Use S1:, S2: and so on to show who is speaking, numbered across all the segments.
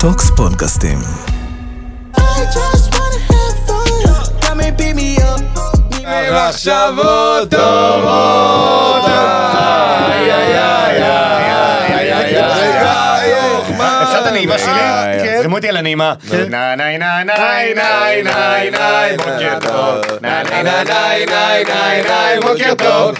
S1: טוקס פודקאסטים.
S2: מחשבות טובות. איי, איי, איי, איי, איי, איי, איי.
S3: אפשר את הנעימה שלי?
S4: כן.
S3: זרמו איתי על הנעימה. נה נה נה נה נה נה נה בוקר טוב. נה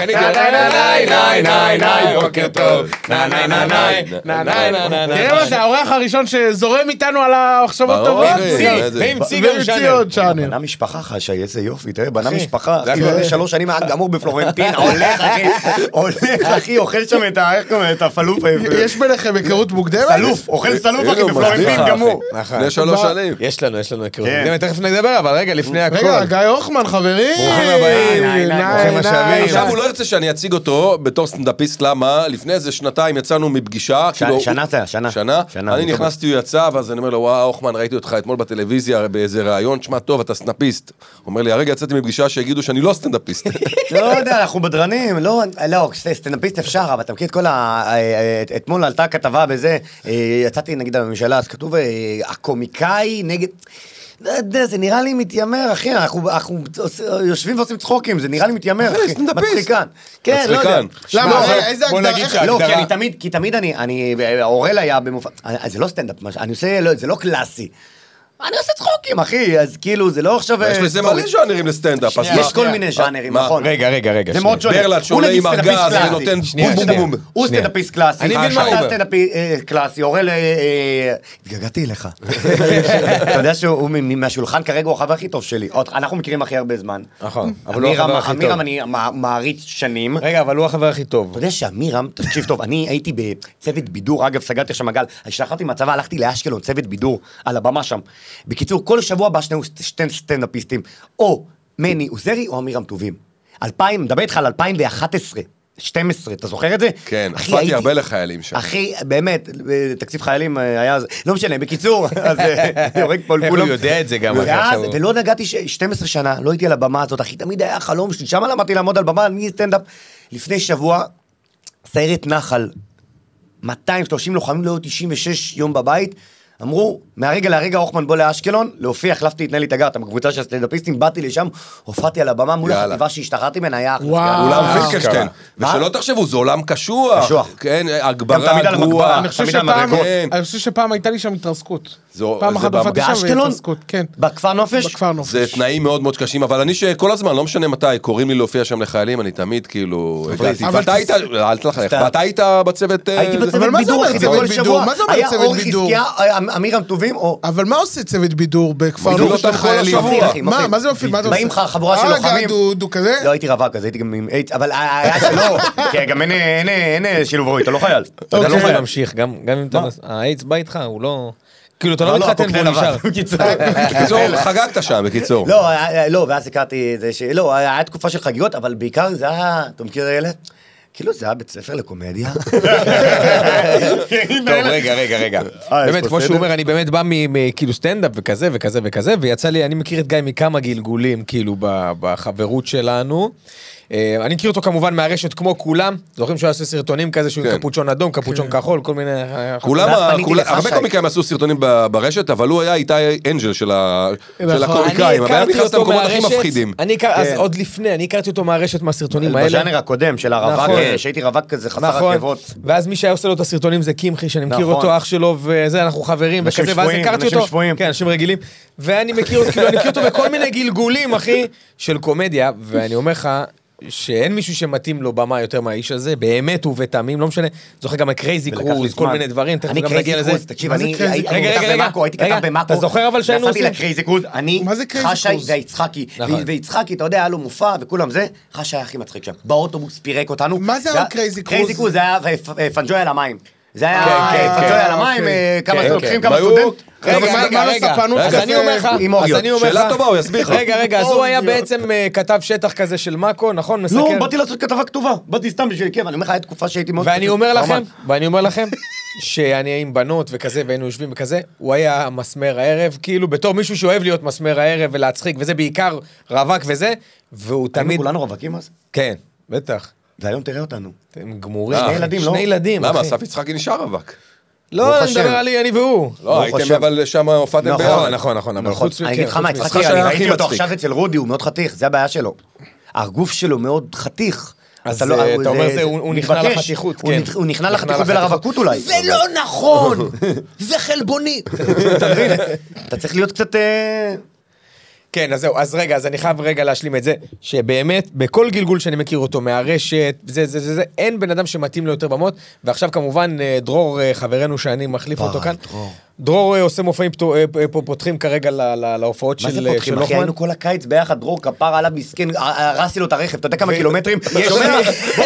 S3: נה נה נה נה נה נה בוקר טוב. נה נה נה נה נה נה נה בוקר טוב. נה נה נה נה נה נה נה נה נה.
S4: תראה מה זה, האורח הראשון שזורם איתנו על המחשבות
S2: ברור,
S4: טובות.
S2: והמציא, והמציא גם
S4: והמציא
S2: שאנל.
S4: אה, עוד שאנל.
S3: בנה משפחה חשי, איזה יופי, תראה, בנה
S4: אחי,
S3: משפחה,
S2: זה
S3: אחי,
S5: לא
S3: כן.
S2: הכל.
S3: לפני שלוש שנים היה גמור בפלורנטין, הולך אחי, הולך אחי, אוכל שם את ה... איך קוראים? את הפלוף,
S4: יש ביניכם היכרות מוקדמת?
S3: סלוף, אוכל סלוף אחי,
S2: הנה, הוא מסביר
S3: בפלורנטין
S2: לך,
S3: גמור.
S2: לפני שלוש שנים.
S5: יש לנו, יש לנו היכרות.
S3: כן.
S5: מוקדמת, תכף נדבר, אבל רגע, לפני הכל.
S4: רגע, גיא הוחמן, חברים. אה,
S5: ברוכים הבאים,
S4: ניי,
S5: ברוכים
S4: ניי,
S5: השבים.
S4: ניי.
S2: עכשיו הוא לא ירצה שאני אציג אותו בתור סטנדאפיסט, למה? לפני איזה שנתיים יצאנו מפגישה, כאילו...
S3: שנה
S2: הוא-
S3: זה היה, שנה.
S2: שנה?
S3: שנה,
S2: אני
S3: אני
S2: נכנסתי, הוא יצא, ואז אני אומר לו, וואו, הוחמן, ראיתי אותך אתמול בטלוויזיה באיזה ראיון, שמע טוב, אתה סטנדאפיסט. הוא אומר לי, הרגע יצאתי מפגישה שהגידו שאני לא סטנדאפיסט.
S3: לא יודע, אנחנו בדרנים, לא, לא, סטנדאפיסט אפשר, אבל אתה מכיר את כל ה... אה, את- אתמול עלתה כתבה בזה, אה, יצאתי נגיד בממשלה, אז כתוב אה, הקומיקאי נגד... לא יודע, זה נראה לי מתיימר, אחי, אנחנו אנחנו עוש- יושבים ועושים צחוקים, זה נראה לי מתיימר,
S2: אחי,
S3: אחי,
S2: סטנדאפיסט.
S3: מצחיקן. כן, לא יודע.
S2: מצחיקן.
S4: למה?
S3: שמע,
S4: אה, איזה
S5: בוא
S4: הגדרה?
S5: נגיד
S4: איך-
S5: שה-
S3: לא, כי
S5: ההגדרה-
S3: אני תמיד, כי תמיד אני, אני, אורל היה במופע, אה, זה לא סטנדאפ, מה ש- אני עושה, לא, זה לא קלאסי. אני עושה צחוקים, אחי, אז כאילו, זה לא עכשיו...
S2: יש
S3: אה,
S2: לזה
S3: סטורי.
S2: מלא ז'אנרים לסטנדאפ. אז
S3: יש
S2: מה?
S3: כל מיני ז'אנרים,
S2: מה?
S4: אה,
S3: נכון.
S5: רגע, רגע, רגע.
S3: זה
S5: שנייה.
S3: מאוד שונה.
S2: ברלד שעולה
S3: הוא נגיד
S2: עם
S3: סטנדאפיסט
S2: ארגז
S3: קלאסי.
S2: ונותן
S5: שנייה,
S2: בום
S5: שנייה.
S2: בום בום.
S3: הוא
S5: שנייה.
S3: סטנדאפיסט קלאסי.
S5: אני מבין מה הוא
S3: אתה
S5: אומר.
S3: סטנדאפיסט אה, קלאסי, אורל... אה, אה, התגעגעתי אליך. אתה יודע שהוא מ- מהשולחן כרגע הוא החבר הכי טוב שלי. עוד- אנחנו מכירים הכי הרבה זמן.
S5: נכון, אבל הוא החבר
S3: אמירם-
S5: הכי טוב.
S3: אמירם אני מע- מעריץ שנים.
S5: רגע, אבל הוא החבר הכי טוב.
S3: אתה יודע שאמירם, תקשיב טוב, אני הייתי בצוות בידור, אגב, סגרתי שם מעגל, השתחררתי מהצבא, הלכתי לאשקלון, צוות בידור, על הבמה שם. בקיצור, כל שבוע בא שני שתי סטנדאפיסטים, או מני עוזרי או אמירם טובים. אלפיים, מדבר איתך על 2011. 12, אתה זוכר את זה?
S2: כן,
S3: אחי,
S2: הופעתי
S3: הייתי-
S2: הרבה לחיילים שם.
S3: אחי, באמת, אה, תקציב חיילים אה, היה... אז- לא משנה, בקיצור, אז אה, יורק פה
S5: איך הוא יודע את זה גם, אחי,
S3: ואז,
S5: עכשיו הוא-
S3: ולא נגעתי ש- 12 שנה, לא הייתי על הבמה הזאת, אחי, תמיד היה החלום שלי, שם למדתי לעמוד על במה, אני סטנדאפ. לפני שבוע, סיירת נחל, 230 לוחמים לא היו 96 יום בבית, אמרו, מהרגע להרגע הוחמן בוא לאשקלון, להופיע, החלפתי את נלי תגר, את הקבוצה של הסטנדאפיסטים, באתי לשם, הופעתי על הבמה מול
S2: יאללה.
S3: החטיבה שהשתחררתי ממנה, היה אחלה.
S4: וואו.
S3: סגן.
S2: אולם
S4: אה,
S2: פילקשטיין.
S3: מה?
S2: ושלא תחשבו, זה עולם קשוח.
S3: קשוח.
S2: כן, הגברה,
S3: תמיד על
S2: גרוע.
S3: מגברה,
S4: אני חושב
S3: תמיד על
S4: שפעם- כן.
S2: מדרגות.
S4: אני חושב שפעם הייתה לי שם התרסקות.
S2: זו-
S4: פעם
S2: זה
S4: אחת
S2: במ-
S4: הופעתי שם והייתה
S3: באשקלון?
S4: התרסקות, כן.
S3: בכפר נופש?
S4: בכפר נופש.
S2: זה תנאים מאוד מאוד קשים, אבל אני שכל הזמן, לא משנה מתי, קוראים לי להופיע שם לחיילים, אני תמיד כאילו... הגעתי.
S4: אבל
S2: ואתה
S4: תס-
S2: היית, אל תלך,
S3: סתם.
S2: ואתה היית בצוות... אה,
S3: הייתי
S2: זה-
S3: בצוות
S4: מה זה
S3: בידור,
S4: אומר
S3: אחי,
S4: צוות
S3: כל
S4: בידור?
S3: שבוע.
S4: מה זה אומר צוות בידור?
S3: היה אור חזקיה, אה, אמירם טובים, או...
S4: אבל מה עושה צוות בידור בכפר
S2: מפעיל
S4: נופש
S2: אותם כל
S4: לחיילים?
S2: השבוע.
S3: מפעיל, אחי,
S4: מה,
S3: מפעיל.
S4: מה זה מפעיל? מה אתה עושה?
S3: באים לך חבורה של
S4: אה,
S3: לוחמים.
S4: גיא דודו כזה?
S3: לא הייתי רווק, אז הייתי גם עם... הייתי- אבל אה, היה שלא, כי לא. כן, גם אין- אין- אין אין שילוב רועי, אתה לא חייל.
S5: אתה לא
S4: אוקיי.
S5: יכול להמשיך, גם גם אם אתה...
S3: מה?
S5: נס- האיידס בא איתך, הוא לא... כאילו, אתה
S3: לא,
S5: לא
S3: לא,
S5: מתחתן
S3: הקוקטייל
S5: והוא נשאר.
S3: עבד. בקיצור.
S2: בקיצור, חגגת שם, בקיצור.
S3: אה, לא, היה- היה- לא, ואז הכרתי את זה ש... לא, היה היה תקופה של חגיגות, אבל בעיקר זה היה... אתה מכיר אלה? כאילו זה היה בית ספר לקומדיה.
S5: טוב, רגע, רגע, רגע.
S3: אה, יש
S5: באמת,
S3: פה
S5: כמו
S3: סדר?
S5: שהוא אומר, אני באמת בא מכאילו סטנדאפ וכזה וכזה וכזה, ויצא לי, אני מכיר את גיא מכמה גלגולים, כאילו, ב- בחברות שלנו. אה, אני מכיר אותו כמובן מהרשת כמו כולם, זוכרים שהוא היה עושה סרטונים כזה שהוא
S2: כן.
S5: עם קפוצ'ון אדום, קפוצ'ון כחול, כל מיני...
S2: כולם,
S3: ואז
S2: ה-
S3: פניתי
S2: כולם-
S3: לך,
S2: הרבה
S3: שי.
S2: קומיקאים עשו סרטונים ב- ברשת, אבל הוא היה איתי אנג'ל של ה-
S4: נכון.
S2: של הקומיקאים,
S5: אני
S2: אבל היה
S5: הכרתי
S2: נכנס
S5: אותו
S2: למקומות הכי
S5: מהרשת,
S2: מפחידים.
S5: אני הכר- אז
S3: כן.
S5: עוד לפני, אני הכרתי אותו מהרשת מהסרטונים האלה.
S3: בז'אנר הקודם של הרווק,
S5: נכון.
S3: אה, שהייתי רווק כזה חסר
S5: נכון,
S3: עקבות.
S5: ואז מי שהיה עושה לו את הסרטונים זה קמחי, שאני מכיר
S3: נכון.
S5: אותו, אח שלו, וזה, אנחנו חברים,
S3: אנשים
S5: וכזה, ואז
S3: שפויים,
S5: הכרתי
S3: אנשים
S5: אותו,
S3: שפויים.
S5: כן, אנשים רגילים, ואני מכיר אותו, כאילו, אני מכיר אותו בכל מיני גלגולים, אחי, של קומדיה, ואני אומר לך, שאין מישהו שמתאים לו במה יותר מהאיש הזה, באמת ובתמים, לא משנה, זוכר גם הקרייזי
S3: ולקח לי
S5: קרוז, כל
S3: זמן.
S5: מיני דברים, תכף
S3: אני
S5: גם
S3: קרייזי
S5: נגיע לזה.
S3: קרוז, תקשיב,
S4: מה זה
S3: אני
S4: קרייזי
S3: הייתי
S4: קרוז?
S5: רגע,
S3: כתב
S5: רגע,
S3: במאקו, הייתי
S5: רגע,
S3: כתב במאקו.
S5: אתה זוכר אבל שהיינו
S3: נסעתי
S5: עושים?
S3: לקרייזי קרוז, אני,
S4: מה זה קרייזי
S3: חשי
S4: קרוז?
S3: ויצחקי,
S5: נכון.
S3: ויצחקי, אתה יודע, היה לו מופע וכולם זה, חשי היה הכי מצחיק שם. באוטובוס פירק אותנו.
S4: מה זה
S3: היה-
S4: הקרייזי קרוז?
S3: קרייזי קרוז זה היה פ- אה, פנג'ויה על המים. זה היה
S5: כן,
S3: אה,
S5: כן,
S3: פנג'ויה
S4: כן.
S3: על המים, אה, כמה
S5: כן,
S3: לוקחים
S2: כן.
S3: כמה
S2: והיו-
S3: סטודנט.
S4: רגע,
S3: כמה-
S4: רגע,
S3: כמה-
S4: רגע. הספנות
S5: אז
S4: כזה
S5: אני אומר לך,
S3: עם
S5: אז
S3: אוריות.
S5: אני אומר לך,
S2: שאלה טובה, הוא יסביר לך.
S5: רגע, רגע, אז הוא היה
S4: אוריות.
S5: בעצם אה, כתב שטח כזה של מאקו, נכון? מסקר.
S3: לא, באתי לעשות כתבה כתובה, באתי סתם בשביל כיף, אני אומר לך, הייתה תקופה שהייתי מאוד...
S5: ואני
S3: פשוט
S5: אומר לכם,
S3: ברמן.
S5: ואני אומר לכם, שאני עם בנות וכזה, והיינו יושבים וכזה, הוא היה מסמר הערב, כאילו, בתור מישהו שאוהב להיות מסמר הערב ולהצחיק, וזה בעיקר רווק וזה, והוא
S3: היינו
S5: תמיד...
S3: כולנו רווקים אז,
S5: כן, בטח.
S3: והיום תראה אותנו.
S5: הם גמורים.
S3: שני
S5: אחי.
S3: ילדים, לא?
S5: שני ילדים,
S2: למה?
S5: אחי.
S2: אסף יצחקי נשאר רווק.
S5: לא, אני מדבר עלי, אני והוא.
S2: לא, הייתם
S3: חושב.
S2: אבל שם הופעתם
S3: נכון.
S2: ביחד.
S5: נכון, נכון, אבל
S3: נכון.
S5: חוץ מכן,
S3: אני אגיד לך
S5: חוץ
S3: מה,
S5: מ-
S2: משחק
S3: הצחקתי, אני
S2: שהיה הכי
S3: ראיתי אותו
S2: מצחיק.
S3: עכשיו אצל רודי, הוא מאוד חתיך, זה הבעיה שלו. הגוף שלו מאוד חתיך.
S5: אז,
S3: לא-
S5: אה, אתה אומר
S3: זה-
S5: זה, הוא- הוא נכנע
S3: מתבקש.
S5: לחתיכות,
S3: הוא
S5: כן.
S3: נכ- הוא נכנע
S5: נכנע
S3: לחתיכות
S5: לחתיכות.
S3: ולרווקות אולי.
S5: זה לא
S3: נכון! זה חלבוני! אתה צריך להיות קצת... אה,
S5: כן, אז זהו, אז רגע, אז אני חייב רגע להשלים את זה, שבאמת, בכל גלגול שאני מכיר אותו, מהרשת, זה, זה, זה, זה, אין בן אדם שמתאים לו יותר במות, ועכשיו כמובן, אה, דרור, אה, חברנו שאני מחליף
S3: וואי,
S5: אותו כאן,
S3: דרור.
S5: דרור אה, עושה מופעים פתו- אה, אה, פה- פותחים כרגע ל- ל- להופעות
S3: מה זה
S5: של אה, של
S3: פותחים, אחי?
S5: לוחמן.
S3: היינו כל הקיץ ביחד, דרור כפר עליו מסכן, הרסתי לו את הרכב, אתה יודע כמה קילומטרים? שומע, בוא,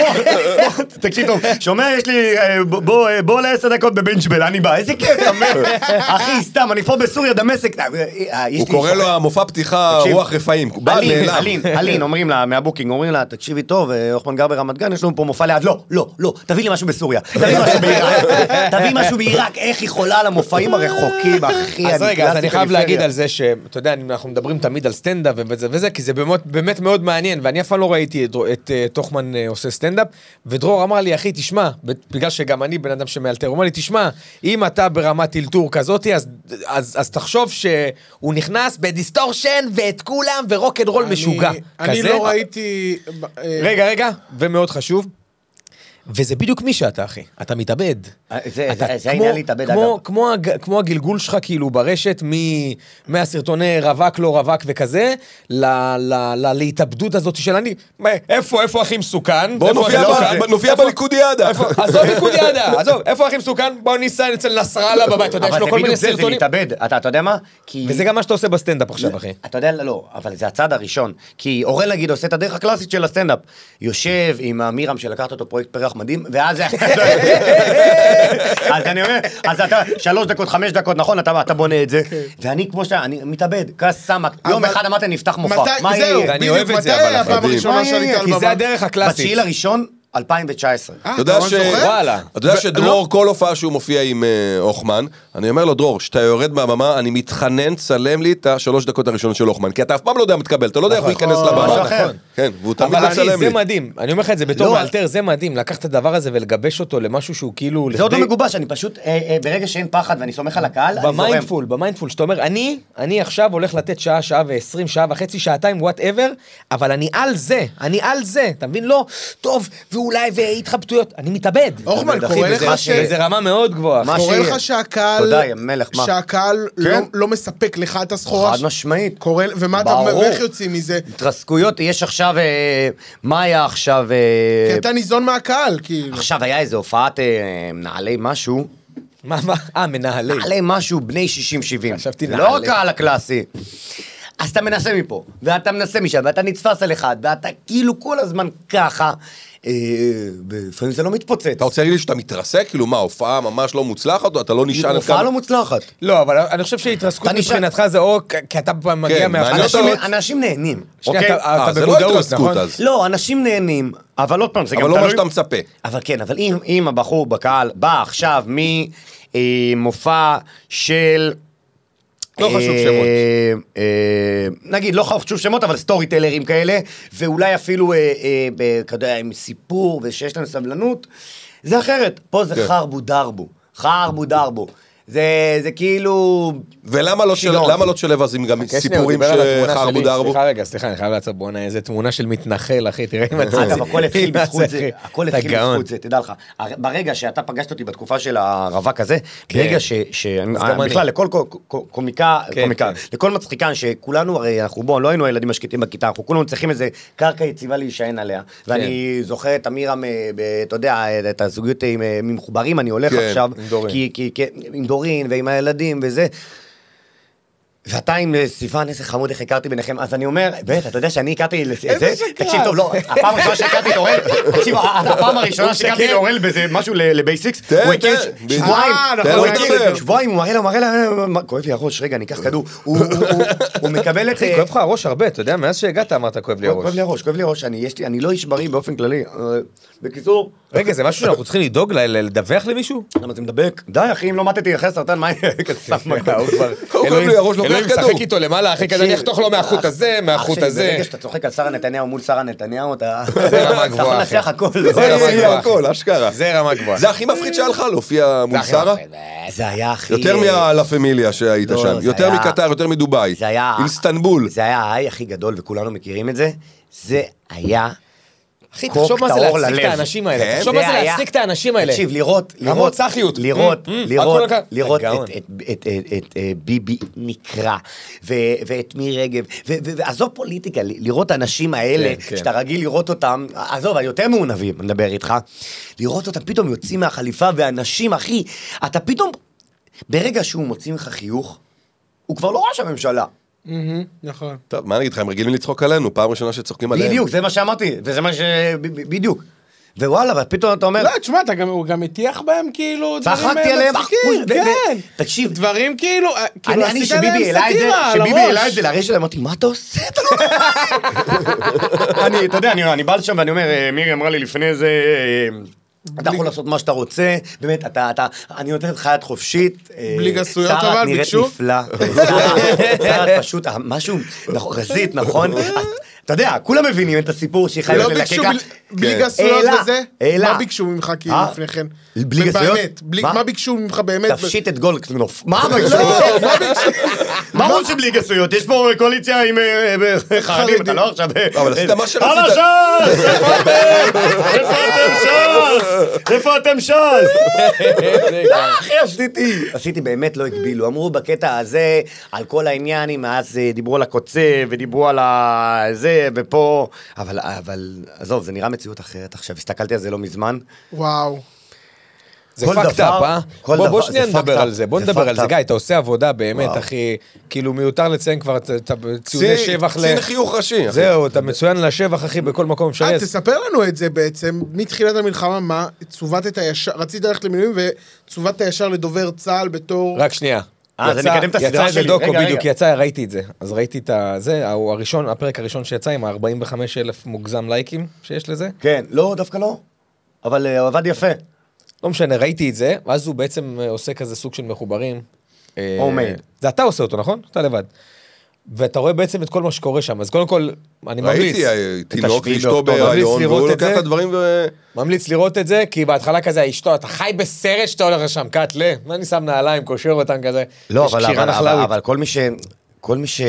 S3: תקשיב טוב, שומע, יש לי, אה, ב- בוא, אה, בוא לעשר דקות בבינג'בל, אני בא, איזה כיף, אתה מבין? אחי, סתם, אני פה בסוריה, דמשק, אה, אה, יש
S2: הוא
S3: לי-
S2: קורא לו המופע
S5: אה,
S2: פתיחה
S3: תקשיב.
S2: רוח רפאים. הוא בא
S3: אלין,
S2: נעלם.
S3: אלין, אלין, אומרים לה, מהבוקינג, אומרים לה, תקשיבי טוב, אה, הוחמן גר ברמת גן, יש לנו פה מופע ליד, לא, לא, לא, תביא לי משהו בסוריה, תביא משהו בעיראק, תביא משהו בעיראק, איך היא חולה על המופעים הרחוקים, אחי,
S5: אז
S3: אני
S5: רגע, אז
S3: קלאסי
S5: אני חייב
S3: פריפריה.
S5: להגיד על זה שאתה יודע, אני- אנחנו מדברים תמיד על סטנדאפ וזה וזה, כי זה באמת, באמת מאוד מעניין, ואני אף פעם לא ראיתי את, דרור- את אה, תוכמן אה, עושה סטנדאפ, ודרור אמר לי, אחי, תשמע, בגלל שגם אני בן אדם שמאלתר, הוא אמר לי, תשמע, אם אתה ברמת אלתור כזאתי, אז, אז, אז תחשוב שהוא נכנס בדיסטורשן ואת כולם ורוק אנד רול
S4: אני-
S5: משוגע.
S4: אני
S5: כזה.
S4: לא ראיתי... ב- אה,
S5: רגע, רגע, ומאוד חשוב. וזה בדיוק מי שאתה, אחי. אתה מתאבד.
S3: אה, זה-
S5: אתה
S3: זה- זה
S5: כמו-
S3: העניין להתאבד,
S5: כמו-
S3: אגב.
S5: כמו הג- כמו הגלגול שלך, כאילו, ברשת, מ- מהסרטוני רווק, לא רווק וכזה, ל- ל- ל- להתאבדות הזאת של אני, מה, איפה, איפה הכי מסוכן?
S2: בוא
S5: איפה
S2: נופיע
S5: הכי לא
S2: ב-
S5: כזה?
S2: נופיע
S5: איפה-
S2: בליכודיאדה.
S5: איפה- עזוב ליכודיאדה, עזוב, איפה הכי מסוכן? בוא ניסע אצל נסראללה בבית, אתה יודע, יש
S3: אבל
S5: לו
S3: זה
S5: כל מיני
S3: בדיוק זה, זה
S5: סרטונים.
S3: להתאבד, אתה אתה יודע מה? כי...
S5: וזה גם מה שאתה עושה בסטנדאפ עכשיו, אחי.
S3: אתה יודע, לא, אבל זה הצעד הראשון. כי אורן, נגיד, עושה את הדרך הקלאסית של הסטנדאפ. יושב עם עמירם שלקחת אותו פרויקט פרח מדהים, ואז... אז אני אומר, אז אתה שלוש דקות, חמש דקות, נכון, אתה אתה בונה את זה. ואני כמו שאתה, אני מתאבד, כס סמק. יום
S4: כן. אבל-
S3: אחד אמרתי, נפתח מופע.
S4: מתי-
S3: מה
S4: זהו,
S3: יהיה?
S5: ואני
S4: בדיוק,
S5: אוהב את זה,
S4: מתי
S5: אבל,
S4: היה הפעם
S2: מדהים.
S4: הראשונה
S3: מה
S4: שעלית
S3: יהיה?
S4: על
S5: כי
S4: במה?
S5: זה הדרך הקלאסית.
S3: בתשיעי לראשון, 2019.
S4: אה,
S2: אתה יודע
S4: אתה
S2: ש...
S4: זוכר?
S5: וואלה.
S2: אתה יודע
S4: ו-
S2: שדרור,
S5: לא.
S2: כל הופעה שהוא מופיע עם אה, הוחמן, אני אומר לו, דרור, כשאתה יורד מהבמה, אני מתחנן, צלם לי את השלוש דקות הראשונות של הוחמן, כי אתה אף פעם לא יודע מה תקבל, אתה לא יודע איך הוא ייכנס
S3: נכון,
S2: לבמה.
S3: נכון.
S2: כן, והוא תמיד
S5: אבל אחי,
S2: מצלם
S5: זה
S2: לי.
S5: מדהים, אני אומר לך את זה
S3: לא,
S5: בתור
S3: אז-
S5: מאלתר, זה מדהים, לקחת את הדבר הזה ולגבש אותו למשהו שהוא כאילו...
S3: זה עוד לא
S5: לכדי-
S3: מגובש, אני פשוט, אה, אה, ברגע שאין פחד ואני סומך על הקהל, אני זורם.
S5: במיינדפול, במיינדפול, שאתה אומר, אני, אני עכשיו הולך לתת שעה, שעה ועשרים, שעה וחצי, שעתיים, וואטאבר, אבל אני על זה, אני על זה, אתה מבין? לא, טוב, ואולי, והתחבטויות, אני מתאבד.
S4: אורמן,
S3: אחי,
S4: קורא
S3: וזה
S4: לך
S3: מה
S4: ש...
S3: שיהיה.
S5: וזה רמה מאוד גבוהה. אחי.
S3: מה
S4: קורא
S3: שיהיה.
S4: לך שהקהל...
S3: תודה, יא מלך, מה?
S4: שהקהל
S3: כן.
S4: לא- לא מספק לך את הסחורה.
S3: חד
S4: ש-
S3: משמעית.
S4: קורא... ומה אתה...
S3: ברור.
S4: ואיך יוצאים מזה?
S3: התרסקויות, יש עכשיו, אה, מה היה עכשיו? אה,
S4: כי כן, אתה ניזון מהקהל,
S2: לא.
S4: כאילו.
S3: עכשיו היה איזה הופעת אה, נעלי משהו,
S5: מה, מה, אה, מנהלי.
S3: נעלי משהו בני 60-70,
S5: חשבתי
S3: לא
S5: נעלי.
S3: הקהל הקלאסי. אז אתה מנסה מפה, ואתה מנסה משם, ואתה נתפס על אחד, ואתה כאילו כל הזמן ככה, אה, ולפעמים זה לא מתפוצץ.
S2: אתה רוצה להגיד לי שאתה מתרסק? כאילו מה, הופעה ממש לא מוצלחת, או אתה לא נשען על
S3: הופעה
S2: כמה...
S3: לא מוצלחת.
S5: לא, אבל אני חושב שהתרסקות
S3: אתה נשאר-
S5: מבחינתך זה או כ- כי אתה פעם מגיע
S2: כן, מעניין
S5: מהפעם...
S2: אותו.
S3: אנשים-
S2: לא-
S3: אנשים נהנים,
S5: שנייה,
S3: אוקיי?
S5: אתה- אתה
S2: אה, זה לא
S5: במודעות,
S2: התרסקות
S5: נכון?
S2: אז.
S3: לא, אנשים נהנים, אבל עוד פעם, זה גם
S2: אבל
S3: תלוי...
S2: לא מה שאתה מצפה.
S3: אבל כן, אבל אם, אם הבחור בקהל בא עכשיו ממופע של...
S5: לא חשוב שמות.
S3: אה, אה, נגיד, לא חשוב שמות, אבל סטורי טלרים כאלה, ואולי אפילו, אה, אה, ב- אתה יודע, עם סיפור ושיש להם סבלנות, זה אחרת. פה זה
S2: כן.
S3: חרבו דרבו. חרבו דרבו. זה, זה כאילו...
S2: ולמה לא של-
S3: שיגעון.
S2: למה לא תשלב אז עם גם
S5: חכה, שנייה, הוא
S2: סיפורים
S5: דיבר על התמונה
S2: שחרבו
S5: שלי.
S2: דרבו?
S5: סליחה רגע, סליחה, אני חייב לעצור, בואנה, איזה תמונה של מתנחל, אחי, תראה אם אתה...
S3: אגב, הכל התחיל
S5: מה
S3: בזכות זה,
S5: אחי?
S3: הכל
S5: אתה
S3: התחיל
S5: גאון.
S3: בזכות זה, תדע לך. הר- ברגע שאתה פגשת אותי בתקופה של הרווק הזה, ברגע ש... ש-
S5: כן.
S3: אה,
S5: גם אני.
S3: בכלל, לכל קו- קו- קומיקה,
S5: כן,
S3: קומיקה,
S5: כן.
S3: לכל מצחיקן, שכולנו, הרי אנחנו בואו, לא היינו הילדים השקטים בכיתה, אנחנו כולנו צריכים איזה קרקע יציבה להישען עליה.
S5: כן.
S3: ואני זוכר את אמירם, אה, ב- אתה יודע, את הזוגיות עם אה, עם מחוברים, אני הולך
S2: כן,
S3: עכשיו.
S5: עם דורין.
S3: כי- כי- כי- עם דורין ועם הילדים וזה. ואתה עם אה, סיוון, איזה חמוד, איך הכרתי ביניכם. אז אני אומר, באמת, אתה יודע שאני הכרתי לס- את זה?
S5: שקרן.
S3: תקשיב טוב, לא, הפעם הראשונה שהכרתי את אורל, תקשיב, אה, הפעם הראשונה שהכרתי את כן, אורל באיזה משהו לבייסיקס,
S2: תן,
S3: הוא הכיר
S2: תן, בדיוק.
S3: שבועיים,
S4: אה,
S2: נכון,
S3: הוא הכיר
S2: נכון.
S3: שבועיים, הוא מראה לו, מראה לו, כואב לי הראש, רגע, אני אקח כדור. הוא- הוא- הוא- הוא מקבל את... אה,
S5: אחי, כואב לך הראש הרבה, אתה יודע, מאז שהגעת אמרת כואב לי
S3: כואב
S5: הראש.
S3: לי הראש, כואב לי הראש, אני יש לי- אני לא איש בריא באופן כללי. אה, בקיצור...
S5: רגע, זה משהו שאנחנו צריכים לדאוג ל- ל- לדווח למישהו?
S3: למה זה מדבק? די, אחי, אם לא מתתי אחרי סרטן, מה יהיה? כזה סתם מכה.
S5: הוא כבר...
S2: קודם כל,
S5: אלוהים-
S2: הראש לוקח
S5: אלוהים
S2: כדור.
S5: משחק איתו למעלה, אחי, כזה כן, אני אחתוך לו מהחוט הזה, מהחוט הזה.
S3: אה, ברגע שאתה צוחק על שרה נתניהו מול שרה נתניהו, אתה...
S5: זה רמה
S3: אתה יכול
S5: גבוהה, אחי.
S3: לנצח הכל.
S5: זה רמה
S2: יהיה
S5: גבוהה.
S2: הכל, אשכרה.
S5: זה רמה גבוהה.
S2: זה הכי מפחיד שהיה לך להופיע מול שרה?
S3: זה היה הכי...
S2: יותר מהלה פמיליה שהיית
S3: לא,
S2: שם,
S3: זה
S2: יותר
S3: היה-
S2: מקטר, יותר מדובאי,
S3: זה היה...
S2: אינסטנבול.
S3: זה היה ההיי הכי גדול, וכולנו מכירים את זה. זה היה...
S5: אחי,
S3: קוק
S5: תחשוב מה זה
S3: טהור
S5: להצחיק
S3: ללב.
S5: את האנשים האלה.
S2: כן?
S5: תחשוב מה זה
S3: היה-
S5: להצחיק את האנשים האלה.
S3: תקשיב, לראות,
S5: רמות
S3: לראות,
S5: צחיות.
S3: לראות,
S5: Mm, mm,
S3: לראות,
S5: הכל לקח-
S3: לראות
S5: הגאון.
S3: את- את- את- את- את אה, ביבי נקרע, ו- ואת מירי רגב, ו- ו- ועזוב פוליטיקה, ל- לראות את האנשים האלה,
S5: כן, כן.
S3: שאתה רגיל לראות אותם, עזוב, היותר מעונבים, אני מדבר איתך, לראות אותם פתאום יוצאים מהחליפה, ואנשים, אחי, אתה פתאום, ברגע שהוא מוציא ממך חיוך, הוא כבר לא ראש הממשלה.
S4: מהמם, נכון.
S2: טוב, מה אני אגיד לך, הם רגילים לצחוק עלינו, פעם ראשונה שצוחקים עליהם.
S3: בדיוק, זה מה שאמרתי, וזה מה ש... ב- ב- בדיוק. ווואלה, ופתאום אתה אומר,
S4: לא, תשמע, אתה גם- הוא גם הטיח בהם כאילו דברים
S3: צחקתי עליהם, אוי,
S4: מצחיקים,
S3: ו- ו-
S4: כן.
S3: תקשיב.
S4: דברים כאילו, אה, כאילו
S3: אני, אני,
S4: עשית עליהם
S3: שביבי העלה את זה,
S4: סאטירה על
S3: שביבי העלה את
S4: הראש.
S3: זה לרשת, שלהם, אמרתי, מה אתה עושה? אתה לא-" אני, אתה יודע, אני, אני בא לשם ואני אומר, "אה, מירי אמרה לי לפני זה, אה, אתה יכול לעשות מה שאתה רוצה, באמת, אתה, אתה, אני נותן לך יד חופשית. אה,
S4: בלי גסויות,
S3: שרה,
S4: אבל,
S3: את נראית
S4: ביקשו?
S3: נפלא. שרה- שרה, את פשוט, אה, משהו, נכון, רזית, נכון? אז, אתה יודע, כולם מבינים את הסיפור שהיא חייבת
S4: לא
S3: ללקק.
S4: ביקשו
S3: לה-
S4: בל- בלי
S2: כן.
S4: גסויות
S3: העלה,
S4: וזה?
S3: העלה.
S4: מה ביקשו ממך כאילו
S3: אה?
S4: לפני כן?
S3: בלי
S4: ב-
S3: גסויות?
S4: באמת, בלי-
S3: מה?
S4: מה ביקשו ממך באמת?
S3: תפשיט את גולדקנופ. לא, מה ביקשו? לא, ברור שבלי גסויות, יש פה קואליציה עם אה, אה, חרדים, אתה לא עכשיו... אה,
S2: אבל עשית מה שרצית.
S3: הלאה ש"ס! איפה אתם? איפה אתם ש"ס? איפה אתם ש"ס? אחי, עשיתי. עשיתי, באמת לא הגבילו. אמרו בקטע הזה, על כל העניין, אם אז אה, דיברו על הקוצב, ודיברו על ה- זה, ופה... אבל, אבל, עזוב, זה נראה מציאות אחרת עכשיו. הסתכלתי על זה לא מזמן.
S4: וואו.
S5: זה
S3: כל
S5: fucked up,
S3: דבר-
S5: אה?
S3: כל
S5: בוא, בוא
S3: דבר-
S5: שנייה
S3: זה
S5: נדבר
S3: fucked
S5: על
S3: up,
S5: זה, בוא
S3: זה
S5: נדבר
S3: fucked
S5: על זה.
S3: up.
S5: גיא, אתה עושה עבודה באמת,
S3: וואו.
S5: אחי, כאילו מיותר לציין כבר את- את הציוני שבח ל...
S2: צין חיוך ראשי. אחי.
S5: זהו, אתה מצוין לשבח, אחי, בכל מקום אפשרי.
S4: אה,
S5: אז-
S4: תספר לנו את זה בעצם, מתחילת המלחמה, מה צוותת הישר, רצית ללכת למילואים וצוותת הישר לדובר צה"ל בתור...
S5: רק שנייה.
S3: אה, אז
S5: יצא-
S3: אני אקדם את הסדרה
S5: יצא איזה
S3: שלי.
S5: דוקו,
S3: רגע,
S5: בדיוק,
S3: רגע.
S5: יצא, ראיתי את זה. אז ראיתי את ה- זה, ההוא הראשון, הפרק הראשון שיצא עם ה-45 אלף מוגזם לייקים שיש לזה.
S3: כן, לא, דווקא לא. אבל אה, עבד יפה.
S5: לא משנה, ראיתי את זה, ואז הוא בעצם אה, עושה כזה סוג של מחוברים. אה,
S2: כן.
S3: Homemade.
S5: זה אתה עושה אותו, נכון? אתה לבד. ואתה רואה בעצם את כל מה שקורה שם, אז קודם כל, אני ממליץ.
S2: ראיתי אה, תינוק
S3: השביעי
S2: ואשתו
S5: באוקטובר,
S2: בהיריון,
S5: ממליץ
S2: והוא
S5: לראות את
S2: לוקח
S5: זה.
S2: את הדברים ו...
S5: ממליץ לראות את זה, כי בהתחלה כזה אשתו, אתה חי בסרט שאתה הולך לשם, קאטלה. אני שם נעליים, קושר אותם כזה.
S3: לא,
S5: יש
S3: אבל,
S5: קשירה
S3: אבל, אבל,
S5: נחלאית.
S3: אבל כל מי ש... כל מי ש...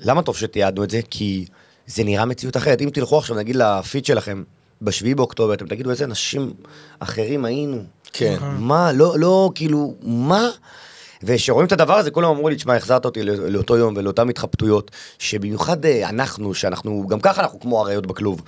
S3: למה טוב שתיעדנו את זה? כי זה נראה מציאות אחרת. אם תלכו עכשיו, נגיד, לפיד שלכם, בשביעי באוקטובר, אתם תגידו איזה אנשים אחרים היינו.
S5: כן.
S3: מה, לא, לא, כאילו, מה? וכשרואים את הדבר הזה, כולם אמרו לי, תשמע, החזרת אותי לא- לאותו יום ולאותן התחבטויות, שבמיוחד אה, אנחנו, שאנחנו, גם ככה אנחנו כמו אריות בכלוב.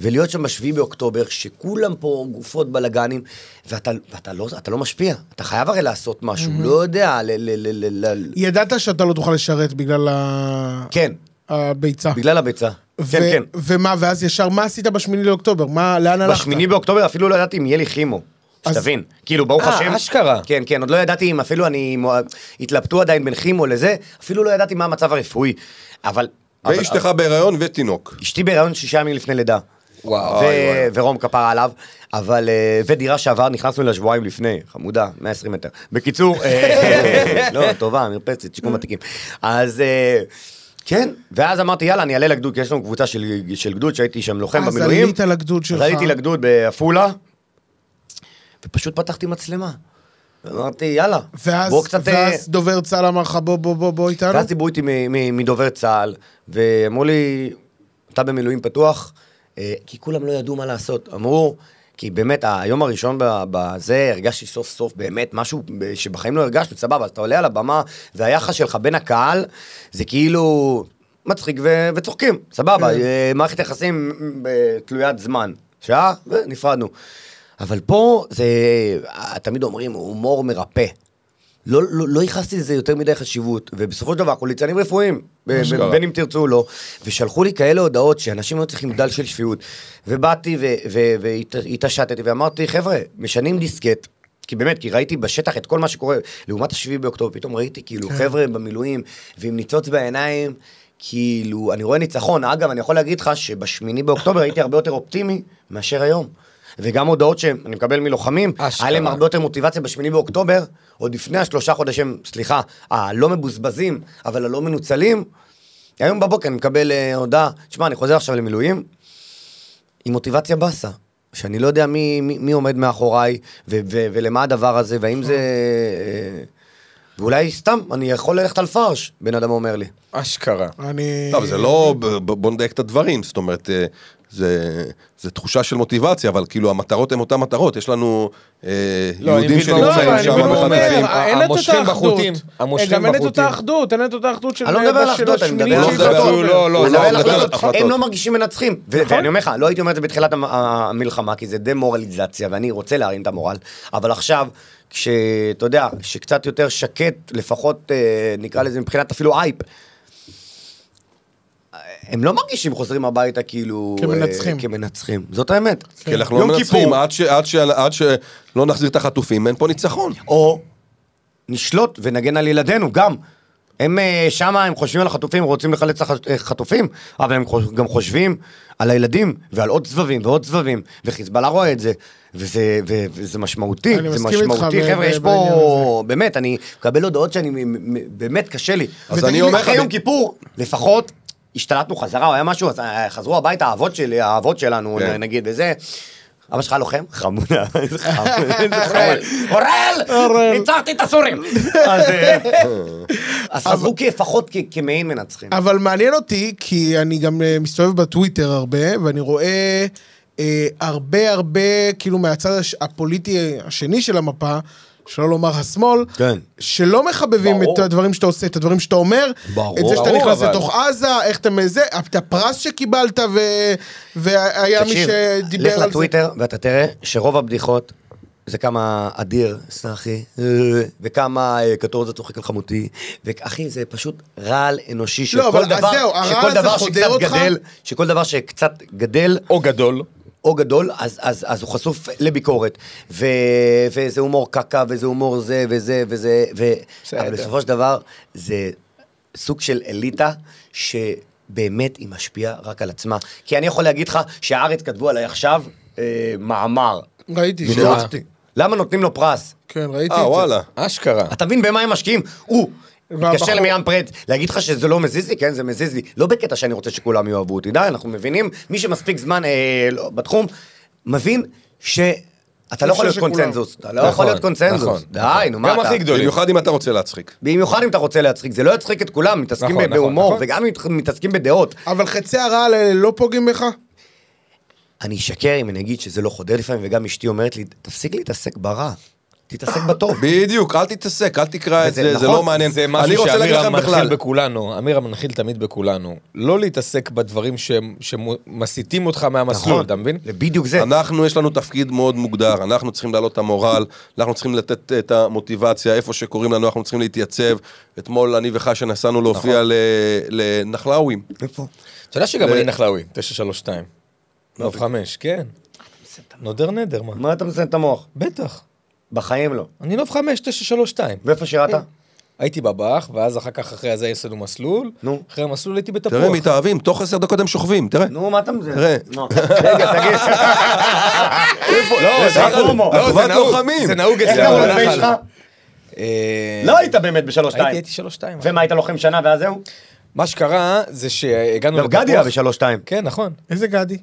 S3: ולהיות שם בשביעי באוקטובר, שכולם פה גופות בלאגנים, ואתה, ואתה לא, אתה לא משפיע. אתה חייב הרי לעשות משהו, לא יודע, ל, ל, ל, ל, ל...
S4: ידעת שאתה לא תוכל לשרת בגלל ה-
S3: כן,
S4: הביצה.
S3: בגלל הביצה.
S4: ו-
S3: כן, כן.
S4: ומה, ואז ישר, מה עשית בשמיני לאוקטובר? מה, לאן הלכת?
S3: בשמיני באוקטובר אפילו לא ידעתי אם יהיה לי כימו.
S4: אז-
S3: שתבין, כאילו ברוך
S5: אה,
S3: השם,
S5: אשכרה.
S3: כן כן, עוד לא ידעתי אם אפילו אני, מו- התלבטו עדיין בין כימו לזה, אפילו לא ידעתי מה המצב הרפואי, אבל, אבל-
S2: ואשתך בהיריון ותינוק.
S3: אשתי בהיריון שישה ימים לפני לידה,
S5: וואו.
S3: ו- ורום כפרה עליו, אבל, אה, ודירה שעבר, נכנסנו אליה שבועיים לפני, חמודה, 120 מטר, בקיצור, אה, לא, טובה, מרפסת, שיקום עתיקים, אז... אה, כן, ואז אמרתי, יאללה, אני אעלה לגדוד, כי יש לנו קבוצה של, של גדוד שהייתי שם לוחם
S4: אז
S3: במילואים.
S4: עלית לגדוד שלך.
S3: אז עליתי לגדוד בעפולה, ופשוט פתחתי מצלמה. אמרתי, יאללה,
S4: ואז,
S3: בוא קצת... אה,
S4: ואז דובר צה"ל אמר לך, בוא, בוא, בוא, בוא איתנו?
S3: ואז דיברו איתי מ- מ- מדובר צה"ל, ואמרו לי, אתה במילואים פתוח, אה, כי כולם לא ידעו מה לעשות. אמרו, כי באמת, היום הראשון ב- בזה, הרגשתי סוף סוף באמת משהו ב- שבחיים לא הרגשנו, סבבה, אז אתה עולה על הבמה, והיחס שלך בין הקהל, זה כאילו מצחיק ו- וצוחקים, סבבה, אה, מערכת יחסים אה, תלוית זמן. שעה, ונפרדנו. אבל פה זה, אה, תמיד אומרים, הומור מרפא. לא, לא, לא ייחסתי לזה יותר מדי חשיבות, ובסופו של דבר אנחנו ליצנים רפואיים, ב- ב-
S2: אשכרה.
S3: בין אם תרצו או לא, ושלחו לי כאלה הודעות שאנשים היו צריכים דל של שפיות, ובאתי ו- ו- והת- והתעשתתי ואמרתי, חבר'ה, משנים דיסקט. כי באמת, כי ראיתי בשטח את כל מה שקורה, לעומת השביעי באוקטובר, פתאום ראיתי כאילו חבר'ה במילואים, ועם ניצוץ בעיניים, כאילו, אני רואה ניצחון. אגב, אני יכול להגיד לך שבשמיני באוקטובר הייתי הרבה יותר אופטימי מאשר היום. וגם הודעות שאני מקבל מלוחמים,
S5: אשכרה.
S3: היה להם הרבה יותר מוטיבציה בשמיני באוקטובר, עוד לפני השלושה חודשים, סליחה, הלא מבוזבזים, אבל הלא מנוצלים. היום בבוקר אני מקבל אה, הודעה, תשמע, אני חוזר עכשיו למילואים, עם מוטיבציה באסה. שאני לא יודע מי, מי, מי עומד מאחוריי, ו- ו- ולמה הדבר הזה, והאם זה... אה, ואולי סתם, אני יכול ללכת על פרש, בן אדם אומר לי.
S5: אשכרה.
S4: אני...
S2: לא, אבל זה לא, ב- ב- בוא נדייק את הדברים, זאת אומרת, אה, זה, זה תחושה של מוטיבציה, אבל כאילו המטרות הן אותן מטרות, יש לנו אה,
S1: לא, אני
S2: יהודים
S1: מבין מה הוא
S2: שנמצאים שם
S5: לא,
S1: אומר, אני מבין מה הוא אומר, אה,
S2: בחטפים.
S5: ה-
S1: אין את
S5: המושכים
S1: אותה אחדות.
S5: בחוטים, המושכים
S1: גם אין את
S5: בחוטים.
S1: אותה אחדות, אין את אותה אחדות של...
S3: אני לא מדבר על
S1: של
S3: אחדות, אני
S1: השמינית
S3: מדבר על
S1: שהיא
S2: החלטות.
S1: באוקטובר.
S5: הוא לא- לא,
S3: אני מדבר על
S2: לא,
S3: החלטות.
S2: החלטות.
S3: הם לא מרגישים מנצחים. ו-
S1: נכון.
S3: ואני אומר לך, לא הייתי אומר את זה בתחילת המ- המלחמה, כי זה דה-מורליזציה, ואני רוצה להרים את המורל. אבל עכשיו, כשאתה יודע, כשקצת יותר שקט, לפחות אה, נקרא לזה מבחינת אפילו אייפ, הם לא מרגישים חוזרים הביתה כאילו... אה,
S4: כמנצחים.
S3: כמנצחים, זאת האמת.
S2: כי אנחנו לא
S3: יום
S2: מנצחים,
S3: כיפור.
S2: עד ש- עד ש- עד שלא נחזיר את החטופים, אין פה ניצחון.
S3: או נשלוט ונגן על ילדינו גם. הם אה, שמה, הם חושבים על החטופים, רוצים לחלץ הח- אה, חטופים, אבל הם חוש- גם חושבים על הילדים ועל עוד סבבים ועוד סבבים, וחיזבאללה רואה את זה, וזה, ו, וזה משמעותי,
S4: אני
S3: זה
S4: מסכים איתך
S3: משמעותי,
S4: ב-
S3: חבר'ה,
S4: ב-
S3: יש
S4: בעניין
S3: פה, באמת, אני מקבל הודעות שאני, מ- מ- באמת קשה לי.
S2: אז
S3: ותגיד
S2: אני
S3: לי,
S2: אומר לך,
S3: אחרי
S2: ב-
S3: יום כיפור, לפחות השתלטנו חזרה, או היה משהו, אז אה, חזרו הביתה האבות שלי, האבות שלנו,
S2: כן.
S3: נ- נגיד, וזה. אבא שלך לוחם? חמודה, אה, איזה חמוד, איזה חמוד. אוראל! ניצחתי את הסורים! אז, אה, אז חזרו כלפחות כ- כמעין מנצחים.
S4: אבל מעניין אותי, כי אני גם אה, מסתובב בטוויטר הרבה, ואני רואה אה, הרבה הרבה, כאילו מהצד הש- הפוליטי השני של המפה, שלא לומר השמאל,
S3: כן.
S4: שלא מחבבים
S3: ברור.
S4: את הדברים שאתה עושה, את הדברים שאתה אומר,
S3: ברור.
S4: את זה שאתה
S5: ברור,
S4: נכנס
S5: אבל-
S4: לתוך עזה, איך אתה מזה, את הפרס שקיבלת, ו... והיה מי
S3: תקשיב,
S4: שדיבר על
S3: לך
S4: זה.
S3: לטוויטר ואתה תראה שרוב הבדיחות זה כמה אדיר, סלחי, וכמה אה, קטורזה צוחק על חמותי, ואחי זה פשוט רעל אנושי שכל
S4: לא, אבל אז
S3: דבר,
S4: זהו, הרעל
S3: שכל
S4: הזה
S3: דבר
S4: חודר
S3: שקצת
S4: אותך?
S3: גדל, שכל דבר שקצת גדל,
S5: או גדול.
S2: אה,
S3: או גדול, אז, אז, אז הוא חשוף לביקורת. ו, וזה הומור קקה, וזה הומור זה, וזה, וזה, ו...
S5: בסדר.
S3: אבל בסופו של דבר, זה סוג של אליטה שבאמת היא משפיעה רק על עצמה. כי אני יכול להגיד לך שהארץ כתבו עליי עכשיו אה, מאמר.
S4: ראיתי,
S5: וזה-
S4: ש-
S5: אותי.
S3: למה נותנים לו פרס?
S4: כן, ראיתי
S2: אה,
S4: את זה.
S2: וואלה.
S5: אשכרה.
S3: אתה מבין במה הם משקיעים? הוא מתקשר
S4: והבחור-
S3: למירם פרץ, להגיד לך שזה לא מזיז לי? כן, זה מזיז לי. לא בקטע שאני רוצה שכולם יאהבו אותי, די, אנחנו מבינים, מי שמספיק זמן אה, לא, בתחום, מבין ש... אתה לא יכול להיות
S4: אפשר שכולם.
S3: קונצנזוס, אתה לא
S5: נכון,
S3: יכול להיות
S5: נכון,
S3: קונצנזוס, די, נו מה
S5: גם
S3: אתה,
S5: הכי גדולים.
S2: במיוחד אם אתה רוצה להצחיק.
S3: במיוחד אם אתה רוצה להצחיק, זה לא יצחיק את כולם, מתעסקים
S5: נכון,
S3: ב-
S5: נכון,
S3: בהומור,
S5: נכון.
S3: וגם אם מתעסקים בדעות.
S4: אבל חצי הרעל האלה לא פוגעים בך?
S3: אני אשקר אם אני אגיד שזה לא חודר לפעמים, וגם אשתי אומרת לי, תפסיק להתעסק ברע, תתעסק בטוב.
S2: בדיוק, אל תתעסק, אל תקרא את
S3: וזה-
S2: זה, זה
S3: נכון,
S2: לא מעניין.
S5: זה
S2: אני
S5: משהו
S2: רוצה להגיד
S5: שאמיר
S2: לכם
S5: המנחיל
S2: בכלל,
S5: בכולנו, אמיר המנחיל תמיד בכולנו, לא להתעסק בדברים שהם- שמסיטים אותך מהמסלול,
S3: נכון.
S5: אתה מבין?
S3: בדיוק זה.
S2: אנחנו, יש לנו תפקיד מאוד מוגדר, אנחנו צריכים להעלות את המורל, אנחנו צריכים לתת את המוטיבציה, איפה שקוראים לנו, אנחנו צריכים להתייצב. אתמול אני וחשה נסענו להופיע
S3: נכון.
S2: ל- לנחלאווים.
S3: איפה?
S5: אתה יודע שגם
S2: ל-
S5: אני נחלאווי, 932. לא, חמש, כן. נודר נדר, מה?
S3: מה אתה מזיין את המוח?
S5: בטח.
S3: בחיים לא.
S5: אני נוב חמש, תשע, שלוש, שתיים.
S3: ואיפה שירת?
S5: הייתי בבח, ואז אחר כך, אחרי הזה, יש לנו מסלול.
S3: נו.
S5: אחרי המסלול הייתי
S2: תראה, הם
S5: בתפוח.
S2: מתאהבים, תוך עשר דקות הם שוכבים, תראה.
S3: נכון. נו, מה אתה מזה?
S2: תראה.
S3: נו, רגע, תגיד.
S5: לא,
S3: זה הומו.
S5: לא, זה
S2: אחוות
S5: נהוג,
S2: לוחמים.
S5: זה נהוג
S3: איך
S5: אצלנו.
S3: קראו לבן
S5: בנחל.
S3: שלך?
S5: אה,
S3: לא היית באמת בשלוש
S5: הייתי,
S3: שתיים.
S5: הייתי שלוש, שתיים.
S3: ומה, היית לוחם שנה ואז זהו?
S5: מה שקרה, זה שהגענו
S3: גם גדי היה בשלוש שתיים.
S5: לא, כן, נכון.
S4: איזה גדי?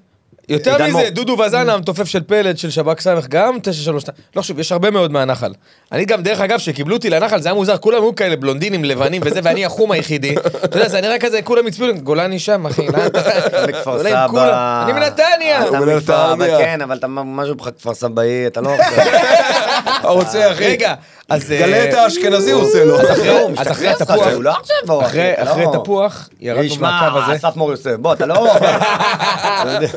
S5: יותר
S3: עידן
S5: מזה,
S3: מור.
S5: דודו וזנה, המתופף של פלד, של שב"כ סמך, גם 932. לא חשוב, יש הרבה מאוד מהנחל. אני גם, דרך אגב, שקיבלו אותי לנחל, זה היה מוזר, כולם היו כאלה בלונדינים, לבנים וזה, ואני החום היחידי. אתה יודע, זה נראה כזה, כולם הצביעו, לי, גולני שם, אחי, לאן אתה?
S3: בכפר
S5: אולי עם כולם.
S3: סבא.
S5: אני מנתניה.
S3: אתה
S2: הוא
S3: מכפר, אבל
S2: מנתניה.
S3: כן, אבל אתה משהו בך כפר סבאי, אתה לא...
S2: הרוצח,
S5: רגע, אז... אה,
S2: גלה את האשכנזי הוא עושה לו.
S3: אז אחרי-
S5: הוא
S3: אז אחרי
S5: משתכנע
S3: התפוח,
S5: שחקן.
S3: הוא לא עכשיו, הוא
S5: אחרי-
S3: אתה לא-
S5: אחרי תפוח, ירדנו
S3: תשמע,
S5: מהקו הזה.
S3: אסף מור יוסף, בוא, אתה לא... אתה יודע,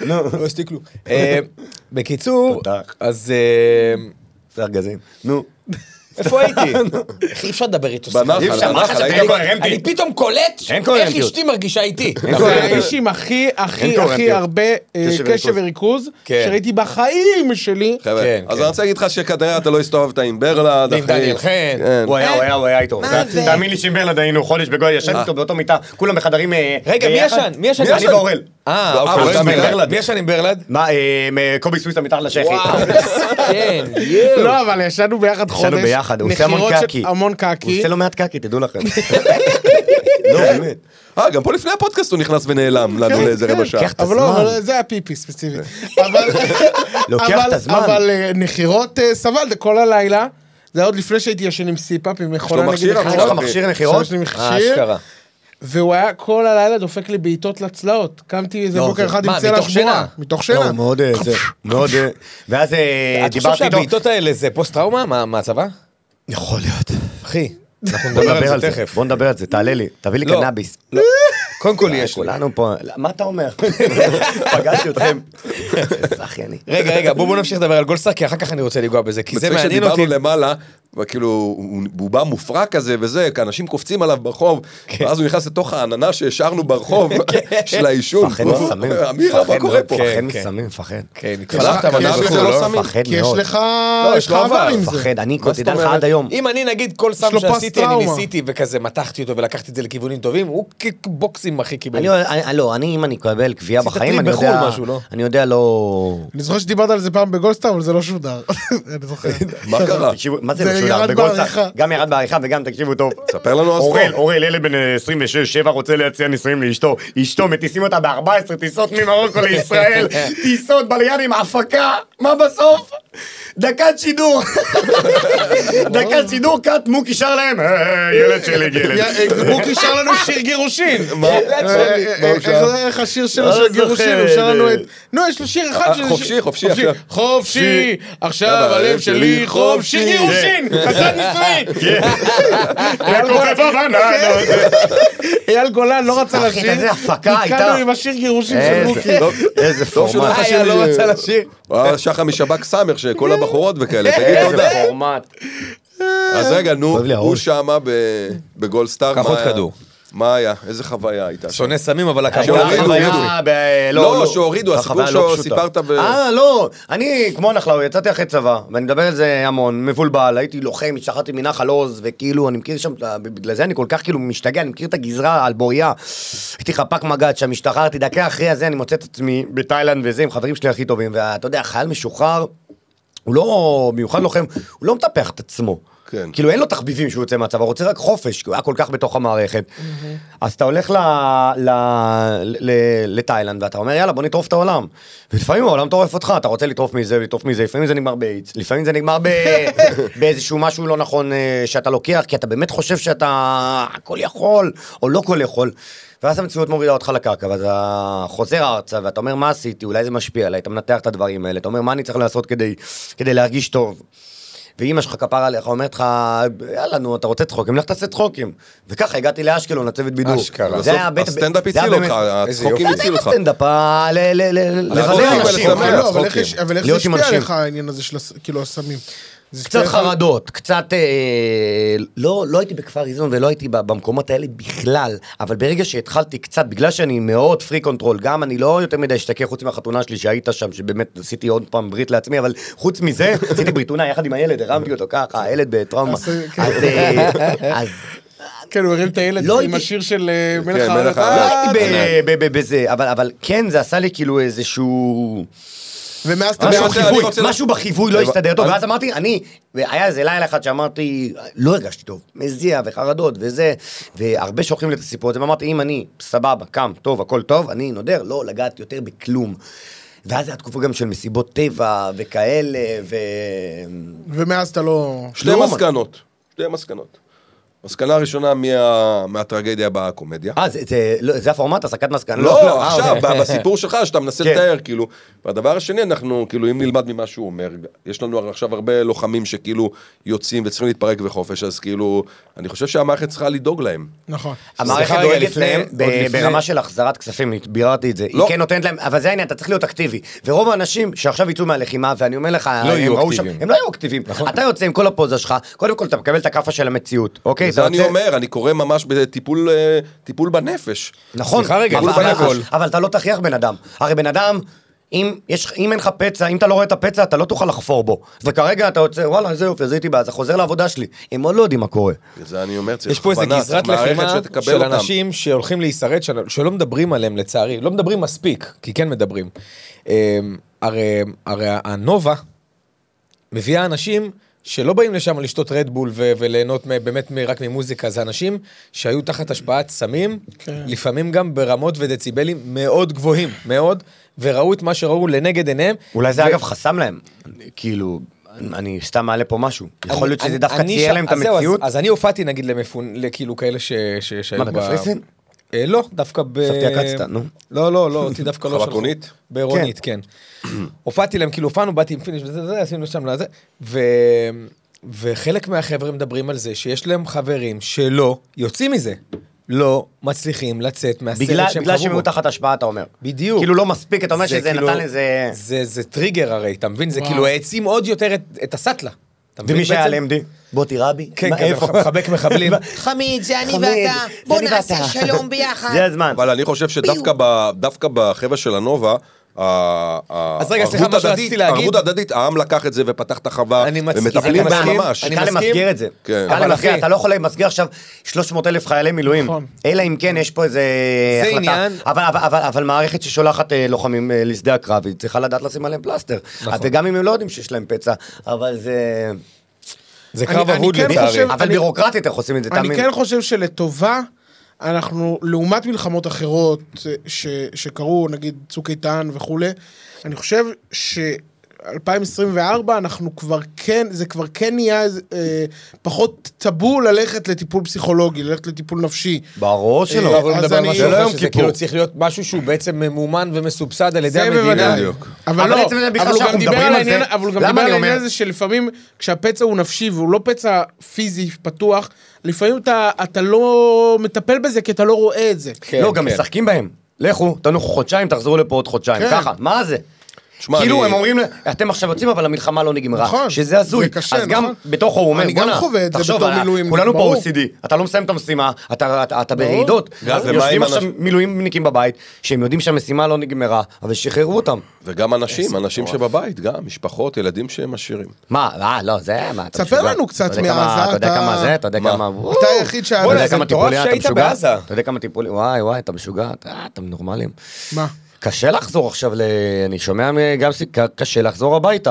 S3: נו,
S5: לא עשיתי כלום. אה, בקיצור,
S3: תותח.
S5: אז אה,
S3: זה ארגזים. נו.
S5: איפה הייתי? איך אי אפשר לדבר איתו? סליחה.
S2: בנחל,
S3: אי אפשר, מה
S2: בנחל,
S3: חשבת?
S2: הייתי-
S3: אין קוהרנטיות.
S5: אני פתאום קולט
S3: אין
S5: איך
S3: קוהרנטיות.
S5: אשתי מרגישה איתי.
S4: זה האיש עם הכי
S3: אין
S4: הכי הכי
S3: קוהרנטיות.
S4: הרבה אה,
S3: קשב
S4: קשב
S3: וריכוז.
S4: וריכוז
S5: כן.
S4: שראיתי בחיים שלי.
S2: חבר'ה,
S5: כן,
S2: אז
S5: כן.
S2: אני רוצה להגיד לך שכנראה אתה לא הסתובבת עם ברלד,
S5: ועם
S2: אחי.
S5: דניאל חן.
S2: כן.
S3: הוא היה, הוא היה, הוא היה איתו.
S5: זה?
S3: תאמין לי שעם ברלד היינו חודש בגוי, ישבתי איתו באותו מיטה, כולם בחדרים... אה,
S5: רגע, מי
S3: ביחד.
S5: ישן? מי ישן?
S3: אני ואורל.
S5: אה,
S2: ואוכל
S5: אבל יש
S2: גם
S5: ברלד.
S2: ברלד.
S5: מי ישן עם ברלד?
S3: מה, אה, מ- קובי סוויסה מתחת לשחי.
S5: אה, כן, יואו.
S4: לא, אבל ישנו ביחד חודש.
S3: ישנו ביחד, הוא עושה המון
S4: מכירות של
S3: קקי.
S4: המון
S3: הוא
S4: קקי.
S3: עושה לא מעט קקי, תדעו לכם. לא, באמת.
S2: אה, גם פה לפני הפודקאסט הוא נכנס ונעלם לנו
S4: כן,
S2: לאיזה
S4: כן.
S2: רבע שעה.
S3: קח את
S4: אבל לא,
S3: הזמן. כן.
S4: אבל זה היה פיפי ספציפי. אבל...
S3: לוקח
S4: אבל-
S3: את הזמן.
S4: אבל אה, נחירות אה, סבל זה כל הלילה. זה היה עוד לפני שהייתי ישן עם סיפאפ, עם
S5: לא
S4: מכונה נגד
S2: מכשיר,
S3: יש
S2: אבל
S4: נחירות.
S3: לא לך מכשיר
S4: עכשיו
S3: נחירות?
S4: יש לי
S5: אה,
S4: מכשיר,
S5: אשכרה.
S4: והוא היה כל הלילה דופק לי בעיטות לצלעות. קמתי איזה
S3: לא,
S4: בוקר
S3: זה-
S4: אחד עם
S5: מה,
S4: צלע
S5: מתוך
S4: שבורה.
S5: שינה?
S4: מתוך
S3: לא,
S4: שינה.
S3: הוא מאוד, אה, זה, מאוד, אה, ואז אה,
S5: אתה חושב
S3: דיברתי איתו.
S5: שהבעיטות האלה זה פוסט-טראומה? מה- מהצבא?
S3: יכול להיות.
S5: אחי, אנחנו
S3: בוא
S5: נדבר
S3: נדבר
S5: על
S3: על
S5: זה
S3: זה,
S5: תכף.
S3: בוא נדבר על זה, תעלה לי, תביא לי
S5: לא.
S3: קנאביס.
S5: קודם כל יש לי.
S3: כולנו פה, לא, מה אתה אומר? פגשתי אתכם. איזה סחייני.
S5: רגע, רגע, בוא בוא נמשיך לדבר על גולדסטאר, כי אחר כך אני רוצה לנגוע בזה, כי זה
S2: מצחיק
S5: מעניין אותי.
S2: שדיברנו למעלה, וכאילו, הוא הוא בא מופרע כזה וזה, כי אנשים קופצים עליו ברחוב,
S5: כן.
S2: ואז הוא נכנס לתוך העננה שהשארנו ברחוב של העישון.
S3: מפחד
S2: הוא-
S3: מסמים.
S5: אה,
S2: אמירה,
S3: מפחד
S2: מה קורה
S3: מאוד,
S2: פה?
S3: מפחד
S5: כן, כן.
S3: מסמים, מפחד.
S5: כן,
S4: יש לך-
S5: התפלחת, אבל
S4: כי יש
S5: אנחנו
S4: לך
S5: לא...
S4: לא סמים.
S3: מפחד
S4: כי יש
S3: מאוד.
S4: לך...
S5: לא,
S4: יש
S5: יש
S4: לך
S5: לו
S4: עבר
S5: עבר.
S4: עם זה.
S3: מפחד, אני,
S2: מה
S3: תדע
S2: זאת
S3: לך
S2: אומרת?
S3: עד היום.
S5: אם אני נגיד כל סם
S4: לו
S5: שעשיתי, אני
S4: פוסט-טראומה.
S5: ניסיתי וכזה מתחתי אותו ולקחתי את זה לכיוונים טובים, הוא כבוקסים אחי קיבל.
S3: אני, אני- לא, אני, אם אני אקבל קביעה
S5: עשית
S3: בחיים,
S5: טריפ
S3: אני יודע,
S5: בחו"ל משהו, לא?
S3: אני יודע לא...
S4: אני זוכר שדיברת על זה פעם בגולדסטאר, אבל זה לא שודר. אני זוכר.
S2: מה קרה?
S3: תקשיבו, מה
S4: זה
S3: זה משודר?
S4: ירד בעריכה.
S3: בגולדסטאר, גם ירד בעריכה וגם, תקשיבו טוב.
S2: ספר לנו על
S3: אורל,
S2: ספורט.
S3: אורל, ילד בן 26-7 רוצה להציע נישואים לאשתו. אשתו, מטיסים אותה ב-14 טיסות ממרוקו לישראל. טיסות בליין עם הפקה, מה בסוף? דקת שידור. דקת שידור, קאט מוקי שר להם. "אה, ילד שלי, ילד.
S4: מוקי שר לנו שיר גירושין.
S2: מה?
S4: אה, אה,
S2: מה הוא
S4: איך
S2: שר?
S4: זה, איך השיר שלו
S3: לא
S4: של גירושין, הוא שר
S3: זוכר.
S4: לנו את... נו, יש לו שיר אחד
S2: אה,
S4: של...
S2: חופשי, חופשי, עכשיו.
S4: חופשי, עכשיו
S2: יאללה,
S4: הלב
S2: הלב
S4: שלי
S2: שלי
S4: חופשי.
S2: חופשי.
S4: גירושין! חסן נישואין!
S3: לקופה בבננות.
S4: אייל גולן לא רצה
S3: אחי,
S4: לשיר.
S3: איזה הפקה
S4: נתקענו
S3: הייתה.
S4: עם השיר גירושין של
S3: איזה-
S4: מוקי.
S2: טוב.
S3: איזה פורמט.
S5: אה, יאללה, לא רצה לשיר.
S2: אה, שחר משב"כ סמך, שכל הבחורות וכאלה, תגיד
S5: כן.
S2: תודה.
S4: אוקיי.
S3: איזה פורמט.
S2: אז רגע, נו,
S3: כואב לי
S2: הוא
S3: הראש.
S2: שמה ב- בגולדסטאר.
S5: קח
S2: מה
S5: עוד
S2: היה?
S5: כדור.
S2: מה היה? איזה חחוויה הייתה? שם?
S5: שונא סמים, אבל הכבוד.
S2: שהורידו,
S3: החוויה
S2: הורידו.
S3: אה, ב-
S2: לא, שהורידו, הסיפור
S3: החוויה לא
S2: שסיפרת
S3: פשוטה.
S2: ב-
S3: אה, לא, אני כמו נחלאו, יצאתי אחרי צבא, ואני מדבר על זה המון, מבולבל, הייתי לוחם, השתחררתי מנחל עוז, וכאילו, אני מכיר שם, את ה- בגלל זה אני כל כך כאילו משתגע, אני מכיר את הגזרה על בוריה. הייתי חפ"ק מג"ד, שם השתחררתי, דקה אחרי הזה אני מוצא את עצמי בתאילנד וזה, עם חברים שלי הכי טובים, ואתה יודע, חייל משוחרר, הוא לא, במיוחד לוחם, הוא לא מטפח את עצמו.
S2: כן.
S3: כאילו אין לו תחביבים שהוא יוצא מהצבא, הוא רוצה רק חופש, כי הוא היה כל כך בתוך המערכת. אז אתה הולך ל- ל- ל- לתאילנד ואתה אומר יאללה בוא נטרוף את העולם. ולפעמים העולם טורף אותך, אתה רוצה לטרוף מזה ולטרוף מזה, לפעמים זה נגמר באיידס, לפעמים זה נגמר ב- באיזשהו משהו לא נכון אה, שאתה לוקח, כי אתה באמת חושב שאתה הכל יכול, או לא כל יכול. ואז המציאות מורידה אותך לקרקע, ואתה חוזר ארצה, ואתה אומר, מה עשיתי? אולי זה משפיע עליי, אתה מנתח את הדברים האלה, אתה אומר, מה אני צריך לעשות כדי, כדי להרגיש טוב? ואימא שלך כפרה עליך, אומרת לך, יאללה, נו, אתה רוצה צחוקים, לך תעשה צחוקים. וככה הגעתי לאשקלון, לצוות בידור.
S5: אשכרה.
S3: זה
S2: בסוף
S3: היה בית-
S2: הסטנדאפ
S3: זה היה
S2: הציל
S3: באמת-
S2: אותך, אה,
S5: איזה
S2: הצחוקים
S5: יופי.
S2: הצילו
S3: מה
S2: אותך.
S3: זה הסטנדאפ? ה- ל- ל- ל- לבזל
S2: צחוקים,
S3: אנשים.
S2: אבל
S4: לא, אבל איך
S2: צחוקים.
S4: יש- אבל איך זה
S3: להיות עם
S4: השפיע
S3: אנשים.
S4: עליך העניין הזה של הס- כאילו הסמים? זה השפיע
S3: קצת
S4: עליך-
S3: חרדות, קצת... אה, לא, לא הייתי בכפר איזון ולא הייתי ב- במקומות האלה בכלל, אבל ברגע שהתחלתי קצת, בגלל שאני מאוד פרי קונטרול, גם אני לא יותר מדי אשתכר חוץ מהחתונה שלי שהיית שם, שבאמת עשיתי עוד פעם ברית לעצמי, אבל חוץ מזה, עשיתי בריתונה יחד עם הילד, הרמתי אותו ככה, הילד בטראומה.
S4: אז, כן.
S3: אז... אה, אז
S4: כן, הוא הרים את הילד
S3: לא
S4: עם
S3: הייתי-
S4: השיר של אה, מלך
S2: כן, מלך
S3: לא
S4: העולם.
S2: העולם.
S3: הייתי
S4: אה,
S3: ב- ב- ב- בזה, אבל- אבל כן, זה עשה לי כאילו איזשהו...
S4: ומאז אתה לא-
S3: משהו
S2: אני רוצה- אני
S3: בחיווי,
S2: רוצה-
S3: משהו בחיווי לא
S2: אבל-
S3: הסתדר טוב,
S2: אני-
S3: ואז אמרתי, אני, והיה איזה לילה אחד שאמרתי, לא הרגשתי טוב, מזיע וחרדות וזה, והרבה שוכחים לי את הסיפור הזה, ואמרתי, אם אני, סבבה, קם, טוב, הכל טוב, אני נודר, לא לגעת יותר בכלום. ואז הייתה תקופה גם של מסיבות טבע וכאלה, ו...
S4: ומאז אתה לא...
S2: שתי
S3: לא,
S2: מסקנות. שתי מסקנות. מסקנה ראשונה מה- מהטרגדיה באה הקומדיה.
S3: אה, זה, זה, לא, זה הפורמט, הסקת מסקנה?
S2: לא, לא,
S3: אה,
S2: עכשיו,
S3: אוקיי.
S2: ב- בסיפור שלך, שאתה מנסה
S3: כן.
S2: לתאר, כאילו. והדבר השני, אנחנו, כאילו, אם נלמד ממה שהוא אומר, יש לנו הרי עכשיו הרבה לוחמים שכאילו יוצאים וצריכים להתפרק בחופש, אז כאילו, אני חושב שהמערכת צריכה לדאוג להם.
S4: נכון.
S3: המערכת
S5: סליחה רגע,
S3: דואגת
S5: לפני-
S3: להם
S5: עוד
S3: ב-
S5: לפני-
S3: ברמה של החזרת כספים, ביררתי את זה. היא
S2: לא.
S3: כן נותנת להם, אבל זה העניין, אתה צריך להיות אקטיבי. ורוב האנשים שעכשיו יצאו מהלחימה, ואני אומר לך, הם
S5: יהיו
S3: ראו
S5: אקטיביים. נכון.
S3: שם- הם לא יהיו אקטיביים. אתה יוצא עם כל הפוזה שלך, קודם כל אתה מקבל את הכאפה של המציאות,
S5: כן,
S3: אוקיי? אתה
S2: זה אני
S3: יוצא-
S2: אומר, אני קורא ממש בטיפול אה, טיפול בנפש.
S3: נכון.
S5: סליחה רגע,
S3: אבל-
S5: לפני
S3: אבל-
S5: הכל.
S3: אבל אתה לא תכריח בן אדם. הרי בן אדם... אם, יש, אם אין לך פצע, אם אתה לא רואה את הפצע, אתה לא תוכל לחפור בו. וכרגע אתה יוצא, וואלה, איזה יופי, אז הייתי בעזה, חוזר לעבודה שלי. הם עוד לא יודעים מה קורה.
S2: בגלל זה אני אומר, צריך
S5: יש פה איזה
S2: הכוונה,
S5: גזרת
S2: צריך מערכת
S5: לחימה
S2: שתקבל
S5: של
S2: אותם.
S5: אנשים שהולכים להישרד, של- שלא מדברים עליהם לצערי, לא מדברים מספיק, כי כן מדברים. אמ, הרי הרי הנובה מביאה אנשים שלא באים לשם לשתות רדבול ו- וליהנות מ- באמת מ- רק ממוזיקה, זה אנשים שהיו תחת השפעת סמים,
S4: כן.
S5: לפעמים גם ברמות ודציבלים מאוד גבוהים, מאוד, וראו את מה שראו לנגד עיניהם.
S3: אולי זה
S5: ו-
S3: אגב חסם להם. כאילו, אני- אני סתם מעלה פה משהו. יכול להיות
S5: אני-
S3: שזה דווקא
S5: אני שם-
S3: צייר להם את
S5: אז זהו, אז-
S3: המציאות.
S5: אז אני הופעתי נגיד למפון, לכאילו כאלה ש- ש- שהיו
S3: בקפריסין?
S5: אה, לא, דווקא ב...
S3: חשבתי עקצת, נו.
S5: לא, לא, לא, אותי דווקא לא שלחו.
S2: חבטונית?
S5: בעירונית, כן. הופעתי להם, כאילו הופענו, באתי עם פיניש וזה, זה, עשינו שם לזה. ו... וחלק מהחבר'ה מדברים על זה שיש להם חברים שלא יוצאים מזה. לא מצליחים לצאת מהסרט שהם
S3: בגלל
S5: חוו.
S3: בגלל שהם
S5: בו.
S3: היו תחת השפעה, אתה אומר.
S5: בדיוק.
S3: כאילו לא מספיק, אתה אומר שזה
S5: כאילו-
S3: נתן איזה...
S5: זה, זה טריגר הרי, אתה מבין? זה
S4: וואו.
S5: כאילו העצים עוד יותר את, את הסאטלה. אתה מבין
S3: ומי שהיה
S5: בעצם?
S3: על MD? בוטי רבי?
S5: כן,
S3: מה,
S5: כזה
S3: איפה?
S5: מחבק מחבלים.
S1: חמיד, זה אני
S3: חמד,
S1: ואתה,
S3: זה
S1: בוא
S3: אני
S1: נעשה
S3: ואתה.
S1: שלום ביחד.
S3: זה הזמן.
S2: אבל אני חושב שדווקא ב- דווקא בחבר'ה של הנובה, ה- ה-
S5: אז רגע, סליחה,
S2: הערבות
S5: מה שרציתי
S2: הדדית-
S5: להגיד-
S2: הערבות הדדית, העם לקח את זה ופתח את החווה,
S5: אני מצ-
S2: ומטפלים
S5: אני
S2: בה
S5: מסכים.
S2: ממש.
S5: אני
S3: קל
S5: מסכים.
S3: למסגר את זה.
S2: כן.
S3: קל
S5: אבל
S3: למסגר,
S5: אחי-
S3: אתה לא יכול למסגר עכשיו 300 אלף חיילי מילואים.
S4: נכון.
S3: אלא אם כן יש פה איזה
S5: זה
S3: החלטה.
S5: עניין.
S3: אבל, אבל, אבל, אבל מערכת ששולחת אה, לוחמים אה, לשדה הקרב, היא צריכה לדעת לשים עליהם פלסטר.
S5: נכון.
S3: אז וגם אם הם לא יודעים שיש להם פצע, אבל זה...
S5: זה
S4: אני-
S5: קרב
S4: אני
S5: אבוד
S4: כן
S5: לצערי.
S4: חושב-
S3: אבל
S4: אני-
S3: בירוקרטית איך עושים את זה,
S4: אני
S3: תאמין.
S4: כן חושב שלטובה, אנחנו, לעומת מלחמות אחרות אה, ש, שקרו, נגיד צוק איתן וכולי, אני חושב ש... 2024 אנחנו כבר כן, זה כבר כן נהיה אה, פחות טאבו ללכת לטיפול פסיכולוגי, ללכת לטיפול נפשי.
S3: ברור
S4: אה,
S3: שלא.
S5: אבל הוא
S4: אז
S5: מדבר על
S4: אני-
S5: משהו
S4: זה לא
S5: אחר,
S4: יום
S5: שזה
S2: כיפור.
S5: כאילו צריך להיות משהו שהוא בעצם ממומן ומסובסד על ידי
S4: זה
S5: המדינה.
S4: בוודאי.
S2: בדיוק.
S4: אבל
S3: אבל
S4: לא,
S3: עצם זה בכלל
S4: אבל הוא גם
S3: שאנחנו
S4: דיבר
S3: מדברים
S4: על
S3: על זה,
S4: העניין אבל הוא גם
S3: למה
S4: דיבר
S3: אני
S4: על העניין
S3: אומר?
S4: הזה שלפעמים כשהפצע הוא נפשי והוא לא פצע פיזי פתוח, לפעמים אתה- אתה לא מטפל בזה כי אתה לא רואה את זה.
S5: כן,
S3: לא, גם
S5: כן.
S3: משחקים בהם. לכו, תנוחו חודשיים, תחזרו לפה עוד חודשיים.
S4: כן.
S3: ככה, מה זה?
S2: תשמע,
S3: כאילו
S2: אני-
S3: הם אומרים, לה, אתם עכשיו יוצאים אבל המלחמה לא נגמרה,
S4: נכון,
S3: שזה הזוי,
S4: זה קשה,
S3: אז גם
S4: נכון.
S3: בתוכו הוא אומר,
S4: אני גם
S3: "בואנה,
S4: חווה את זה
S3: תחשוב,
S4: בתור
S3: אה,
S4: מילואימניק,
S3: כולנו פה
S4: ברור.
S3: OCD, אתה לא מסיים את המשימה, אתה- אתה אתה
S4: ברור.
S3: ברעידות,
S2: גם,
S3: אז
S2: ומה
S3: יושבים
S2: עם
S3: עכשיו
S2: אנשים-
S3: מילואימניקים בבית, שהם יודעים שהמשימה לא נגמרה, אבל שחררו אותם.
S2: וגם אנשים, אנשים שבבית, גם, משפחות, ילדים שהם עשירים.
S3: מה, אה, לא, זה, מה, אתה
S4: ספר
S3: משוגע.
S4: לנו קצת
S3: אתה יודע כמה-
S4: מעזה,
S3: אתה יודע
S4: אתה-
S3: כמה זה, אתה יודע
S2: מה?
S3: כמה... וואו.
S4: אתה היחיד שהיה-
S3: אתה יודע
S5: בוא'נה, זה
S3: כמה
S5: מטורף
S3: טיפולים, אתה
S5: שהיית
S3: משוגע?
S5: בעזה.
S3: אתה יודע כמה טיפולים, וואי, וואי, אתה משוגע, אתה- אתם נורמלים.
S4: מה?
S3: קשה לחזור עכשיו ל... אני שומע מ- גם ס- ק- קשה לחזור הביתה.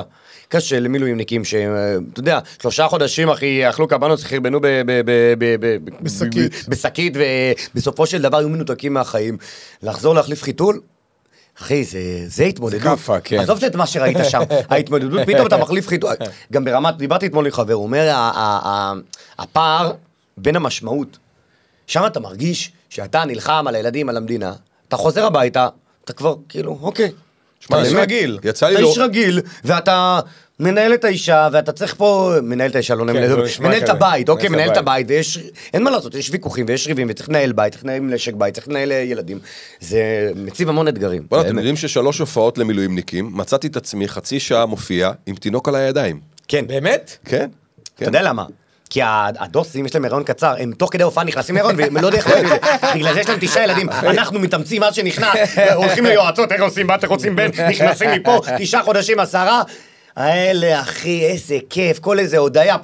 S3: קשה למילואימניקים שהם, אה, אתה יודע, שלושה חודשים אחי אכלו קבנוס, חרבנו ב- ב- ב- ב- ב-
S4: בשקית.
S3: ב- בשקית, ובסופו של דבר היו מנותקים מהחיים. לחזור להחליף חיתול? אחי, זה, זה התמודדות.
S5: כאפה, כן.
S3: עזוב את מה שראית שם, ההתמודדות, פתאום אתה מחליף חיתול. גם ברמת, דיברתי אתמול עם חבר, הוא אומר, "ה- ה- ה- הפער בין המשמעות שם אתה מרגיש שאתה נלחם על הילדים, על המדינה, אתה חוזר הביתה, אתה כבר כאילו, אוקיי.
S2: שמע,
S3: אתה
S2: איש
S3: באמת-
S2: רגיל. יצא לי
S3: אתה
S2: לא-
S3: איש רגיל, ואתה מנהל את האישה, ואתה צריך פה... מנהל את האישה, לא
S5: זה
S3: מנהל...
S5: נשמע
S3: מנהל את
S5: כזה.
S3: הבית, אוקיי,
S5: מנהל
S3: מנהל את
S5: את
S3: הבית, ויש... אין מה לעשות, יש ויכוחים ויש ריבים, וצריך לנהל בית, צריך לנהל משק בית, צריך לנהל אה, ילדים. זה מציב המון אתגרים.
S2: בוא'נה,
S3: באמת.
S2: אתם יודעים ששלוש הופעות למילואימניקים, מצאתי את עצמי חצי שעה מופיע עם תינוק על הידיים.
S3: כן.
S5: באמת?
S2: כן?
S3: אתה יודע למה? כי ה- הדוסים יש להם הריון קצר, הם תוך כדי הופעה נכנסים להריון והם לא יודעים איך עושים את זה. בגלל זה יש להם תשעה ילדים, אנחנו מתאמצים עד שנכנס, הולכים ליועצות, איך עושים בת, איך עושים בן, נכנסים מפה, תשעה חודשים, עשרה. האלה, אחי, איזה כיף, כל איזה הודיה.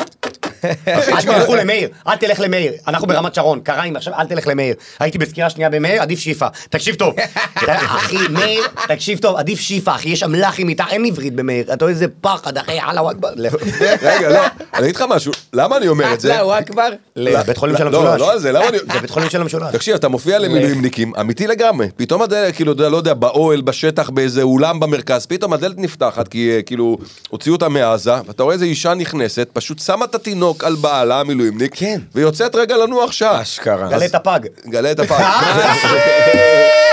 S3: אל תלכו למאיר, אל תלך למאיר, אנחנו ברמת שרון, קריים עכשיו, אל תלך למאיר. הייתי בסקירה שנייה במאיר, עדיף שיפה. תקשיב טוב. אחי, מאיר, תקשיב טוב, עדיף שיפה, אחי, יש אמל"חים איתה, אין עברית במאיר. אתה יודע איזה פחד, אחי, אללה וואכבר. לך.
S2: רגע, לא, אני אגיד לך משהו, למה אני אומר את זה?
S5: אללה אכבר.
S3: לבית חולים של
S2: לא,
S3: המשולש.
S2: לא על זה, למה אני...
S3: זה בית חולים של המשולש.
S2: תקשיב, אתה מופיע למילואימניקים, אמיתי לגמרי. פתאום הדלת, כאילו, אתה יודע, לא יודע, באוהל, בשטח, באיזה אולם במרכז, פתאום הדלת נפתחת, כי אה, כאילו, הוציאו אותה מעזה, ואתה רואה איזה אישה נכנסת, פשוט שמה את התינוק על בעלה המילואימניק,
S3: כן.
S2: ויוצאת רגע לנוח שעה.
S5: אשכרה.
S3: גלה את הפג.
S2: גלה את הפעם.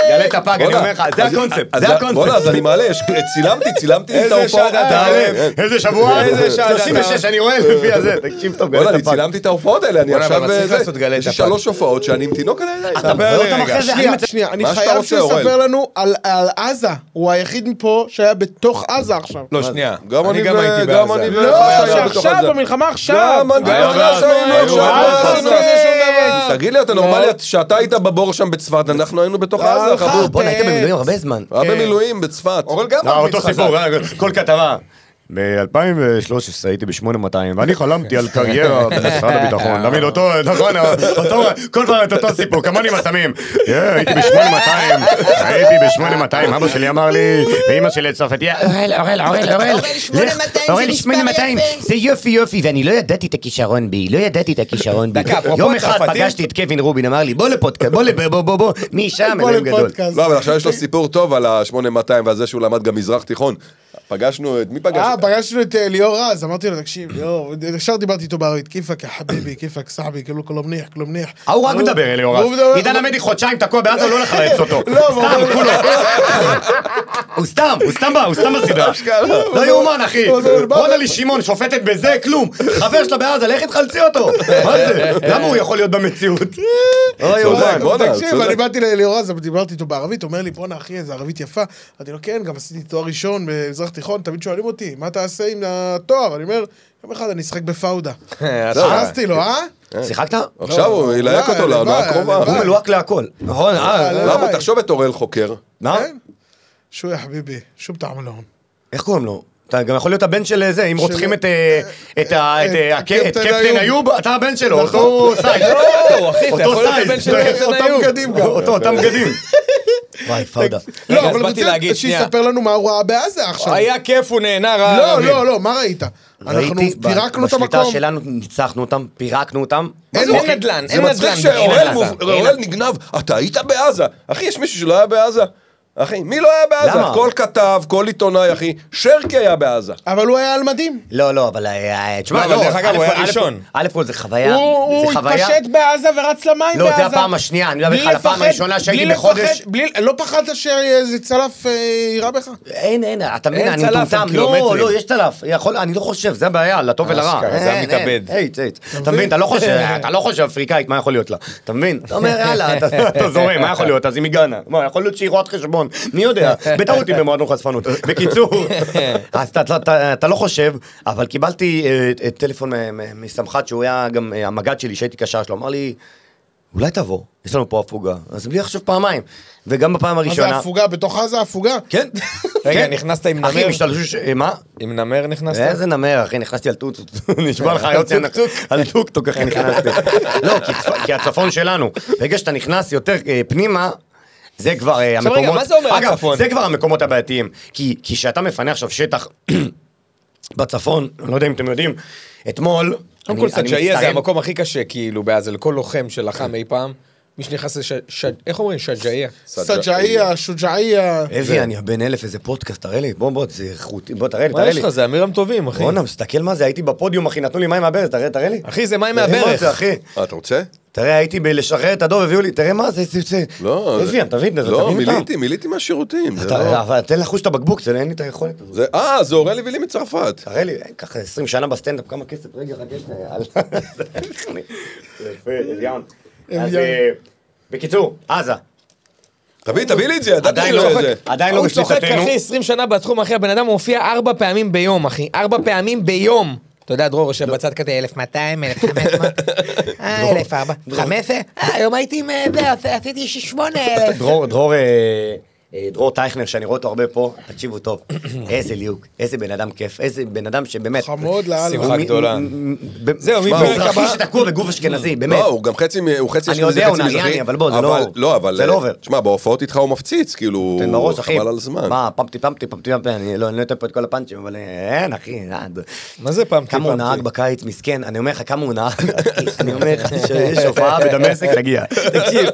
S3: גלה את הפג, אני אומר לך, זה הקונספט, זה
S2: בוא'נה, אה, אז
S3: הקונספט.
S2: אני מעלה, יש- צילמתי, צילמתי את אה,
S5: איזה
S2: ההופעות.
S5: שעה אתה
S2: האלה. כן.
S5: ערב.
S3: איזה
S2: אה,
S3: שבוע?
S5: איזה שעה,
S3: 36,
S5: אתה-
S3: אני רואה לפי הזה, תקשיב טוב,
S2: בוא'נה,
S3: גלה את
S2: אני
S3: הפג.
S2: צילמתי את ההופעות האלה, אני
S5: בוא'נה,
S2: עכשיו... אה,
S5: אבל צריך
S2: זה-
S5: לעשות גלה את
S2: יש לי
S5: הפג.
S2: שלוש הופעות שאני עם תינוק על הידיים.
S3: אתה מוכר אותם אחרי זה, אני
S4: שנייה,
S3: מצ-
S4: שנייה, אני
S2: מה שאתה
S4: חייב
S2: רוצה,
S4: שיספר
S2: אורן.
S4: לנו על על עזה. הוא היחיד מפה שהיה בתוך עזה עכשיו.
S5: לא, שנייה.
S2: גם אני
S5: גם
S2: ו-
S5: הייתי
S2: גם
S5: בעזה.
S2: אני ו-
S4: לא,
S2: היה בתוך
S4: שעכשיו,
S2: עזה.
S4: במלחמה עכשיו.
S2: גם מנגנון
S5: היה
S2: עכשיו,
S4: לא,
S5: בעזה,
S2: היינו
S5: היו
S2: עכשיו
S5: בעזה.
S2: בעזה.
S5: לא עשינו שום
S4: דבר.
S2: תגיד לי, אתה
S4: לא.
S2: נורמלי, את- שאתה היית בבור שם בצפת, אנחנו היינו בתוך
S4: לא,
S2: עזה,
S4: לא,
S2: חבור.
S4: לא.
S3: בואנה, היית במילואים הרבה זמן.
S2: היה במילואים בצפת. לא,
S5: אורל גם
S1: אה,
S5: מאמין
S1: אותו
S5: חזק.
S1: סיפור, אה, כל כתבה. ב-2013 הייתי ב-8200, ואני חלמתי על קריירה במשרד הביטחון. תמיד אותו, נכון, אותו- כל פעם את אותו סיפור, כמוני עם הסמים. אה, הייתי ב-8200, הייתי ב-8200, אבא שלי אמר לי, ואימא שלי הצרפתייה, אורל, אורל, אורל, אורל, לך, אורל 8200, זה יופי יופי, ואני לא ידעתי את הכישרון בי, לא ידעתי את הכישרון בי.
S5: דקה, אפרופו
S1: יום אחד
S5: הצרפתים-
S1: פגשתי את קווין רובין, אמר לי, בוא לפודקאסט, בוא, לב- בוא, בוא, בוא, מי שם, אלוהים גדול.
S4: לפודקאסט.
S2: לא, אבל עכשיו יש לו סיפור טוב על ה-8200 ועל זה שהוא למד גם מזרח תיכון. פגשנו את... מי
S4: אה,
S2: פגשנו?
S4: פגשנו את אה, ליאור רז, אמרתי לו, תקשיב, ליאור, ישר דיברתי איתו בערבית, כיפאק, יא חביבי, כיפאק, סחבי, כאילו, כלום ניח, כלום ניח.
S1: ההוא רק
S4: והוא-
S1: מדבר אליאור
S4: והוא
S1: רז.
S4: מדבר-
S1: עידן עמדי חודשיים תקוע בעזה, הוא לא הולך להעץ אותו.
S4: לא, הוא
S1: סתם,
S4: אומר-
S1: כולו. הוא סתם, הוא סתם בא, הוא סתם בסדרה. לא יאומן, אחי. רונלי שמעון שופטת בזה, כלום. חבר שלה בעזה, לכי תחלצי אותו. מה זה? למה הוא יכול להיות במציאות?
S2: אוי,
S4: צודק,
S2: בואנה,
S4: תקשיב,
S2: צודק.
S4: אני באתי לאליאור רז, דיברתי איתו בערבית, הוא אומר לי, בואנה אחי, איזה ערבית יפה. אמרתי לו, כן, גם עשיתי תואר ראשון במזרח תיכון, תמיד שואלים אותי, מה תעשה עם התואר? אני אומר, יום אחד אני אשחק בפאודה. הרסתי לו, אה?
S3: שיחקת?
S2: עכשיו הוא ילהק אותו
S4: הלוואי,
S2: לעונה הקרובה.
S4: הלוואי.
S3: הוא מלוהק להכל. נכון, אה,
S2: למה? לא, תחשוב את אוראל חוקר.
S3: מה?
S4: כן. שו יא חביבי, לא. שו בטעם להון.
S3: איך קוראים לו? אתה גם יכול להיות הבן של זה, אם רוצחים את אה, את ה- את, אה, הק-
S4: קפטן
S3: את קפטן
S4: איוב.
S1: איוב, אתה הבן שלו, אותו סייז.
S5: לא, אחי, אתה
S1: אותו
S5: יכול להיות הבן
S1: סייז.
S5: של קפטן
S4: אותם
S5: איוב.
S4: בגדים גם.
S1: אותו, אותם בגדים.
S3: וואי, פאודה.
S5: רגע, אז
S4: לא, אבל
S5: באתי
S4: מצוין,
S5: להגיד, שנייה.
S4: שיספר לנו מה הוא ראה בעזה עכשיו.
S5: היה כיף, הוא נהנה רע.
S4: לא, לא, לא, מה ראית? אנחנו
S3: אה, ראיתי, ב-
S4: פירקנו את
S3: בשליטה
S4: המקום.
S3: שלנו ניצחנו אותם, פירקנו אותם.
S5: אין
S3: זה-
S5: נדל"ן,
S2: זה
S5: אין
S2: מצחיק
S5: נדל"ן.
S2: שאוראל
S5: בעזה.
S2: מוב- אוראל נגנב, אתה היית בעזה. אחי, יש מישהו שלא היה בעזה? אחי, מי לא היה
S3: למה?
S2: בעזה? כל כתב, כל עיתונאי, אחי. שרקי היה בעזה.
S4: אבל הוא היה על מדים.
S3: לא, לא, אבל... אה, תשמע,
S5: לא, אבל דרך אגב,
S3: א'
S5: הוא היה
S3: כל- א'-
S5: ראשון.
S3: א' כל זה חוויה,
S4: הוא הוא
S3: זה חוויה.
S4: התפשט בעזה ורץ למים
S3: לא,
S4: בעזה.
S3: זה הפעם השנייה, אני מדבר
S4: בלי
S3: איתך על הפעם
S4: לפחד,
S3: הראשונה שהייתי
S4: בלי
S3: בחודש.
S4: לפחד, בלי- לא פחדת שאיזה צלף אה, יירה בך?
S3: אין, אין, אתה מבין,
S5: אין
S3: אני
S5: צלף,
S3: מטומטם.
S5: הם
S3: לא,
S5: קילומטרים.
S3: לא, יש צלף. יכול, אני לא חושב, זה הבעיה, לטוב ולרע.
S5: אשכרה, זה
S3: אין,
S5: המתאבד.
S3: אין, אייט, אייט. אתה מבין, אתה לא חושב, אתה לא חושב אפריקאית, מה יכול להיות לה? אתה מבין? אתה אומר, יאללה, אתה אתה זורם, מה יכול להיות? אז היא מגאנה. מה, יכול להיות שהיא רואת חשבון, מי יודע? בטעות היא במועדון חשפנות. בקיצור, אז אתה- אתה- אתה- אתה לא חושב, אבל קיבלתי אה, אה, טלפון מ- מ- מסמח"ט, שהוא היה גם אה, המג"ד שלי, שהייתי קשר שלו, אמר לי... אולי תבוא, יש לנו פה הפוגה, אז בלי לחשוב פעמיים. וגם בפעם
S4: מה זה
S3: הראשונה...
S4: הפוגה? בתוך עזה הפוגה?
S3: כן.
S5: רגע,
S3: כן.
S5: נכנסת עם
S3: אחי,
S5: נמר? אה?
S3: הם השתלשו ש... אה, מה?
S5: עם נמר נכנסת?
S3: איזה נמר, אחי, נכנסתי על טוטוט. נשבע לך, יוצא על טוקטוק, אחי, נכנסתי. לא, כי צפ- כי הצפון שלנו. ברגע שאתה נכנס יותר אה, פנימה... זה כבר אה,
S5: עכשיו,
S3: המקומות...
S5: רגע, מה זה אומר
S3: אגב,
S5: הצפון?
S3: זה כבר המקומות הבעייתיים. כי כי כשאתה מפנה עכשיו שטח בצפון, אני לא יודע אם אתם יודעים, אתמול...
S5: קודם
S3: אני-
S5: כל,
S3: אני
S5: סג'איה זה
S3: מצטער.
S5: המקום הכי קשה, כאילו, בעזה, לכל לוחם שלחם אי פעם. מי שנכנס לש... ש... איך אומרים? שג'איה.
S4: סג'עיה, שוג'עיה.
S3: אבי, אני הבן אלף, איזה פודקאסט, תראה לי. בוא, בוא, זה איכותי, בוא, תראה לי,
S5: מה
S3: תראה
S5: יש
S3: לי.
S5: לך? זה אמירם טובים, אחי.
S3: בואנה, מסתכל מה זה, הייתי בפודיום, אחי, נתנו לי מים מהברז, תראה, תראה לי.
S5: אחי, זה מים
S3: תראה מה
S5: מהברך.
S3: זה, אחי.
S2: אה, אתה רוצה?
S3: תראה, הייתי בלשחרר את הדוב, הביאו לי, תראה מה זה, זה, זה.
S2: לא.
S3: הביא, אתה מבין, אתה
S2: לא,
S3: מבין
S2: מילאתי, מילאתי מהשירותים. זה
S3: אתה- אה,
S2: לא-
S3: אבל תן לחוש את הבקבוק, זה לא- אין לי את היכולת הזאת.
S2: זה- אה, זה אוראל הביא לי מצרפת.
S3: תראה לי, אין, ככה 20 שנה בסטנדאפ, כמה כסף, רגע, חכה שנייה, יאללה. זה יפה, אביון. אז, אה, בקיצור, עזה.
S2: תביא, תביא לי את זה, ידעתי
S3: עדיין
S2: שלא
S3: לא-
S2: יהיה זה.
S3: עדיין לא
S5: הוא צוחק,
S3: בשליטתנו.
S5: אחי, 20 שנה בתחום, אחי, הבן אדם מופיע ארבע פעמים ביום, אחי. ארבע פעמים ביום. אתה יודע, דרור
S3: לא.
S5: יושב בצד כזה, 1,200, 1,500, אה, 1,400, 15, אה, היום הייתי עם אה, זה, עש- עשיתי 8,000.
S3: דרור, דרור, אה, אה, דרור טייכנר, שאני רואה אותו הרבה פה, תקשיבו טוב, איזה ליהוק, איזה בן אדם כיף, איזה בן אדם שבאמת...
S4: חמוד לאללה.
S5: שמחה
S3: הוא מ-
S5: גדולה.
S3: מ- מ- ב-
S5: זהו,
S3: שמע,
S5: מפרק
S3: הוא מזרחי
S5: הבא-
S3: שתקוע בגוף אשכנזי, באמת.
S2: לא, הוא גם חצי, מ- הוא חצי
S3: אני
S2: אשכנזי,
S3: יודע, הוא
S2: חצי
S3: נהרייני,
S2: מזרחי.
S3: אבל בוא, זה לא-
S2: לא, אבל...
S3: זה לא עובר.
S2: שמע, בהופעות איתך הוא מפציץ, כאילו...
S3: תן בראש, אחי.
S2: חבל על הזמן.
S3: מה, פמפטי פמפטי פמפטי פמפטי, אני לא אני לא אתן פה את כל הפאנצ'ים, אבל אה, אין, אחי, אה, ד-
S5: מה זה פמפטי
S3: כמה הוא
S5: פמפטי?
S3: נהג בקיץ, מסכן, אני אומר לך כמה הוא נהג, אחי, אני אומר לך שיש הופעה בדמשק, תגיע. תקשיב,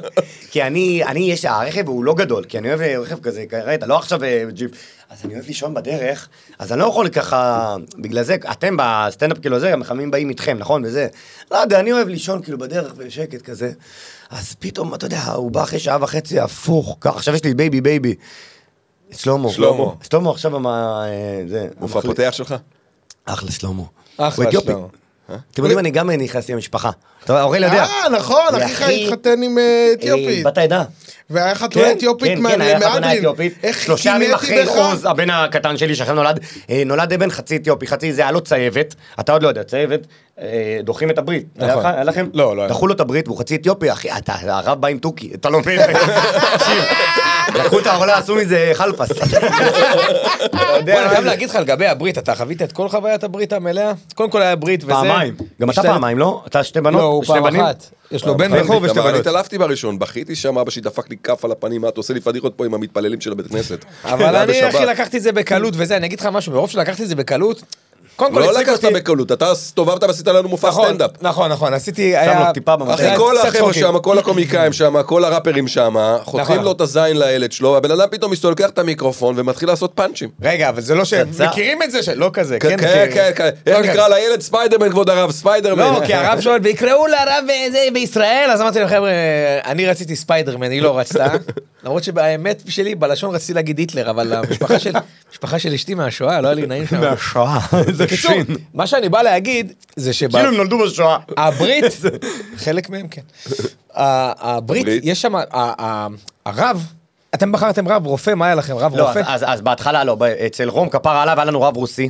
S3: כי אני, אני, יש, הרכב הוא לא גדול, כי אני אוהב אה, רכב כזה, ראית, לא עכשיו אה, ג'יפ. אז אני אוהב לישון בדרך, אז אני לא יכול ככה, בגלל זה, אתם בסטנדאפ כאילו זה, המחממים באים איתכם, נכון? וזה, לא יודע, אני אוהב לישון כאילו בדרך בשקט כזה. אז פתאום, אתה יודע, הוא בא אחרי שעה וחצי הפוך, ככה, עכשיו יש לי בייבי בייבי. שלמה.
S2: שלמה.
S3: שלמה עכשיו המה... אה, זה...
S2: מופע
S3: המחליט.
S2: פותח שלך?
S3: אחלה שלמה.
S5: אחלה
S3: הוא אתיופי.
S5: שלמה.
S3: אתם יודעים, אני גם נכנסתי למשפחה. אתה יודע, אוראל יודע.
S4: אה, נכון, אחיך
S3: אחי-
S4: התחתן עם אה, אתיופית.
S3: אה, בת העדה.
S4: והיה חתונה אתיופית
S3: כן, כן, היה חתונה
S4: מהדרין.
S3: אתיופית.
S4: איך
S3: שלושה ימים
S4: קינאתי
S3: אחרי
S4: בך?
S3: עוז, הבן הקטן שלי שעכשיו נולד, אה, נולד בן חצי אתיופי, חצי זה היה לו צהבת, אתה עוד לא יודע, צהבת, אה, דוחים את הברית. היה לך- היה לכם?
S5: לא, לא היה.
S3: דחו לו את הברית והוא חצי אתיופי, אחי, אתה, הרב בא עם תוכי, אתה לא מבין. תקשיב, לקחו את העולה, עשו מזה חלפס. אתה יודע,
S5: בוא, אני חייב להגיד לך לגבי הברית, אתה חווית את כל חוויית הברית המלאה? קודם כל היה ברית וזה.
S3: פעמיים. גם אתה
S5: השתלט-
S3: פעמיים, לא? אתה שתי בנות?
S5: לא, הוא
S3: שני
S5: פעם
S3: בנים? אה,
S5: אחת. יש לו בן
S2: אבל
S5: בכור
S2: אני-
S5: ושתי
S2: אבל אני
S5: בנות.
S2: התעלפתי בראשון, בכיתי שם, אבא שלי דפק לי כף על הפנים, מה אתה עושה לי פדיחות פה עם המתפללים של הבית כנסת?
S5: אבל
S2: זה היה
S5: אני, אחי,
S2: בשבת.
S5: לקחתי את זה בקלות וזה, אני אגיד לך משהו, מרוב שלקחתי את זה בקלות, קודם כל
S2: לא
S5: הצחיק
S2: לקחת
S5: אותי-
S2: בקלות, אתה הסתובבת ועשית לנו מופע
S5: נכון,
S2: סטנדאפ.
S5: נכון, נכון, עשיתי, היה...
S3: לו טיפה במטרה.
S2: אחי,
S5: היה
S2: כל
S5: קצת
S2: החבר'ה
S5: צחוקים.
S2: שם, כל הקומיקאים שם, כל הראפרים שם, חותכים
S5: נכון.
S2: לו את הזין לילד שלו, הבן אדם פתאום מסתובב, לוקח את המיקרופון ומתחיל לעשות פאנצ'ים.
S5: רגע, אבל זה לא ש...
S3: פצצה.
S5: מכירים את זה? ש- לא כזה,
S2: כן,
S5: כן
S2: כן,
S5: מכירים.
S2: כן, כן.
S5: לא
S2: איך נקרא
S5: כזה.
S2: לילד? ספיידרמן, כבוד הרב, ספיידרמן.
S5: לא, כי הרב שואל, ויקראו לרב אה, זה בישראל? אז אמרתי לו, חבר'ה, אני רציתי ספיידרמן, היא לא רצתה. למרות שבאמת שלי, בלשון רציתי להגיד היטלר, אבל המשפחה של- המשפחה של אשתי מהשואה, לא היה לי נעים שם.
S3: מהשואה, איזה
S5: בקיצור,
S3: קשין.
S5: מה שאני בא להגיד, זה שב...
S3: כאילו הם נולדו בשואה.
S5: הברית, חלק מהם כן. ה- הברית,
S2: הברית.
S5: יש שם, ה- ה- הרב, אתם בחרתם רב רופא, מה היה לכם? רב
S3: לא, אז-
S5: רופא?
S3: אז- אז בהתחלה לא, ב- אצל רום כפרה עליו היה לנו רב רוסי.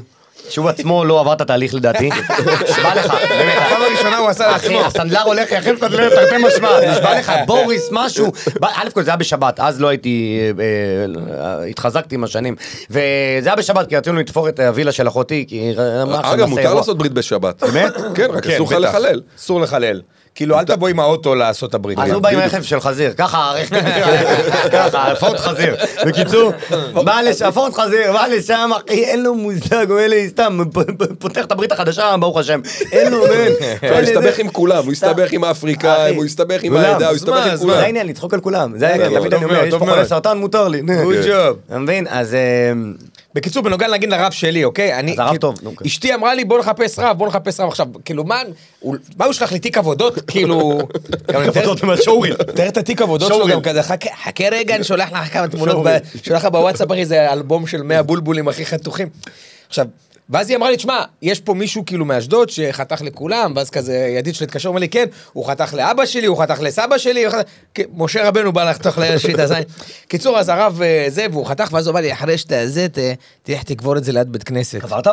S3: שהוא עצמו לא עבר את התהליך לדעתי. נשבע לך, באמת.
S5: הפעם הראשונה הוא עשה לעצמו.
S3: אחי, הסנדלר הולך יחף את הדלת תרתי משמע, נשבע לך, בוריס, משהו. ב- א' כל זה היה בשבת, אז לא הייתי, אה, אה, התחזקתי עם השנים. וזה היה בשבת, כי רצינו לתפור את הווילה של אחותי, כי... אה, מה, אנחנו
S2: אגב,
S3: נעשה
S2: מותר
S3: אירוע.
S2: לעשות ברית בשבת. באמת? כן, רק
S5: כן,
S2: אסור לך
S5: בטח.
S2: לחלל.
S5: אסור לחלל. כאילו, אל תבוא עם האוטו לעשות את הברית.
S3: אז הוא בא עם רכב של חזיר, ככה, רכב- ככה, פורט חזיר. בקיצור, בא לשם, פורט חזיר, בא לשם, אחי, אין לו מושג, הוא אלה, סתם, פ- פ- פותח את הברית החדשה, ברוך השם. אין לו, אין.
S5: כן.
S2: הוא הסתבך עם כולם, הוא הסתבך עם האפריקאים, הוא הסתבך עם העדה, הוא הסתבך עם
S3: זה
S2: כולם. כן, לא,
S3: העניין, לצחוק על כולם. זה העניין,
S5: טוב
S3: תמיד אני אומר,
S5: מאוד,
S3: יש
S5: טוב
S3: פה חולי
S5: מאוד.
S3: סרטן, מותר לי.
S5: Good job.
S3: אתה מבין? אז... אמ,
S5: בקיצור, בנוגע נגיד לרב שלי, אוקיי? אני...
S3: אז הרב
S5: כאילו,
S3: טוב, נו, כן.
S5: אשתי אמרה לי, בוא נחפש רב, בוא נחפש רב עכשיו. כאילו, מה הוא- מה הוא שלח לי תיק עבודות? כאילו... גם אני
S3: עבודות
S5: מתאר-
S3: עם השואוריל.
S5: תאר את התיק עבודות שלו
S3: שואוריל.
S5: גם כזה, "חכה- חכה רגע, אני שולח לך כמה תמונות, ב- שולח לך בוואטסאפ, אחי, זה אלבום של 100 בולבולים הכי חתוכים. עכשיו... ואז היא אמרה לי, תשמע, יש פה מישהו כאילו מאשדוד שחתך לכולם, ואז כזה ידיד שלי התקשר, אומר לי, כן, הוא חתך לאבא שלי, הוא חתך לסבא שלי, הוא חתך... כן, משה רבנו בא לחתוך לילד שלי את הזין. קיצור, אז הרב אה, זה, והוא חתך, ואז הוא אמר לי, אחרי שאתה זה, ת- תלך תקבור את זה ליד בית כנסת.
S3: עברת?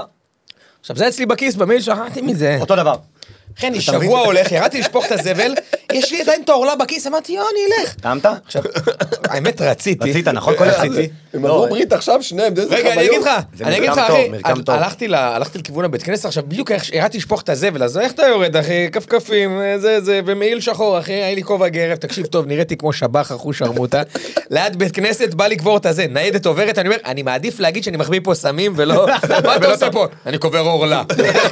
S5: עכשיו, זה אצלי בכיס, במייל, שכחתי מזה.
S3: אותו דבר.
S5: אחי, אני שבוע הולך, ירדתי לשפוך את הזבל, יש לי עדיין את העורלה בכיס, אמרתי, יו, אני אלך.
S3: טעמת?
S5: עכשיו, האמת רציתי.
S3: רצית, נכון? כל רציתי.
S2: הם עברו ברית עכשיו שניהם, זה איזה
S5: לא, רגע, אני אגיד לך,
S3: זה
S5: אני אגיד לך,
S3: מרקם טוב,
S5: אחי,
S3: מרקם
S5: הל-
S3: טוב.
S5: הלכתי ל- הלכתי לכיוון הבית כנסת, עכשיו בדיוק איך ש- ירדתי לשפוך את הזבל, אז איך אתה יורד, אחי? כפכפים, אה, זה, זה, ומעיל שחור, אחי, היה לי כובע גרב, תקשיב טוב, נראיתי כמו שב"ח אחוש שרמוטה. ליד בית כנסת, בא לקבור את הזה, ניידת עוברת, אני אומר, אני מעדיף להגיד שאני מחביא פה סמים ולא... מה אתה עושה פה? אני קובר עורלה.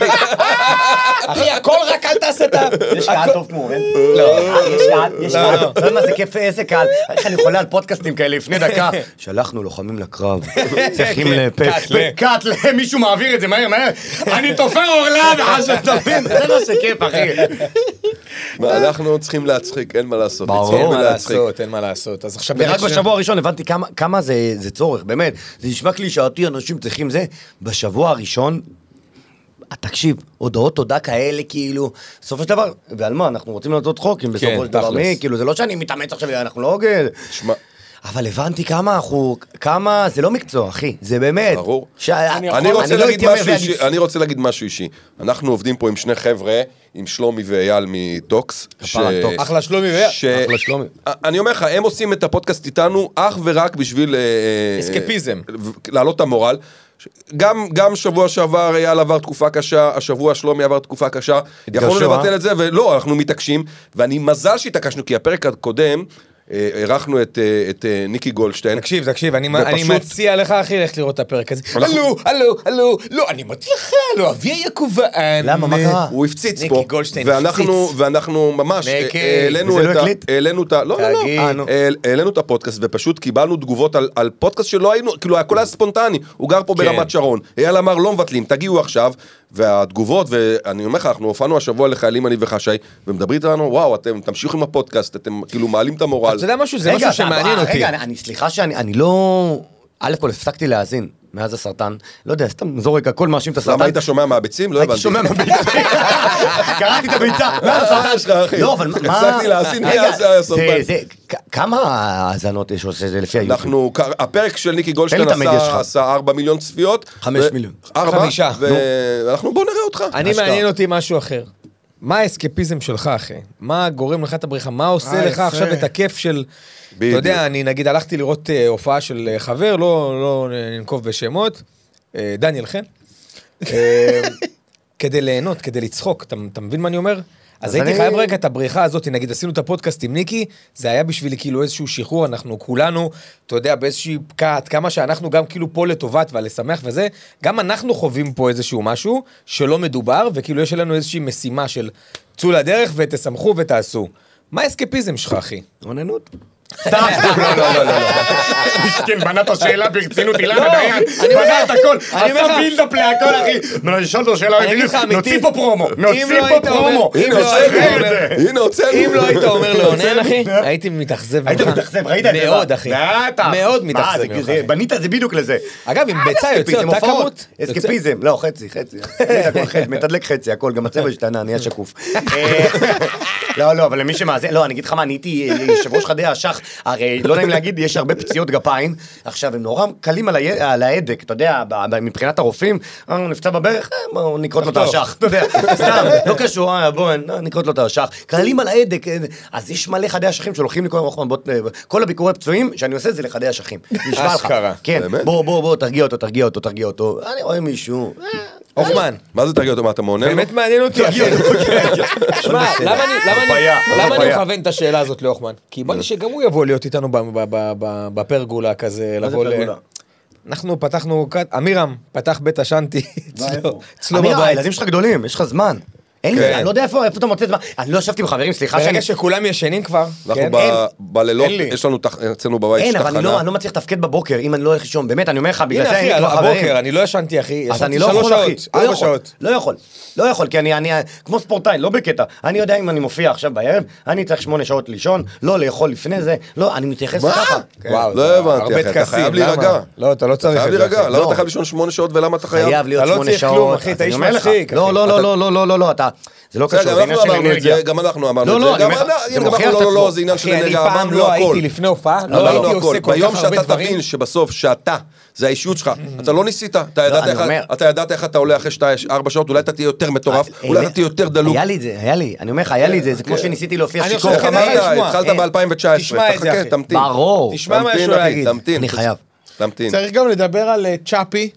S5: אחי, הכל רק אל תעשה את ה...
S3: יש קהל
S5: הכל-
S3: טוב כמו אורן? לא. יש קהל, יש קהל. אתה יודע מה זה כיף, איזה קהל. איך אני חולה על פודקאסטים כאלה לפני דקה. כן, שלחנו לוחמים לקרב. צריכים לפ-
S5: קאטלה.
S3: קאטלה, מישהו מעביר את זה מהר, מהר. אני תופר עורלה וחשב, אתה מבין? זה מה שכיף, אחי.
S2: אנחנו צריכים להצחיק, אין מה לעשות.
S3: ברור,
S2: צריכים
S5: אין מה
S2: להצחיק.
S5: לעשות, אין מה לעשות. אז עכשיו...
S3: ורק
S5: באמת ש-
S3: בשבוע הראשון הבנתי כמה, כמה זה, זה צורך, באמת. זה נשמע קלישאתי, אנשים צריכים זה. בשבוע הראשון, אה, תקשיב, הודעות תודה כאלה, כאילו, בסופו של דבר, ועל מה, אנחנו רוצים לעשות צחוקים בסופו של דבר,
S5: תכלס.
S3: מי, כאילו, זה לא שאני מתאמץ עכשיו, אנחנו לא הוגן.
S2: שמע,
S3: אבל הבנתי כמה אנחנו, כמה, זה לא מקצוע, אחי, זה באמת.
S2: ברור.
S3: ש... אני,
S2: אני רוצה
S3: לא
S2: להגיד
S3: אתיימר
S2: משהו
S3: ואגיד-
S2: אישי, אני רוצה להגיד משהו אישי. אנחנו עובדים פה עם שני חבר'ה, עם שלומי ואייל מטוקס. ש-
S3: טוקס.
S5: אחלה שלומי ואייל.
S2: ש-
S3: אחלה שלומי.
S2: א- אני אומר לך, הם עושים את הפודקאסט איתנו אך ורק בשביל... אה, אה,
S5: אסקפיזם.
S2: ו- להעלות את המורל. ש- גם, גם שבוע שעבר אייל עבר תקופה קשה, השבוע שלומי עבר תקופה קשה. יכולנו
S3: התגרשו,
S2: לבטל
S3: אה?
S2: את זה, ולא, אנחנו מתעקשים. ואני, מזל שהתעקשנו, כי הפרק הקודם, אה, אירחנו את, אה, את אה, ניקי גולדשטיין.
S5: תקשיב, תקשיב, אני,
S2: ופשוט-
S5: אני מציע לך, אחי, ללכת לראות את הפרק הזה. הלו, הלו, הלו, לא, אני מציע לך, לא, אבי אה, היקובען.
S3: למה, מה קרה?
S2: הוא הפציץ
S5: ניקי
S2: פה,
S5: גולדשטיין
S2: ואנחנו,
S5: הפציץ.
S2: ואנחנו ממש אה,
S5: ניקי.
S2: העלינו
S3: וזה
S2: את
S3: לא
S2: ה-
S3: הקליט?
S2: העלינו את ה... לא, לא,
S3: תגיד. אה,
S2: לא,
S3: נו.
S2: העל- העלינו את הפודקאסט ופשוט קיבלנו תגובות על- על פודקאסט שלא היינו, כאילו הכל היה ספונטני, הוא גר פה
S5: כן.
S2: ברמת שרון, אייל אמר לא מבטלים, תגיעו עכשיו, והתגובות, ואני אומר לך, אנחנו הופענו השבוע לחיילים אני וחשי, ומדברים איתנו, וואו, אתם תמשיכו עם הפודקאסט, אתם כאילו מעלים את המורל.
S5: אתה יודע משהו? זה
S3: רגע,
S5: משהו
S3: אתה-
S5: שמעניין
S3: אה,
S5: אותי.
S3: רגע, אני- אני, סליחה שאני אני לא... א' כל הפסקתי להאזין. מאז הסרטן. לא יודע, סתם זורק הכל, מאשים את הסרטן.
S2: למה היית שומע מהביצים? לא הבנתי.
S3: הייתי שומע מהביצה. קראתי את הביצה. מה הסרטן שלך, אחי? לא, אבל מה...
S2: הפסקתי להאזין,
S3: רגע,
S2: היה- היה
S3: זה-
S2: סרטן.
S3: זה- כ- כמה האזנות יש עושה זה לפי היוטיוב?
S2: אנחנו, קר- הפרק של ניקי גולדשטיין
S3: תן לי את המדיה
S2: עשה,
S3: שלך.
S2: עשה 4 מיליון צפיות.
S3: חמש
S2: ו-
S3: מיליון.
S2: ארבע,
S5: חמישה,
S2: ואנחנו בוא נראה אותך.
S5: אני
S2: אשכרה.
S5: מעניין אותי משהו אחר. מה האסקפיזם שלך, אחי? מה גורם לך את הבריחה? מה
S4: אה,
S5: עושה לך
S4: יפה.
S5: עכשיו את הכיף של... אתה יודע, אני נגיד הלכתי לראות אה, הופעה של אה, חבר, לא לא, אה, ננקוב בשמות, אה, דניאל חן. אה, כדי ליהנות, כדי לצחוק, אתה אתה מבין מה אני אומר? אז
S3: אז
S5: הייתי
S3: אני-
S5: חייב רגע את הבריחה הזאת, נגיד עשינו את הפודקאסט עם ניקי, זה היה בשבילי כאילו איזשהו שחרור, אנחנו כולנו, אתה יודע, באיזושהי פקעה, עד כמה שאנחנו גם כאילו פה לטובת ולשמח וזה, גם אנחנו חווים פה איזשהו משהו שלא מדובר, וכאילו יש לנו איזושהי משימה של צאו לדרך ותשמחו ותעשו. מה האסקפיזם שלך, אחי?
S3: רוננות.
S1: סתם, סתם, לא, לא, לא, לא. מסכן, כן, בנה את השאלה ברצינות, אילנה דיין.
S5: אני אומר
S1: בנה
S5: לך,
S1: את הכל,
S5: אני אומר
S1: עשה
S5: לך.
S1: בילדאפ להכל, אחי. נו, אני אשאל אותו שאלה,
S5: אני אגיד לך, אמיתי.
S1: נוציא פה פרומו,
S5: אם
S1: נוציא
S5: לא
S1: פה
S5: היית אומר-
S1: פרומו.
S5: אם
S2: הנה,
S5: לא היית
S2: הוצאנו.
S5: אומר-
S2: הנה, הוצאנו.
S5: אם לא היית אומר לאונן, אחי, הייתי מתאכזב ממך.
S3: היית לא. מתאכזב, ראית את זה?
S5: מאוד,
S3: מה?
S5: אחי.
S1: בטח.
S5: מאוד
S3: מה,
S5: מתאכזב
S3: זה-
S5: ממך.
S3: זה- בנית את זה בדיוק לזה. אה,
S5: אגב, עם ביצה יוצא
S3: אסקפיזם,
S5: אותה
S3: הופעות.
S5: כמות. יוצא-
S3: אסקפיזם, לא, חצי, חצי. הכל חצי, מתדלק חצי, הכל, גם הצבע השתנה, נהיה שקוף. אה, לא, לא, אבל למי שמאזין, לא, אני אגיד לך מה, אני הייתי אה, יושב ראש חדי האשך, הרי לא נעים להגיד, יש הרבה פציעות גפיים. עכשיו, הם נורא קלים על ה- על ההדק, אתה יודע, ב- ב- מבחינת הרופאים, אה, הוא נפצע בברך, אה, בואו נקרות לו את האשך. אתה יודע, סתם, לא קשור, אה, בואו, אה, נקרות לו את האשך. קלים על ההדק, אה, אז יש מלא חדי אשכים שהולכים לי כל הזמן, "רוחמן, בוא ת- כל הביקורי פצועים שאני עושה זה לחדי אשכים. נשבע לך.
S5: אשכרה.
S3: כן,
S2: באמת?
S3: בוא, בוא, בוא, תרגיע אותו, תרגיע אותו, תרגיע אותו. אני רואה מישהו.
S5: הופמן,
S3: לא,
S2: מה זה תרגיע אותו? מה, אתה מעונן? לו?
S5: באמת מעניין אותי, אחי.
S3: לא.
S5: שמע, למה אני- למה אני-
S1: פפאיה,
S5: למה אני
S1: פפאיה.
S5: מכוון את השאלה הזאת להוחמן? כי
S3: לא.
S5: בא לי שגם הוא יבוא להיות איתנו ב- ב- ב- ב- בפרגולה כזה, לבוא ל...
S3: פרגולה?
S5: אנחנו פתחנו, כת- עמירם פתח בית השנתי אצלו- אצלו
S3: אמיר,
S5: בבית.
S3: לא,
S5: כן.
S3: הילדים שלך גדולים, יש לך זמן. אין לי, אני לא יודע איפה איפה אתה מוצא זמן. אני לא ישבתי עם חברים, סליחה שאני...
S5: ברגע שכולם ישנים כבר,
S2: אנחנו
S5: כן?
S2: ב-
S3: אין.
S2: בלילות,
S5: אין לי.
S2: יש לנו תח- אצלנו בבית
S3: אין,
S2: יש
S3: אבל אני לא-
S2: תחנה.
S3: אני לא מצליח לתפקד בבוקר, אם אני לא הולך לישון. באמת, אני אומר לך, בגלל
S5: הנה
S3: זה אין לי
S5: אחי, על
S3: כבר חברים.
S5: הבוקר, אני לא ישנתי אחי,
S3: אז אני
S5: ישנתי
S3: לא
S5: שלוש
S3: יכול, אחי.
S5: שעות,
S3: לא
S5: ארבע
S3: יכול,
S5: שעות.
S3: לא יכול, לא יכול, כי אני, אני כמו ספורטאי, לא בקטע. אני יודע אם אני מופיע עכשיו בערב, אני צריך שמונה שעות לישון, לא לאכול לפני זה, לא, אני מתייחס
S2: מה?
S3: ככה.
S2: כן. לא הבנתי, אחי, אתה חייב להירגע.
S5: לא, אתה לא צריך
S2: חייב
S5: את זה.
S2: להירגע,
S5: אחי.
S2: למה
S3: לא.
S2: אתה חייב לישון שמונה שעות ולמה אתה חייב?
S3: חייב להיות
S5: אתה לא
S3: שמונה
S5: צריך
S3: שעות.
S5: כלום, אחי, אתה
S3: אז אני
S5: איש
S3: אומר לך,
S5: מצחיק,
S3: לא,
S5: אחי.
S3: לא, לא, לא, לא, לא, לא, לא, אתה... זה לא
S2: בסדר,
S3: קשור, זה
S2: גם
S3: עניין
S2: אנחנו
S3: של
S2: אמרנו את
S3: אנרגיה.
S2: זה, גם אנחנו
S3: לא,
S2: אמרנו את
S3: לא,
S2: זה. גם
S3: אני אומר-
S2: אנחנו-
S3: זה
S2: גם
S3: מוכיח
S2: אנחנו,
S3: את
S2: לא, לא,
S3: עצמו.
S2: זה עניין של
S5: אחי, אוקיי, אני
S2: אנרגיה,
S5: פעם
S2: אמרנו
S5: לא
S2: הכל.
S5: הייתי לפני הופעה, לא
S2: אמרנו
S5: הייתי
S2: הכל.
S5: עושה כל
S2: ביום
S5: כך הרבה
S2: שאתה
S5: דברים.
S2: תבין שבסוף, שאתה, זה האישיות שלך, אתה לא ניסית. אתה ידעת
S3: אני
S2: איך-
S3: אומר-
S2: אתה ידעת איך אתה עולה אחרי שאתה ארבע שעות, אולי אתה תהיה יותר מטורף, אולי אתה תהיה יותר דלוק.
S3: אה,
S2: אה,
S3: היה לי את זה, היה לי, אני אומר לך, היה לי את זה, זה כמו שניסיתי להופיע
S5: אני
S3: שיכור.
S5: חושב
S2: איך
S5: כדאי
S2: אמרת?
S5: לשמוע.
S2: התחלת
S5: אוקיי, אה,
S2: ב-2019.
S5: תשמע את זה,
S2: תחכה,
S5: אחי.
S2: תמתין.
S3: ברור.
S5: תשמע מה
S2: תמתין,
S5: יש לו
S2: אחי,
S5: להגיד.
S2: תמתין.
S3: אני חייב.
S2: תמתין.
S4: צריך גם לדבר על אה, צ'אפי,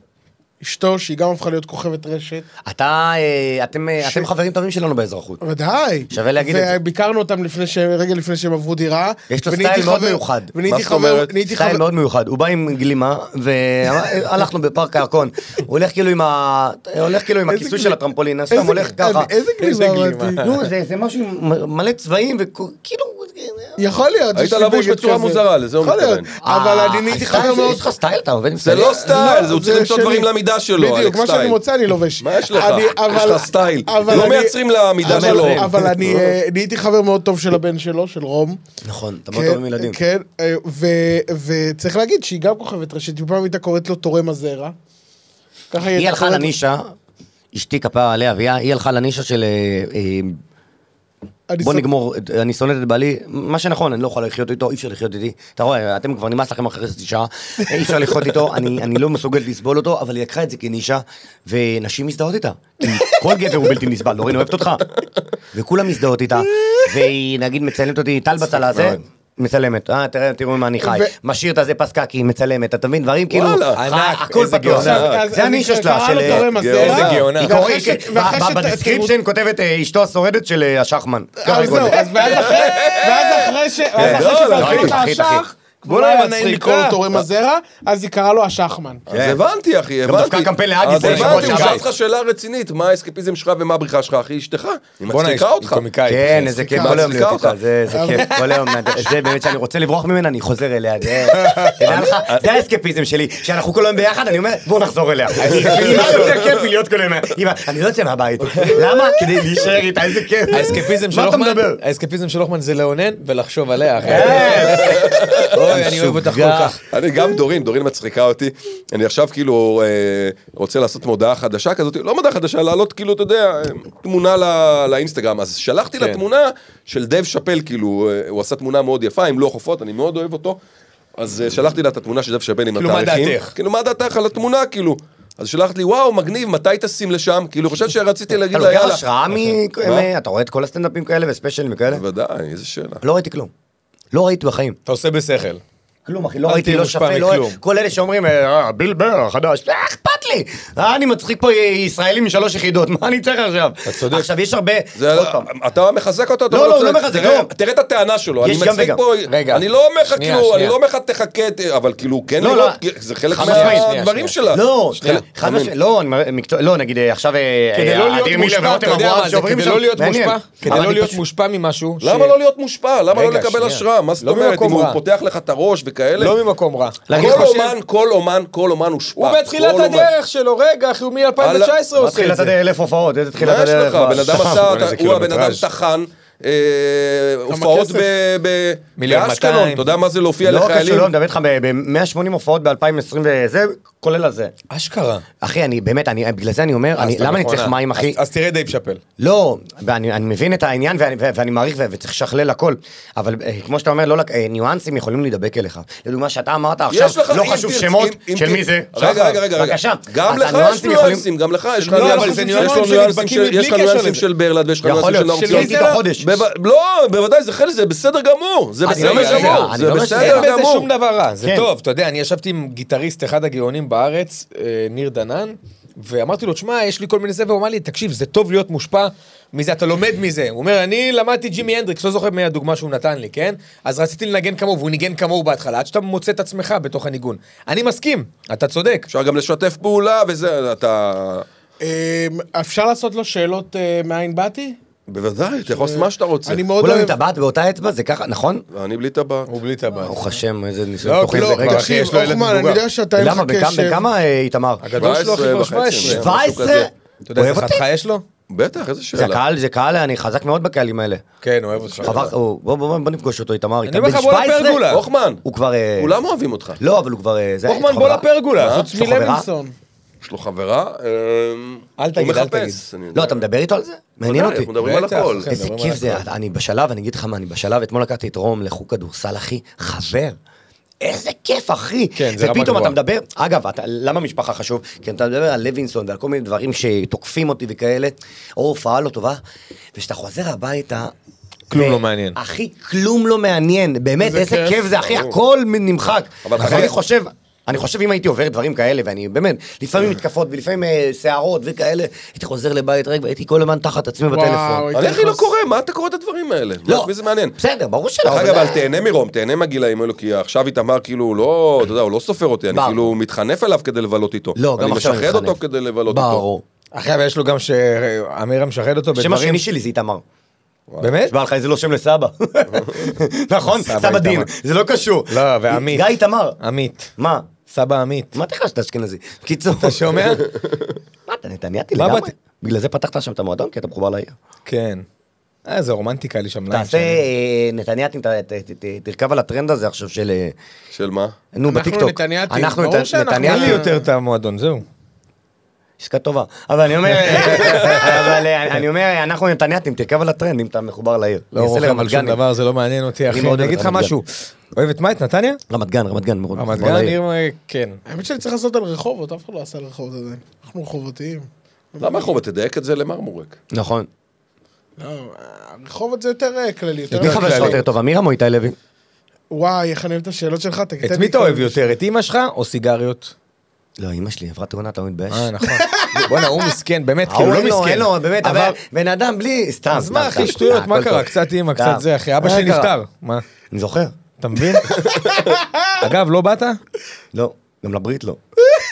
S4: אשתו, שהיא גם הפכה להיות כוכבת רשת.
S3: אתה, אה, אתם אה, אתם חברים טובים שלנו באזרחות.
S4: ודאי.
S3: שווה להגיד את זה.
S4: וביקרנו אותם לפני שהם, רגע לפני שהם עברו דירה.
S3: יש לו
S4: ונהייתי
S3: סטייל מאוד
S4: חבר-
S3: מיוחד.
S4: ונהייתי
S2: מה זאת
S4: חבר-
S2: אומרת?
S4: נהייתי
S3: סטייל
S4: חבר-
S3: מאוד מיוחד, הוא בא עם גלימה, והלכנו בפארק הירקון, הוא הולך כאילו עם ה... הולך כאילו עם
S4: איזה
S3: הכיסוי
S4: גלימה.
S3: של הטרמפולין, סתם
S4: איזה- אה,
S3: הולך ככה.
S4: איזה
S5: איזה
S4: גלימה
S5: גלימה.
S4: אמרתי.
S3: נו, זה זה משהו עם מלא צבעים, כאילו, וכאילו...
S4: יכול להיות.
S2: היית
S4: יש לי
S2: לבוש
S4: בגד
S2: בצורה
S4: כזה.
S2: מוזרה, לזה הוא
S4: יכול
S2: מתכוון.
S4: להיות.
S3: אה,
S4: אבל אני נהייתי חבר מאוד...
S3: יש לך סטייל, אתה עובד עם
S2: זה
S3: סטייל.
S2: לא סטייל,
S4: לא,
S2: זה הוא צריך
S4: זה
S2: למצוא
S4: שלי.
S2: דברים למידה שלו,
S4: בדיוק,
S2: אלכס
S4: מה שאני
S2: סטייל.
S4: מוצא אני לובש.
S2: מה יש לך?
S4: אני-
S2: יש
S4: אבל-
S2: לך סטייל.
S4: אבל
S2: לא
S4: אני-
S2: מייצרים למידה
S4: אבל-
S2: שלו.
S4: אבל אני
S3: לא.
S4: אה, נהייתי חבר מאוד טוב של הבן שלו, של רום.
S3: נכון, אתה מאוד טוב עם ילדים.
S4: כן, אה, ו- וצריך להגיד שהיא גם כוכבת רשת, היא פעם הייתה קוראת לו תורם הזרע. ככה
S3: היא
S4: הייתה
S3: הלכה
S4: קוראת-
S3: לנישה, אשתי כפרה עליה, והיא היא הלכה לנישה של... אה, אה,
S4: אני
S3: בוא
S4: סוג-
S3: נגמור, את- אני שונאת את בעלי, מה שנכון, אני לא יכול לחיות איתו, אי אפשר לחיות איתי. אתה רואה, אתם כבר נמאס לכם אחרי חצי שעה, אי אפשר לחיות איתו, אני אני לא מסוגל לסבול אותו, אבל היא לקחה את זה כנישה, ונשים מזדהות איתה. כי כל גבר הוא בלתי נסבל, לורין אוהבת אותך. וכולם מזדהות איתה, והיא נגיד מצלמת אותי, טל בצלה זה. מצלמת, אה, תראה, תראו מה אני חי,
S4: אוקיי. ו-
S3: משאיר את הזה פסקקי, מצלמת, אתה מבין, דברים כאילו,
S2: וואלה,
S3: ח-
S5: ענק,
S3: הכל
S5: איזה
S3: פתוח,
S5: גאונה.
S4: אז-
S3: זה
S4: אז
S3: הנישה
S4: היא
S3: שלה,
S4: קראה
S3: של...
S4: לו תורם
S3: אה,
S4: הזרע.
S5: איזה גאונה.
S3: היא
S4: ואחרי
S3: קוראת-
S4: ש- ואחרי
S3: ב-
S4: שת-
S3: בדסקריפשן כותבת אה, אשתו השורדת של אה, השחמן. ככה היא
S4: אז זהו,
S3: כותבת.
S4: אז ואז אחרי, ואז אחרי ש... ואז אחרי
S2: לא, לא,
S4: שבאחריות
S3: אחי, אחי.
S4: האשך,
S5: בוא
S4: כבר לא היה
S5: נהיה
S4: נעים
S5: מצחיק,
S4: לקרוא
S5: אה?
S4: לו תורם הזרע, אז היא קראה לו השחמן.
S2: אז הבנתי, אחי, הבנתי.
S3: דפקה קמפיין לאדיס
S2: אז
S3: בשבוע
S2: הבנתי, הוא
S3: שעבר.
S2: שאל אותך שאלה רצינית, מה האסקפיזם שלך ומה הבריחה שלך, אחי, אשתך. היא
S5: בואנה,
S2: מצחיקה אותך.
S5: קומיקאי.
S3: כן, איזה כיף, כל היום
S2: מצחיקה
S3: להיות איתה,
S2: אותך.
S3: זה זה כיף, כל היום, זה באמת שאני רוצה לברוח ממנה, אני חוזר אליה, זה- תדע לך, זה האסקפיזם שלי, שאנחנו כל היום ביחד, אני אומר, בוא נחזור אליה. היא מה יותר כיף מלהיות כל היום, אמא, אני לא יוצא מהבית, למה? כדי להישאר איתה, איזה כיף.
S5: האסקפיזם של
S3: מה אתה
S5: הוחמן,
S3: מדבר?
S5: כן. האסקפיזם של הוחמן זה לאונן ולחשוב עליה, אחי.
S3: אה,
S5: אוי, אני אוהב אותך כל כך.
S2: אני גם דורין, דורין מצחיקה אותי. אני עכשיו כאילו אה, רוצה לעשות מודעה חדשה כזאת, לא מודעה חדשה, לעלות כאילו, אתה יודע, אה, תמונה לא- לאינסטגרם. אז שלחתי לה
S5: כן.
S2: תמונה של דב שאפל, כאילו, אה, הוא עשה תמונה מאוד יפה עם לוח עופות, אני מאוד אוהב אותו. אז אה, שלחתי לה את התמונה של דב שאפל עם
S5: כאילו, מה
S2: התאריכים.
S5: דעתך?
S2: כאילו, מה דעתך על התמונה, כאילו? אז שלחת לי, וואו, מגניב, מתי טסים לשם? כאילו, חושב שרציתי להגיד
S3: אתה
S2: לה,
S3: לוקח
S2: יאללה.
S3: השראה מ...
S2: מה?
S3: אתה רואה את כל הסטנדאפים כאלה וספיישלים וכאלה?
S2: בוודאי, איזה שאלה.
S3: לא ראיתי כלום. לא ראיתי בחיים.
S5: אתה עושה בשכל.
S3: כלום, אחי, לא
S5: אל
S3: ראיתי,
S5: תהיה
S3: לא
S5: מושפע
S3: שפה, לא...
S5: מכלום.
S3: כל אלה שאומרים, "אה, אה, ביל בר החדש, לא אכפת לי! אה, אני מצחיק פה ישראלים משלוש יחידות, מה אני צריך עכשיו? אתה
S5: צודק.
S3: עכשיו, יש הרבה...
S2: זה-
S3: עוד פעם.
S2: אתה מחזק אותו, אתה
S3: לא,
S2: אומר לו,
S3: לא, הוא לא
S2: "צודק".
S3: מחזק,
S2: תראה-
S3: לא.
S2: תראה את הטענה שלו, אני
S3: יש גם
S2: מצחיק
S3: וגם.
S2: פה,
S5: רגע.
S2: אני לא אומר לך
S5: שנייה,
S2: כאילו, אני
S5: שנייה.
S2: לא אומר לך תחכה, ת- אבל כאילו, כן
S3: לא,
S2: לראות,
S3: לא.
S2: זה חלק
S3: חד משמעית,
S5: שנייה,
S2: מהדברים
S5: שנייה.
S2: שלה.
S3: לא,
S2: חלק-
S3: חד
S2: אמן.
S3: משמעית, לא, אני מראה- מקצוע- לא, נגיד אה, עכשיו... אה,
S5: כדי
S3: אה,
S5: לא להיות
S3: אדיר מילר
S5: מושפע,
S3: ורותם
S5: אתה יודע
S3: אברהם
S5: מה זה,
S3: שעוברים
S5: כדי
S3: שם.
S5: לא להיות
S3: מעניין.
S5: מושפע, כדי
S3: אבל
S5: לא
S3: אני
S5: להיות
S3: פשוט-
S5: מושפע ממשהו, ש-
S2: למה לא להיות מושפע? למה לא
S5: רגע,
S2: לקבל
S5: שנייה.
S2: השראה? מה זאת
S5: לא
S2: אומרת, אם
S5: ממקום
S2: הוא
S5: רע.
S2: פותח לך את הראש וכאלה?
S5: לא ממקום רע.
S2: כל
S5: אני חושב-
S2: אומן, כל אומן, כל אומן הושפע.
S5: הוא בתחילת
S2: כל אומן.
S5: הדרך שלו, רגע, אחי, הוא מ-2019
S3: מה
S5: עושה את
S3: תחילת
S5: זה.
S3: הדרך? אה, אלף הופעות, אה, איזה תחילת
S2: מה יש
S3: הדרך? כאילו
S2: לך? בן אדם עשה,
S1: בוא'נה, זה
S2: הוא הבן אדם
S1: קילומטראז'.
S2: טחן. אה, הופעות
S4: כסף?
S2: ב- ב-
S5: מיליון
S2: באשקלון,
S5: מאתיים.
S2: אתה יודע מה זה להופיע
S3: לא
S2: לחיילים?
S3: קשור, לא, אני מדבר איתך ב-180 הופעות ב-2020 וזה, כולל הזה.
S5: אשכרה.
S3: אחי, אני באמת, אני, בגלל זה אני אומר,
S5: אה, אז
S3: אני,
S5: אתה
S3: למה אני
S5: מכונה.
S3: צריך מים, אחי?
S5: אז- אז תראה דייב שאפל.
S3: לא, ואני אני מבין את העניין ואני, ו- ואני מעריך ו- וצריך לשכלל הכל, אבל אה, כמו שאתה אומר, לא, לק- אה, ניואנסים יכולים להידבק אליך. לדוגמה שאתה אמרת עכשיו,
S2: יש לך,
S3: לא
S2: אם
S3: חשוב
S2: תרצ-
S3: שמות
S2: אם- אם
S3: של
S2: תרצ-
S3: מי זה.
S2: רגע,
S3: שחר,
S2: רגע, רגע.
S3: בבקשה.
S2: גם
S3: אז לא
S2: לך יש
S3: הניואנסים יכולים-
S2: ניואנסים, גם לך יש לך
S5: לא, אבל
S2: ניואנסים.
S5: זה
S2: יש
S5: ניואנסים
S2: לו ניואנסים
S5: שנדבקים
S2: של- יש לך
S5: בלי קשר
S2: ניואנסים
S5: לזה.
S2: של ברלד ויש לך
S3: יכול
S2: ניואנסים של נאור
S3: להיות, של
S2: ציון.
S3: מי זה לחודש.
S2: בב- לא, בוודאי, זה חלק, זה בסדר גמור. זה
S3: אני
S2: בסדר
S3: לא אומר-
S2: גמור.
S3: אני
S2: זה
S3: לא אומר שזה-
S2: בסדר
S5: אין בזה
S2: גמור.
S5: שום דבר רע, זה
S3: כן.
S5: טוב, אתה יודע, אני ישבתי עם גיטריסט, אחד הגאונים בארץ, אה, ניר דנן, ואמרתי לו, תשמע, יש לי כל מיני זה, והוא אמר לי, תקשיב, זה טוב להיות מושפע מזה, אתה לומד מזה. הוא אומר, אני למדתי ג'ימי הנדריקס, לא זוכר מי הדוגמה שהוא נתן לי, כן? אז רציתי לנגן כמוהו, והוא ניגן כמוהו בהתחלה, עד שאתה מוצא את עצמך בתוך הניגון. אני מסכים, אתה צודק.
S2: אפשר גם לשתף פעולה וזה, אתה...
S4: אה, אפשר לעשות לו שאלות אה, מאין באתי?
S2: בוודאי, אתה יכול לעשות מה שאתה רוצה.
S4: אני מאוד
S3: כולם עם
S4: אוהב.
S3: טבעת באותה אצבע, זה ככה, נכון?
S2: אני בלי טבעת.
S5: הוא בלי טבעת.
S3: ברוך השם, איזה ניסיון
S5: לא,
S3: תוכן
S5: לא,
S3: זה. רגע,
S5: כבר, אחי,
S4: תקשיב,
S5: יש לו ילד
S4: הוחמן, אני
S5: מבוגר.
S4: יודע שאתה אין לך
S3: למה, בכמה-
S4: קשב.
S3: בכמה אה, איתמר?
S5: הגדול שלו אחי כבר
S2: 17 וחצי.
S5: 17.
S2: כן, משהו
S3: 17?
S2: כזה.
S5: אתה יודע
S3: אוהב
S5: איזה
S3: אותי?
S5: חתיכה יש לו?
S2: בטח, איזה
S3: זה
S2: שאלה.
S3: הקהל, זה קהל, אני חזק מאוד בקהלים האלה.
S5: כן, אוהב אותך.
S3: חבל, הוא- בוא בוא- בוא נפגוש אותו, איתמר. איתמר
S5: אומר לך,
S3: בן
S5: בוא
S3: 17?
S5: לפרגולה.
S2: הוחמן,
S3: הוא כבר... אה,
S2: כולם אוהבים אותך.
S3: לא, אבל הוא כבר... אה, זה-
S5: הוחמן, בוא
S3: חברה. אה?
S5: לפרגולה.
S2: מה?
S5: זאת
S3: יש לו חברה?
S4: לוינסון.
S2: יש לו חברה, אמ,
S5: אל תגיד, אל
S2: הוא
S5: תגיד.
S2: מחפש. אני יודע.
S3: לא, אתה מדבר איתו על זה?
S2: בוודאי,
S3: מעניין אותי.
S2: אנחנו מדברים על
S5: בטח,
S2: הכל.
S5: אחי.
S3: איזה
S5: מדברים
S3: כיף
S5: על
S3: זה,
S5: הכל.
S3: אני בשלב, אני אגיד לך מה, אני בשלב, אתמול לקחתי את רום לחוג כדורסל, אחי, חבר. איזה כיף, אחי.
S5: כן, זה רמה
S3: ופתאום
S5: גבוהה.
S3: אתה מדבר, אגב, אתה, למה משפחה חשוב? כי אתה מדבר על לוינסון ועל כל מיני דברים שתוקפים אותי וכאלה, או הופעה לא טובה, וכשאתה חוזר הביתה...
S5: כלום
S3: ו-
S5: לא מעניין.
S3: אחי, כלום לא מעניין, באמת,
S4: איזה
S3: איזה כיף,
S4: כיף.
S3: זה, אחי, הכל נמחק.
S2: אבל
S3: אבל
S2: חכה.
S3: אני חושב... אני חושב אם הייתי עובר דברים כאלה, ואני באמת, לפעמים מתקפות ולפעמים אה, שערות וכאלה, הייתי חוזר לבית רגע, הייתי כל הזמן תחת עצמי בטלפון.
S4: וואו,
S2: אני
S4: הייתי
S2: הכי לא
S4: נכנס-
S2: קורא, מה אתה קורא את הדברים האלה?
S3: לא.
S2: מי זה מעניין?
S3: בסדר, ברור שלא.
S2: דרך
S3: אבל
S2: אגב,
S3: זה-
S2: אבל תהנה מרום, תהנה מהגילאים האלו, כי עכשיו איתמר כאילו הוא לא, אתה יודע, הוא לא סופר אותי, אני
S3: ברור.
S2: כאילו מתחנף אליו כדי לבלות איתו.
S3: לא, גם עכשיו
S2: אני משחד
S3: מתחנף.
S2: אותו כדי לבלות איתו.
S3: ברור.
S5: אחי, אבל יש לו גם שאמירה משחד אותו
S3: השם
S5: בדברים...
S3: השני שלי זה איתמר.
S5: באמת?
S3: נשבע לך, איזה לא שם לסבא. נכון?
S5: סבא
S3: סבא דין,
S5: איתמר.
S3: זה לא קשור.
S5: לא, ועמית. אה.
S3: גיא איתמר.
S5: עמית.
S3: מה?
S5: סבא עמית.
S3: מה אתה חושב שאתה אשכנזי? קיצור.
S5: אתה שומע?
S3: מה, אתה נתניהתי
S5: מה
S3: לגמרי?
S5: באת-
S3: בגלל זה פתחת שם את המועדון, כי אתה מחובר לעיר.
S5: כן. אה, זה רומנטיקה לי שם. ליים
S3: תעשה
S5: שאני-
S3: אה, נתניהתים, ת- ת- ת- ת- תרכב על הטרנד הזה עכשיו של... אה,
S2: של מה?
S3: נו,
S4: אנחנו
S3: בטיקטוק.
S4: נתניהתים,
S3: אנחנו
S4: ברור
S3: נת-
S4: שאנחנו-
S5: אין לי
S3: נתניהתים.
S5: יותר את המועדון, זהו.
S3: עסקה טובה. אבל אני אומר, אבל אה, אני אומר, אנחנו נתניהתים, תרכב על הטרנד אם אתה מחובר לעיר.
S5: לא
S3: אני אעשה
S5: רוחם על
S3: לרמת גן.
S5: שום דבר, זה לא מעניין אותי, אחי.
S3: מאוד אוהב
S5: אני אגיד
S3: את
S5: לך
S3: רמת גן.
S5: משהו. אוהב את מה? את נתניה?
S3: רמת גן, רמת גן. מאוד
S5: רמת
S3: מחובר
S5: גן,
S3: לעיר.
S5: עיר... אה, כן.
S4: האמת שאני צריך לעשות על רחובות, אף אחד לא עשה על רחובות עדיין. אנחנו רחובתיים.
S2: למה חובה? תדייק את זה למרמורק.
S3: נכון.
S4: לא, הרחובות זה יותר אה, כללי, יותר...
S3: מי חבר שלך יותר טוב, אמירם או איתי לוי?
S4: וואי, איך אני אוהב את השאלות שלך, תגיד.
S5: את מי אתה אוהב יותר? את אימא שלך או סיגריות?
S3: לא, אימא שלי עברה תאונה, אתה לא מתבייש?
S5: אה, נכון. בואנה, הוא מסכן, באמת, כאילו,
S3: ההוא אה,
S5: הוא לא
S3: אין לו,
S5: מסכן.
S3: אין לו, באמת,
S5: אבל-
S3: אבל בן אדם בלי... סתם,
S5: אז מה,
S3: סתם,
S5: אחי,
S3: סתם.
S5: שטויות,
S3: אה,
S5: מה
S3: הכל
S5: קרה?
S3: טוב.
S5: קצת אימא,
S3: סתם.
S5: קצת זה, אחי. אבא
S3: מה
S5: שלי
S3: קרה?
S5: נפטר. מה?
S3: אני זוכר.
S5: אתה מבין? אגב, לא באת?
S3: לא, גם לברית לא.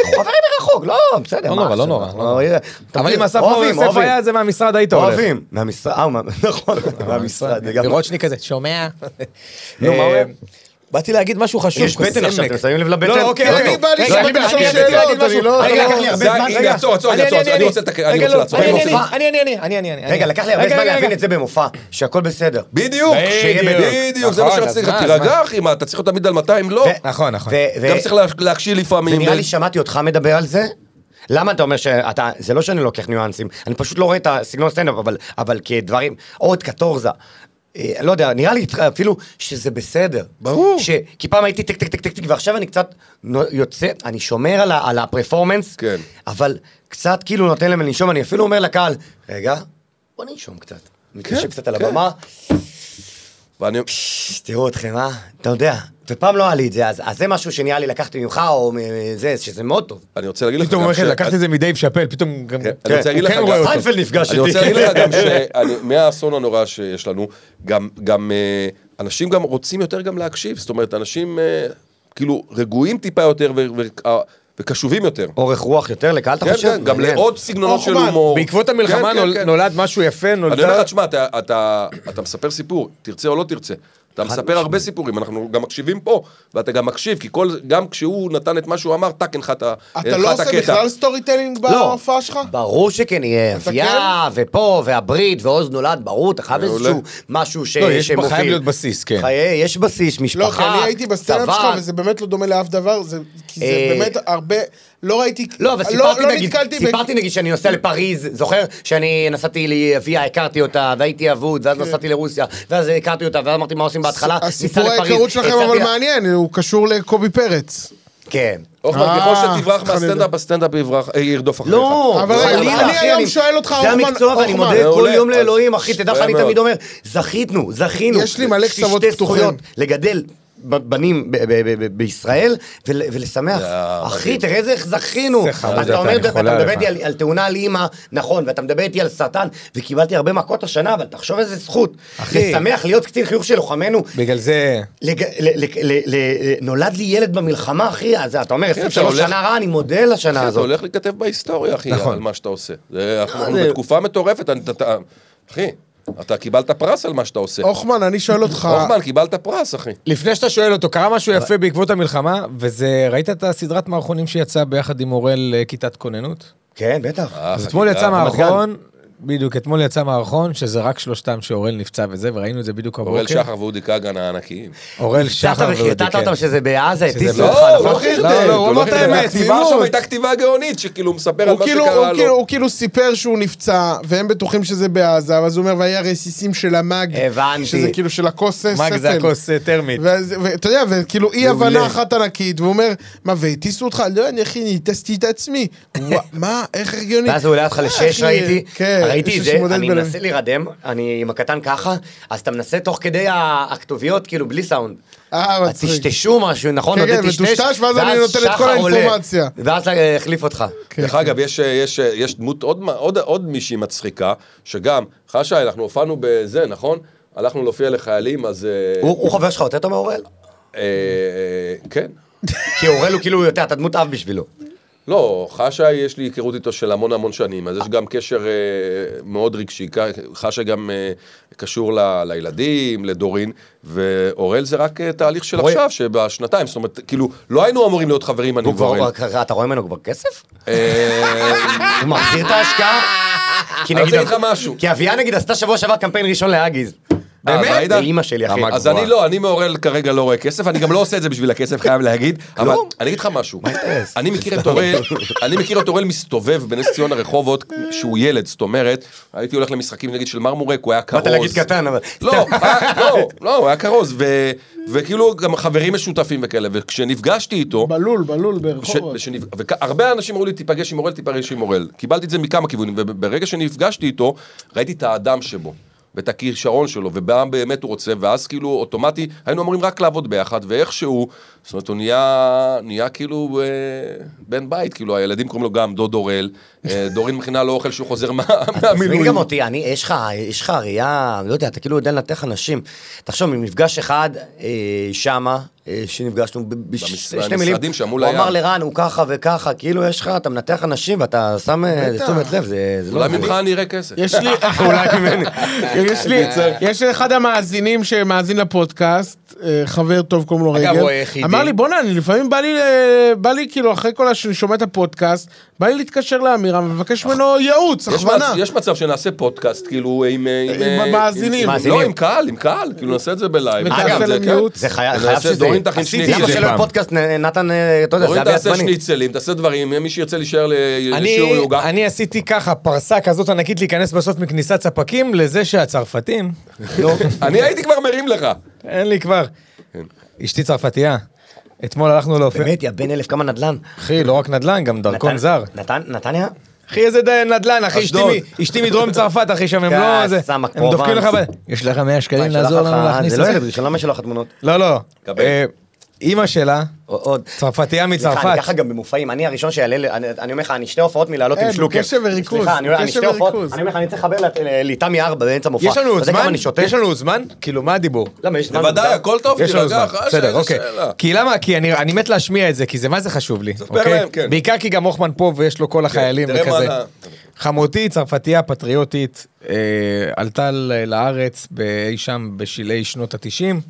S3: אנחנו חברים מרחוק, לא, בסדר.
S5: לא
S3: מה
S5: נורא, לא
S3: עכשיו?
S5: נורא,
S3: אנחנו-
S5: לא נורא.
S3: אתה
S5: אבל
S3: מכיר,
S5: אם אסף
S3: אוהבים,
S5: אורן יוסף
S3: אוהבים.
S5: היה את זה מהמשרד, היית הולך.
S3: אוהבים, מהמשרד, אה, הוא מה- נכון, מהמשרד, זה גם-
S5: לירוצ'ני כזה, שומע?
S3: נו, מה הוא
S5: אה,
S3: אומר?
S5: באתי להגיד משהו חשוב,
S1: יש בטן
S5: כסמק.
S1: עכשיו, אתם שמים לב לבטן?
S5: לא, אוקיי,
S1: לא,
S5: רגע,
S1: לא.
S4: בא
S5: רגע,
S4: לי לשאול
S5: רגע,
S4: עכשיו
S5: אני
S4: שאלות,
S5: רציתי להגיד
S4: אני
S5: משהו.
S4: לא-
S5: רגע,
S4: לא-
S5: לקח לי הרבה
S2: זה-
S5: זמן,
S2: רגע,
S5: רגע.
S2: עצור, עצור,
S5: אני-
S2: רגע, עצור,
S5: אני-
S2: אני רוצה לק- אני
S5: רגע,
S2: רוצה
S5: לא,
S2: לעצור,
S5: אני-
S2: אני
S5: אני-
S3: רוצה-
S5: אני- אני- אני- אני- אני- אני-
S3: רגע, לקח לי הרבה
S5: רגע,
S3: זמן
S5: רגע,
S3: להבין
S5: רגע.
S3: את זה במופע, שהכל בסדר.
S2: בדיוק,
S3: שיהיה בדיוק.
S2: בדיוק, זה מה
S5: נכון,
S2: שרציתי,
S5: אז מה, אז
S2: תירגע
S5: מה?
S2: אחי, מה, אתה צריך להיות תמיד על 200, לא.
S3: ו-
S5: נכון, נכון.
S3: ו- ו-
S2: גם צריך לה- להקשיב לפעמים.
S3: ונראה לי שמעתי אותך מדבר על זה. למה אתה אומר שאתה, זה לא שאני לוקח ניואנסים, אני פשוט לא רואה את הסגנון סטנדאפ, אבל, אבל כדברים, עוד קטורזה. אה, לא יודע, נראה לי איתך אפילו שזה בסדר.
S2: ברור.
S3: ש... כי פעם הייתי טק טק טק טק טק, ועכשיו אני קצת נו- יוצא, אני שומר על, ה- על הפרפורמנס,
S2: כן.
S3: אבל קצת כאילו נותן להם לנשום, אני אפילו אומר לקהל, רגע, בוא ננשום קצת. מתיישב קצת על
S2: כן.
S3: הבמה,
S2: ואני...
S3: "פש, תראו אתכם, אה? אתה יודע. ופעם לא היה לי את זה, אז, אז זה משהו שנראה לי לקחתי ממך, או מזה, שזה מאוד טוב.
S2: אני רוצה להגיד לך
S5: פתאום
S2: גם
S5: הוא
S2: ש-
S5: הולך, לקחת את זה מדייב שאפל, פתאום גם...
S2: אני רוצה להגיד
S5: הוא
S2: לך
S5: כן
S2: גם-
S5: רואה אותו.
S3: סיינפלד נפגש
S2: אני רוצה
S3: איתי.
S2: להגיד לך גם שמהאסון הנורא שיש לנו, גם, גם אה, אנשים גם רוצים יותר גם להקשיב, זאת אומרת, אנשים אה, כאילו רגועים טיפה יותר ו- ו- אה, וקשובים יותר.
S3: אורך רוח יותר לקהל, אתה
S2: כן,
S3: חושב?
S2: כן, גם
S3: מעניין.
S2: לעוד סגנונות של
S4: הוכמן,
S2: הומור.
S5: בעקבות המלחמה
S2: כן, כן,
S5: נול-
S2: כן.
S5: נולד משהו יפה,
S2: אני אומר
S5: נולדה...
S2: לך, תשמע, אתה, אתה, אתה מספר סיפור, תרצה או לא תרצה. אתה מספר הרבה סיפורים, אנחנו גם מקשיבים פה, ואתה גם מקשיב, כי כל, גם כשהוא נתן את מה שהוא אמר, טאק, הנחת הנחת הקטע.
S4: אתה לא עושה בכלל סטורי טיילינג
S3: לא.
S4: בהופעה שלך? כן?
S3: ברור שכן יהיה אביה, ופה, והברית, ועוז נולד, ברור, אתה חייב
S2: מעולה.
S3: איזשהו משהו ש-
S5: לא, יש-
S3: שמוביל.
S5: חייב להיות בסיס, כן.
S3: חיי, יש בסיס, משפחה,
S4: לא, כי אני הייתי בסצנה שלך,
S3: צבא.
S4: וזה באמת לא דומה לאף דבר, זה- כי זה
S3: אה,
S4: באמת הרבה... לא ראיתי...
S3: לא, אבל סיפרתי,
S4: לא
S3: נגיד,
S4: נתקלתי ב-
S3: סיפרתי נגיד שאני נוסע לפריז, זוכר? שאני נסעתי לאביה, הכרתי אותה, והייתי אבוד, ואז נסעתי לרוסיה, ואז הכרתי אותה, ואז אמרתי מה עושים בהתחלה, ניסע
S4: כן. הסיפור
S3: לפריז.
S4: ההיכרות שלכם
S3: הצעתי
S4: אבל
S3: לה-
S4: מעניין, הוא קשור לקובי פרץ.
S3: כן.
S2: הוכמן,
S4: אה,
S2: ככל אוקיי, שתברח
S4: חלילה.
S2: מהסטנדאפ, הסטנדאפ יברח- אה, ירדוף אחריך.
S3: לא,
S4: אבל
S3: חלילה,
S4: אני-
S3: אחי,
S4: אני היום שואל אותך,
S3: זה
S4: הוכמן-
S3: המקצוע ואני
S4: הוכמן.
S3: מודה כל
S2: מעולה.
S3: יום
S2: אז-
S3: לאלוהים, אחי, תדע לך,
S2: יפה
S3: אני
S2: מאוד.
S3: תמיד אומר, זכיתנו, זכינו.
S4: יש לי מלא
S3: שתי
S4: קצוות פתוחים.
S3: זכויות, לגדל ב- בנים ב- ב- ב- ב- בישראל ול- ולשמח. אחי, תראה איזה זכינו.
S5: זה חמוד,
S3: אז אתה
S5: אתה,
S3: אומר,
S5: אני
S3: אתה
S5: חולה
S3: מדבר
S5: עליך.
S3: איתי על- על תאונה על אימא, נכון, ואתה מדבר איתי על סרטן, וקיבלתי הרבה מכות השנה, אבל תחשוב איזה זכות.
S5: אחי.
S3: לשמח להיות קצין חיוך של לוחמינו.
S5: בגלל זה...
S3: לג... ל... ל... ל... ל... נולד לי ילד במלחמה, אחי, אז אתה אומר,
S2: אתה
S3: 23
S2: הולך-
S3: שנה רע, אני מודה לשנה
S2: אתה
S3: הזאת.
S2: הולך להיכתב בהיסטוריה, אחי,
S5: נכון.
S2: על מה שאתה עושה. זה- אנחנו
S3: זה-
S2: בתקופה מטורפת, אני- אתה- אתה- אחי, אתה קיבלת פרס על מה שאתה עושה.
S4: הוכמן, אני שואל אותך...
S2: הוכמן, קיבלת פרס, אחי.
S5: לפני שאתה שואל אותו, קרה משהו יפה בעקבות המלחמה, וזה, ראית את הסדרת מערכונים שיצאה ביחד עם אורל אה, כיתת כוננות?
S3: כן, בטח.
S5: אז אתמול יצא
S2: חגיגה.
S5: מערכון, בדיוק, אתמול יצא מערכון, שזה רק שלושתם שאורל נפצע וזה, וראינו את זה בדיוק הבוקר.
S2: אוראל שחר ואודי כגן הענקיים.
S5: אורל
S3: שחררת
S5: שחר ואודי,
S3: וחרטטת
S5: כן.
S3: אותם שזה בעזה,
S5: שזה
S3: הטיסו
S5: לא,
S3: אותך,
S5: לא,
S3: נכון?
S5: לא, לא, הוא אמר את האמת,
S2: הכתיבה
S5: צביעות.
S2: שם הייתה כתיבה גאונית, שכאילו הוא מספר על
S4: הוא
S2: מה
S4: כאילו, הוא,
S2: שקרה
S4: כאילו,
S2: לו.
S4: הוא כאילו סיפר שהוא נפצע, והם בטוחים שזה בעזה, ואז הוא אומר, והיה רסיסים של המאג.
S3: הבנתי.
S4: שזה כאילו של הכוס ספל.
S5: מג זה הכוס אה, טרמית.
S4: ואז- ואתה יודע, וכאילו אי
S5: מעולה.
S4: הבנה אחת ענקית, והוא אומר, מה, והטיסו אותך? לא, אני אחי, אני הטסתי את עצמי. ווא, מה, איך הגיוני?
S3: ואז הוא העלה אותך
S4: אה,
S3: לשש
S4: אחי,
S3: ראיתי,
S4: כן,
S3: ראיתי את
S4: שש
S3: זה,
S4: מודד
S3: אני
S4: בלב.
S3: מנסה להירדם, אני עם הקטן ככה, אז אתה מנסה תוך כדי ה- הכתוביות, כאילו בלי סאונד.
S4: אה,
S3: אז
S4: מצחיק.
S3: תשתשו משהו, נכון?
S4: כן,
S3: נותן
S4: כן,
S3: טשטש,
S4: מטושטש, ואז אני נותן את כל
S3: שחר עולה.
S4: האינפורמציה.
S3: ואז אה, החליף אותך.
S2: דרך אגב, יש- אה, יש יש דמות, עוד מה- עוד- עוד מישהי מצחיקה, שגם, חשי, אנחנו הופענו בזה, נכון? הלכנו להופיע לחיילים, אז... אה,
S3: הוא הוא חבר שלך יותר טוב מאורל?
S2: אה, אה, כן.
S3: כי אורל הוא כאילו, אתה אתה דמות אב בשבילו.
S2: לא, חשי, יש לי היכרות איתו של המון המון שנים, אז יש גם קשר אה, מאוד רגשי. כ- חשי גם אה, קשור ל, לילדים, לדורין, ואוראל זה רק אה, תהליך של
S3: אוראל-
S2: עכשיו, שבשנתיים, זאת אומרת, כאילו, לא היינו אמורים להיות חברים, אני
S3: הוא
S2: ואוראל.
S3: כבר, כבר- אתה רואה ממנו כבר כסף?
S2: אה,
S3: הוא מחזיר את ההשקעה? כי
S2: אני
S3: נגיד,
S2: אגיד לך משהו. אה,
S3: כי אביה נגיד עשתה שבוע שעבר קמפיין ראשון להגיז. אה,
S2: באמת?
S3: זה אימא שלי, אחי.
S2: אז אני לא, אני מאורל כרגע לא רואה כסף, אני גם לא עושה את זה בשביל הכסף, חייב להגיד. אבל אני אגיד לך משהו, אני מכיר את אוראל, אני מכיר את אוראל מסתובב בנס ציונה רחובות כשהוא ילד, זאת אומרת, הייתי הולך למשחקים נגיד של מרמורק, הוא היה כרוז.
S3: באת להגיד קטן, אבל...
S2: לא, אה, לא, לא, הוא היה כרוז, ו- וכאילו גם חברים משותפים וכאלה, וכשנפגשתי איתו...
S4: בלול, בלול, ברחובות.
S2: והרבה אנשים אמרו לי, תיפגש עם אורל, תיפגש עם אורל. קיבלתי את זה מכמה כיוונים, וברגע שנפגשתי איתו, ראיתי את האדם שבו, ואת הכישרון שלו, ומה באמת הוא רוצה, ואז כאילו אוטומטי, היינו אמורים רק לעבוד ביחד, ואיכשהו, זאת אומרת, הוא נהיה, נהיה כאילו אה, בן בית, כאילו, הילדים קוראים לו גם דוד אורל, אה, דורין מכינה לו אוכל שהוא חוזר מה-
S3: תזמין
S2: מהמילואים.
S3: גם אותי, אני, יש לך, יש לך ראייה, לא יודע, אתה כאילו יודע לנתח אנשים. תחשוב, ממפגש אחד אה, שמה, אה, שנפגשנו, ב- ב- ש-
S2: במשרדים
S3: שתי מילים,
S2: שמול
S3: הוא אמר
S2: הים.
S3: לרן, הוא ככה וככה, כאילו יש לך, אתה מנתח אנשים ואתה שם אה,
S4: בטח.
S3: תשומת לב, זה זה לא...
S2: אולי ממך אני אראה כסף.
S4: יש לי, אולי ממני, יש לי, יש לי אחד המאזינים שמאזין לפודקאסט, אה, חבר טוב קוראים לו
S5: אגב,
S4: רגב,
S5: הוא היחידי.
S4: אמר לי בואנה, אני לפעמים בא לי, אה, בא לי כאילו אחרי כל שאני שומע את הפודקאסט, בא לי להתקשר לאמירם ולבקש ממנו ייעוץ,
S2: יש
S4: הכוונה.
S2: מצ- יש מצב שנעשה פודקאסט, כאילו, עם... אה, עם,
S4: עם
S2: אה,
S4: מאזינים.
S2: עם-
S3: מאזינים.
S2: לא, עם קהל, עם קהל, כאילו, נעשה את זה בלייב.
S4: ותעשה
S2: אגב, זה
S4: להם
S2: כן.
S4: ייעוץ.
S3: זה חייב
S2: נעשה
S3: חייב שזה
S2: דורין
S3: יהיה.
S2: תכין
S3: עשיתי
S2: שניצל
S3: למה שלא
S2: פעם.
S3: יהיה פודקאסט, נ- נתן, אה, אתה יודע, זה
S2: דורין,
S3: היה
S2: תעשה
S3: בעצמני.
S2: שניצלים, תעשה דברים, אה, מי שירצה להישאר ל-
S5: אני,
S2: לשיעור יוגה.
S5: אני עשיתי ככה, פרסה כזאת ענקית להיכנס בסוף מכניסת ספקים לזה שהצרפתים,
S2: אני הייתי כבר מרים לך.
S5: אין לי כבר.
S2: כן.
S5: אשתי צרפתייה. אתמול הלכנו לאופן.
S3: באמת, יא בן אלף, כמה נדל"ן.
S5: אחי, לא רק נדל"ן, גם דרכון
S3: נתן-
S5: זר.
S3: נתן- נתניה?
S5: אחי, איזה די- נדל"ן, אחי, אשתי
S2: אשדוד.
S5: מ- אשתי מדרום צרפת, אחי, שם הם לא...
S3: אה,
S5: זה-
S3: סמק
S5: הם דופקים
S3: פרובנס.
S5: לך ב... יש לך 100 שקלים
S3: מה,
S5: לעזור
S3: שלח
S5: לנו
S3: לך-
S5: להכניס
S3: זה
S5: את
S3: לא
S5: זה?
S3: ילד ראשון, למה שלח תמונות?
S5: לא, לא.
S2: קבל.
S5: אה, אימא שלה,
S3: עוד.
S5: צרפתייה
S3: סליחה,
S5: מצרפת.
S3: אני ככה גם במופעים, אני הראשון שיעלה, ל- אני- אני אומר לך, אני שתי הופעות מלעלות עם
S4: אין,
S3: שלוקר.
S4: קשב וריכוז,
S3: סליחה, אני אני
S4: קשב
S3: שתי הופעות,
S4: וריכוז.
S3: אני אומר לך, אני צריך לחבר לת- ל- לתמי ארבע באמצע מופע.
S5: יש לנו עוד
S3: אתה יודע כמה
S5: זמן?
S3: אני שותה? לא,
S5: יש לנו עוד זמן? כאילו, מה הדיבור?
S3: למה, יש זמן?
S2: בוודאי,
S3: מוגדר?
S2: הכל טוב,
S5: יש לנו זמן,
S2: תירגע, אחרי
S5: בסדר,
S2: שאלה,
S5: אוקיי.
S2: שאלה.
S5: כי למה? כי אני אני מת להשמיע את זה, כי זה מה זה חשוב לי, אוקיי?
S2: להם, כן.
S5: בעיקר כי גם הוכמן פה ויש לו כל החיילים
S2: תראה מה
S5: וכזה.
S2: אתה-
S5: חמותי, צרפתייה, פטריוטית, אה, עלתה ל- לארץ אי שם בשלהי שנות התשעים,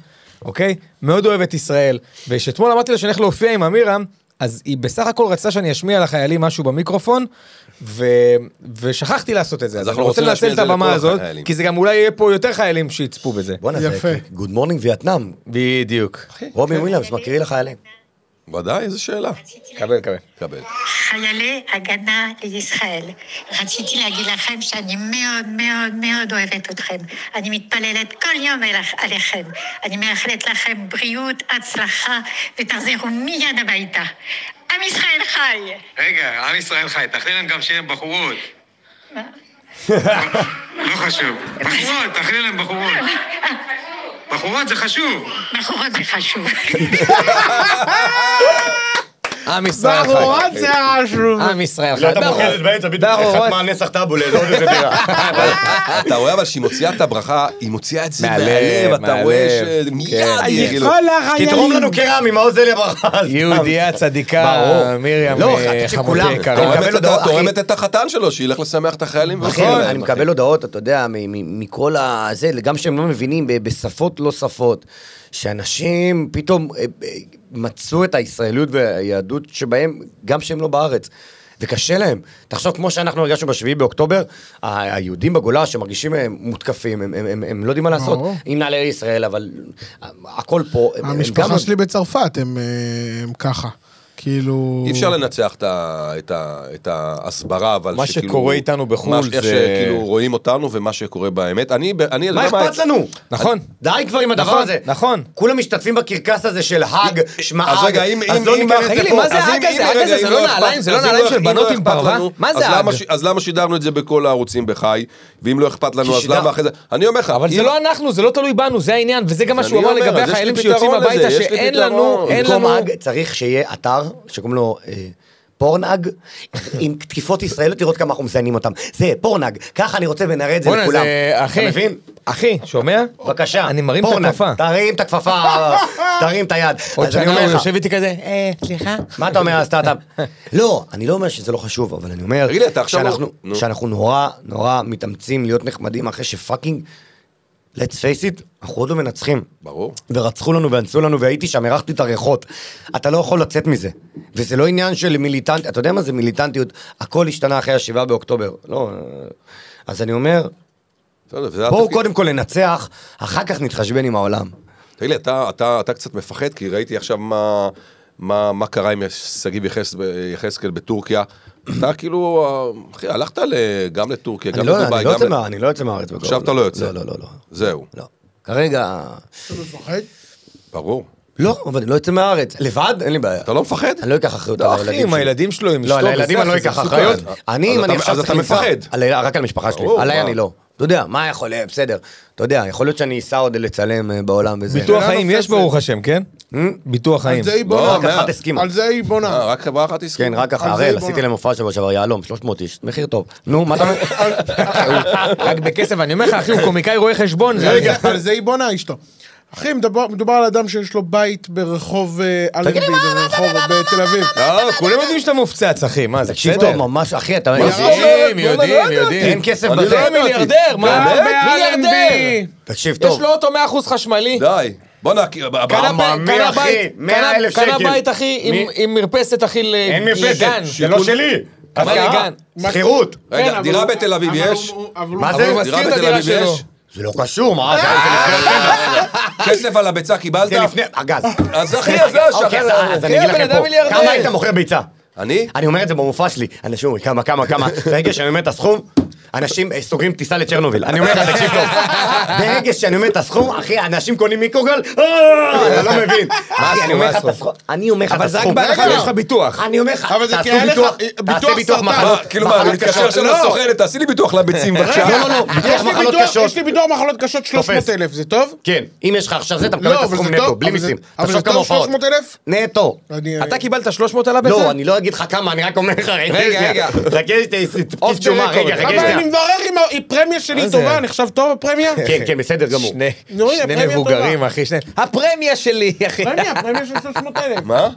S5: אוקיי? מאוד אוהבת ישראל. ושאתמול אמרתי לה שאני הולך להופיע עם אמירם, אז היא בסך הכל רצתה שאני אשמיע לחיילים משהו במיקרופון, ו... ושכחתי לעשות את זה. אז
S2: אנחנו
S5: אני רוצה
S2: רוצים
S5: לנצל
S2: להשמיע
S5: את
S2: את זה
S5: הבמה
S2: לכל
S5: הזאת,
S2: החיילים.
S5: כי זה גם אולי יהיה פה יותר חיילים שיצפו בזה.
S3: בואנה, זה
S4: יפה.
S3: גוד מורנינג וייטנאם.
S5: בדיוק.
S3: רובי וויליאמס מקריא לחיילים.
S2: ודאי, איזה שאלה.
S5: קבל, קבל.
S2: קבל.
S6: חיילי הגנה לישראל. רציתי להגיד לכם שאני מאוד מאוד מאוד אוהבת אתכם. אני מתפללת כל יום אלך- עליכם. אני מאחלת לכם בריאות, הצלחה, ותחזרו מיד הביתה. עם ישראל חי!
S7: רגע, עם ישראל חי, תכנן גם שיהיה בחורות.
S6: מה?
S7: לא חשוב. בחורות, תכנן להם בחורות. בחורות זה חשוב.
S6: בחורות זה חשוב.
S5: עם
S4: "אה,
S5: ישראל חי.
S4: בחורות זה
S2: אה,
S4: חשוב.
S5: עם ישראל חי.
S1: לא, אתה
S5: דרור.
S1: מוכרת באמצע, בדיוק
S5: דרור,
S1: חתמה על נסח טאבו לאיזה עוד איזה דירה.
S2: אתה רואה אבל שהיא מוציאה את הברכה, היא מוציאה את זה
S5: מהלב,
S2: מהלב, אתה
S5: מהלב.
S2: רואה שמיד היא כאילו...
S4: כל החיילים.
S3: כן. תתרום לנו קרמי, מה עוזר לי הברכה? סתם.
S5: יהודייה צדיקה,
S3: ברור.
S5: מiriam,
S3: לא,
S5: אה,
S3: חשבתי
S5: חמותי
S3: שכולם-
S5: יקרה.
S3: אני מקבל
S2: תורמת את ה-
S3: הודעות, אחי.
S2: תורמת את החתן שלו, שילך לשמח את החיילים.
S3: אחי,
S2: ועוזר להם,
S3: נכון, אני מקבל הודעות, אתה יודע, מ- מ- מכל ה... זה, גם שהם לא מבינים, ב- בשפות לא שפות, שאנשים פתאום אה, אה, מצאו את הישראליות והיהדות שבהם, גם שהם לא בארץ. וקשה להם. תחשוב, כמו שאנחנו הרגשנו בשביעי באוקטובר, ה- היהודים בגולה שמרגישים אה, מותקפים, הם, הם, הם, הם לא יודעים מה לעשות.
S4: ברור.
S3: עם נעלי ישראל, אבל אה, הכל פה. הם- הם גם-
S4: המשפחה שלי בצרפת, הם אה, הם ככה. כאילו...
S2: אי אפשר לנצח את ה- את ה- את ההסברה, אבל
S5: מה
S2: שכאילו-
S5: שקורה איתנו בחו"ל
S2: מה ש- איך
S5: זה-
S2: שכאילו רואים אותנו ומה שקורה באמת. אני... ב- אני-
S3: מה
S2: אתה יודע
S3: אכפת לנו?
S5: נכון.
S3: די כבר עם הדבר
S5: נכון,
S3: הזה.
S5: נכון.
S3: כולם משתתפים בקרקס הזה של האג, שמע
S5: אה,
S2: אז רגע,
S3: האג,
S2: אם...
S3: אז
S2: אם-
S3: לא
S2: אם-
S3: ניכנס
S5: תגיד לי,
S3: לפה.
S5: מה זה
S2: אז אם-
S5: האג הזה?
S2: אם
S5: האג
S2: רגע,
S5: הזה
S2: אם
S5: זה לא
S2: אכפת-
S5: נעליים, זה לא
S2: אז אם
S5: נעליים
S2: אכ-
S5: של
S2: אם
S5: בנות
S2: לא
S5: עם
S2: אכפת
S5: פרווה?
S2: לנו,
S5: מה זה
S2: אז
S5: האג?
S2: למה ש- אז למה שידרנו את זה בכל הערוצים בחי, ואם לא אכפת לנו, אז
S3: שידר-
S2: למה אחרי זה... אני אומר לך...
S5: אבל זה
S2: אם-
S5: לא אנחנו, זה לא תלוי בנו, זה העניין, וזה גם מה
S2: אז
S5: שהוא
S2: אני
S5: אמר
S2: אומר,
S5: לגבי
S2: אז יש לי
S5: החיילים
S2: פתרון
S5: שיוצאים
S2: לזה,
S5: הביתה,
S2: יש לי
S5: שאין
S2: פתרון.
S5: לנו, אין
S3: במקום
S5: לנו...
S3: האג צריך שיהיה אתר שקוראים לו אה, פורנאג, עם תקיפות ישראליות לראות כמה אנחנו מסיינים אותם. זה פורנאג, ככה אני רוצה ונראה את זה
S5: בואנה,
S3: לכולם.
S5: זה... אחי,
S3: אתה מבין?
S5: אחי, שומע?
S3: בבקשה,
S5: אני מרים את
S3: פורנאג,
S5: הכפפה.
S3: תרים את הכפפה, תרים את היד.
S5: עוד
S3: אז אני
S5: שנה
S3: אומר
S5: הוא
S3: לך,
S5: יושב איתי כזה, אה, סליחה?
S3: מה אתה אומר על הסטארט-אפ? לא, אני לא אומר שזה לא חשוב, אבל אני אומר
S2: תגיד לי, אתה עכשיו- לא-
S3: שאנחנו-
S2: נו.
S3: שאנחנו נורא נורא מתאמצים להיות נחמדים אחרי שפאקינג, let's face it, אנחנו עוד לא מנצחים.
S2: ברור.
S3: ורצחו לנו ואנסו לנו והייתי שם, הרחתי את הריחות. אתה לא יכול לצאת מזה. וזה לא עניין של מיליטנטיות, אתה יודע מה זה מיליטנטיות? הכל השתנה אחרי השבעה באוקטובר. לא, אה, אז אני אומר,
S2: בסדר, וזה
S3: בואו
S2: התפקיד.
S3: קודם כל ננצח, אחר כך נתחשבן עם העולם.
S2: תגיד לי, אתה, אתה, אתה קצת מפחד, כי ראיתי עכשיו מה, מה, מה קרה עם שגיב יחז- יחזקאל בטורקיה. אתה כאילו, אה, אחי, הלכת ל- גם לטורקיה, גם
S3: אני לא-
S2: לדובאי,
S3: אני לא
S2: גם...
S3: יוצא
S2: ל-
S3: מה- אני לא יוצא מהארץ. בקרוב,
S2: עכשיו אתה לא יוצא.
S3: לא, לא, לא.
S2: זהו,
S3: לא. כרגע...
S4: אתה מפחד?
S2: ברור.
S3: לא, אבל אני לא יוצא מהארץ. לבד? אין לי בעיה.
S2: אתה לא מפחד?
S3: אני לא אקח אחריות על
S5: לא,
S3: הילדים
S5: אחי, עם
S3: שלי.
S5: הילדים שלו, עם אשתו,
S3: לא, על הילדים
S5: וזה,
S3: אני לא
S5: אחי, זה
S3: אקח
S5: מסוכן.
S3: אחריות. אני,
S2: אז אתה-
S3: אם אני עכשיו
S2: אז
S3: צריך
S2: אתה
S3: לנסוע-
S2: מפחד.
S3: על ה- רק על המשפחה שלי.
S2: ברור,
S3: עליי
S2: מה?
S3: אני לא. אתה יודע, מה יכול, אה, בסדר. אתה יודע, יכול להיות שאני אסע עוד לצלם אה, בעולם וזה.
S5: ביטוח
S4: שאלה
S3: לא
S5: חיים יש
S4: נוספת.
S5: ברוך השם, כן?
S3: Hmm?
S5: ביטוח חיים.
S4: על זה היא
S2: לא,
S4: בונה.
S3: רק אחת הסכימה.
S4: אה, על זה היא בונה.
S2: אה, רק חברה אחת הסכימה.
S3: כן, רק אחר,
S4: על זה
S3: הראל,
S4: בוא
S3: עשיתי
S4: נ-
S3: להם הופעה שבוע שעבר, יהלום, 300 איש, מחיר טוב. נו, מה אתה אומר?
S5: רק בכסף, אני אומר לך, אחי, הוא קומיקאי רואה חשבון. זה-
S4: רגע, על זה היא בונה אשתו. אחי, מדובר, מדובר על אדם שיש לו בית ברחוב אה, אלנבי, ברחוב אה, בתל אביב.
S5: לא, כולם יודעים שאתה מופצץ, אחי, מה זה
S3: תקשיב
S5: בסדר?
S3: טוב, ממש, אחי, אתה...
S5: יודעים, יודעים, יודעים.
S3: אין כסף
S2: אני
S3: בזה.
S2: לא ידעתי.
S5: מיליארדר, מה?
S2: באמת?
S5: מיליארדר!
S3: תקשיב
S5: יש
S3: טוב.
S5: לו אוטו 100% חשמלי.
S2: די. בוא'נה, כי-
S5: קנה
S2: ברמה-
S5: בית- קנה
S1: אחי,
S5: בית-
S1: 100,000
S5: קנה- קנה
S1: שקל.
S5: בית, אחי, עם-
S1: מי?
S5: עם מרפסת, אחי, ל- לגן.
S1: אין מרפסת, זה לא שלי.
S5: כמה
S1: השכרה?
S5: לגן?
S1: שכירות.
S2: רגע,
S4: אבל
S2: דירה
S4: הוא-
S2: בתל אביב
S4: אבל
S2: יש?
S4: הוא- אבל הוא-
S3: מה
S2: אבל
S3: זה?
S2: הוא
S5: מזכיר
S2: דירה
S5: את
S2: בתל
S5: הדירה
S2: אביב
S5: שלו.
S2: יש?
S3: זה לא קשור, מה? זה-
S2: כסף על הביצה קיבלת?
S3: זה לפני... אגז.
S2: אז אחי, אז זהו,
S3: אוקיי, אז-
S2: שחרר.
S3: אז אני אגיד
S5: הבן
S3: לכם
S5: אדם
S3: פה,
S5: מיליארדר.
S3: כמה היית מוכר ביצה?
S2: אני?
S3: אני אומר את זה במופע שלי, אנשים אומרים כמה, כמה, כמה, ברגע שאני אומר את הסכום, אנשים אה, סוגרים טיסה לצ'רנוביל, אני אומר לך, תקשיב טוב, ברגע שאני אומר את הסכום, אחי, אנשים קונים מיקרוגל, אה, אתה לא מבין, אחי, אני אומר לך את הסכום, אני אומר לך את
S5: אבל זה רק
S3: הסכום,
S5: בהנחה
S4: רגע.
S5: שיש לך ביטוח.
S3: אני אומר לך,
S4: אבל זה
S3: תעשו
S4: כי היה לך- אה,
S3: ביטוח,
S4: ביטוח
S3: תעשה ביטוח
S4: סרטן.
S3: מחלות,
S2: מה, כאילו מה, אני
S3: מחלות
S2: מתקשר
S3: קשות.
S2: עכשיו
S4: לא.
S2: לסוכנת, תעשי לי ביטוח לביצים בבקשה.
S3: לא, לא, לא,
S4: יש
S3: ביטוח
S4: לי
S3: מחלות
S4: ביטוח-
S3: קשות,
S4: יש לי ביטוח מחלות קשות 300 אלף, זה טוב?
S3: כן, אם יש לך עכשיו זה, אתה מקבל
S4: לא,
S3: את
S4: אבל
S3: הסכום
S4: זה
S3: נטו,
S4: טוב,
S3: בלי
S4: אבל זה-
S3: מיסים,
S4: אבל
S3: תחשוב
S4: זה
S3: כמה
S4: טוב
S3: הופעות,
S4: 300,000?
S3: נטו,
S4: אני- אה,
S5: אתה קיבלת 300 על הבזה?
S3: לא, אני לא אגיד לך כמה, אני רק אומר לך,
S5: רגע, רגע.
S3: חכה שתהיה
S5: Off the
S3: תשובה,
S5: record.
S3: רגע, חכה
S4: אבל
S3: שנייה,
S4: אני מברך אם הפרמיה שלי
S5: מה זה?
S4: טובה, נחשב טוב הפרמיה?
S3: כן, כן, בסדר גמור,
S5: שני-
S4: נו, הנה,
S5: שני
S4: פרמיה
S5: מבוגרים,
S4: טובה.
S5: אחי, שני... הפרמיה שלי, אחי.
S4: פרמיה, פרמיה של 300 אלף.
S2: מה?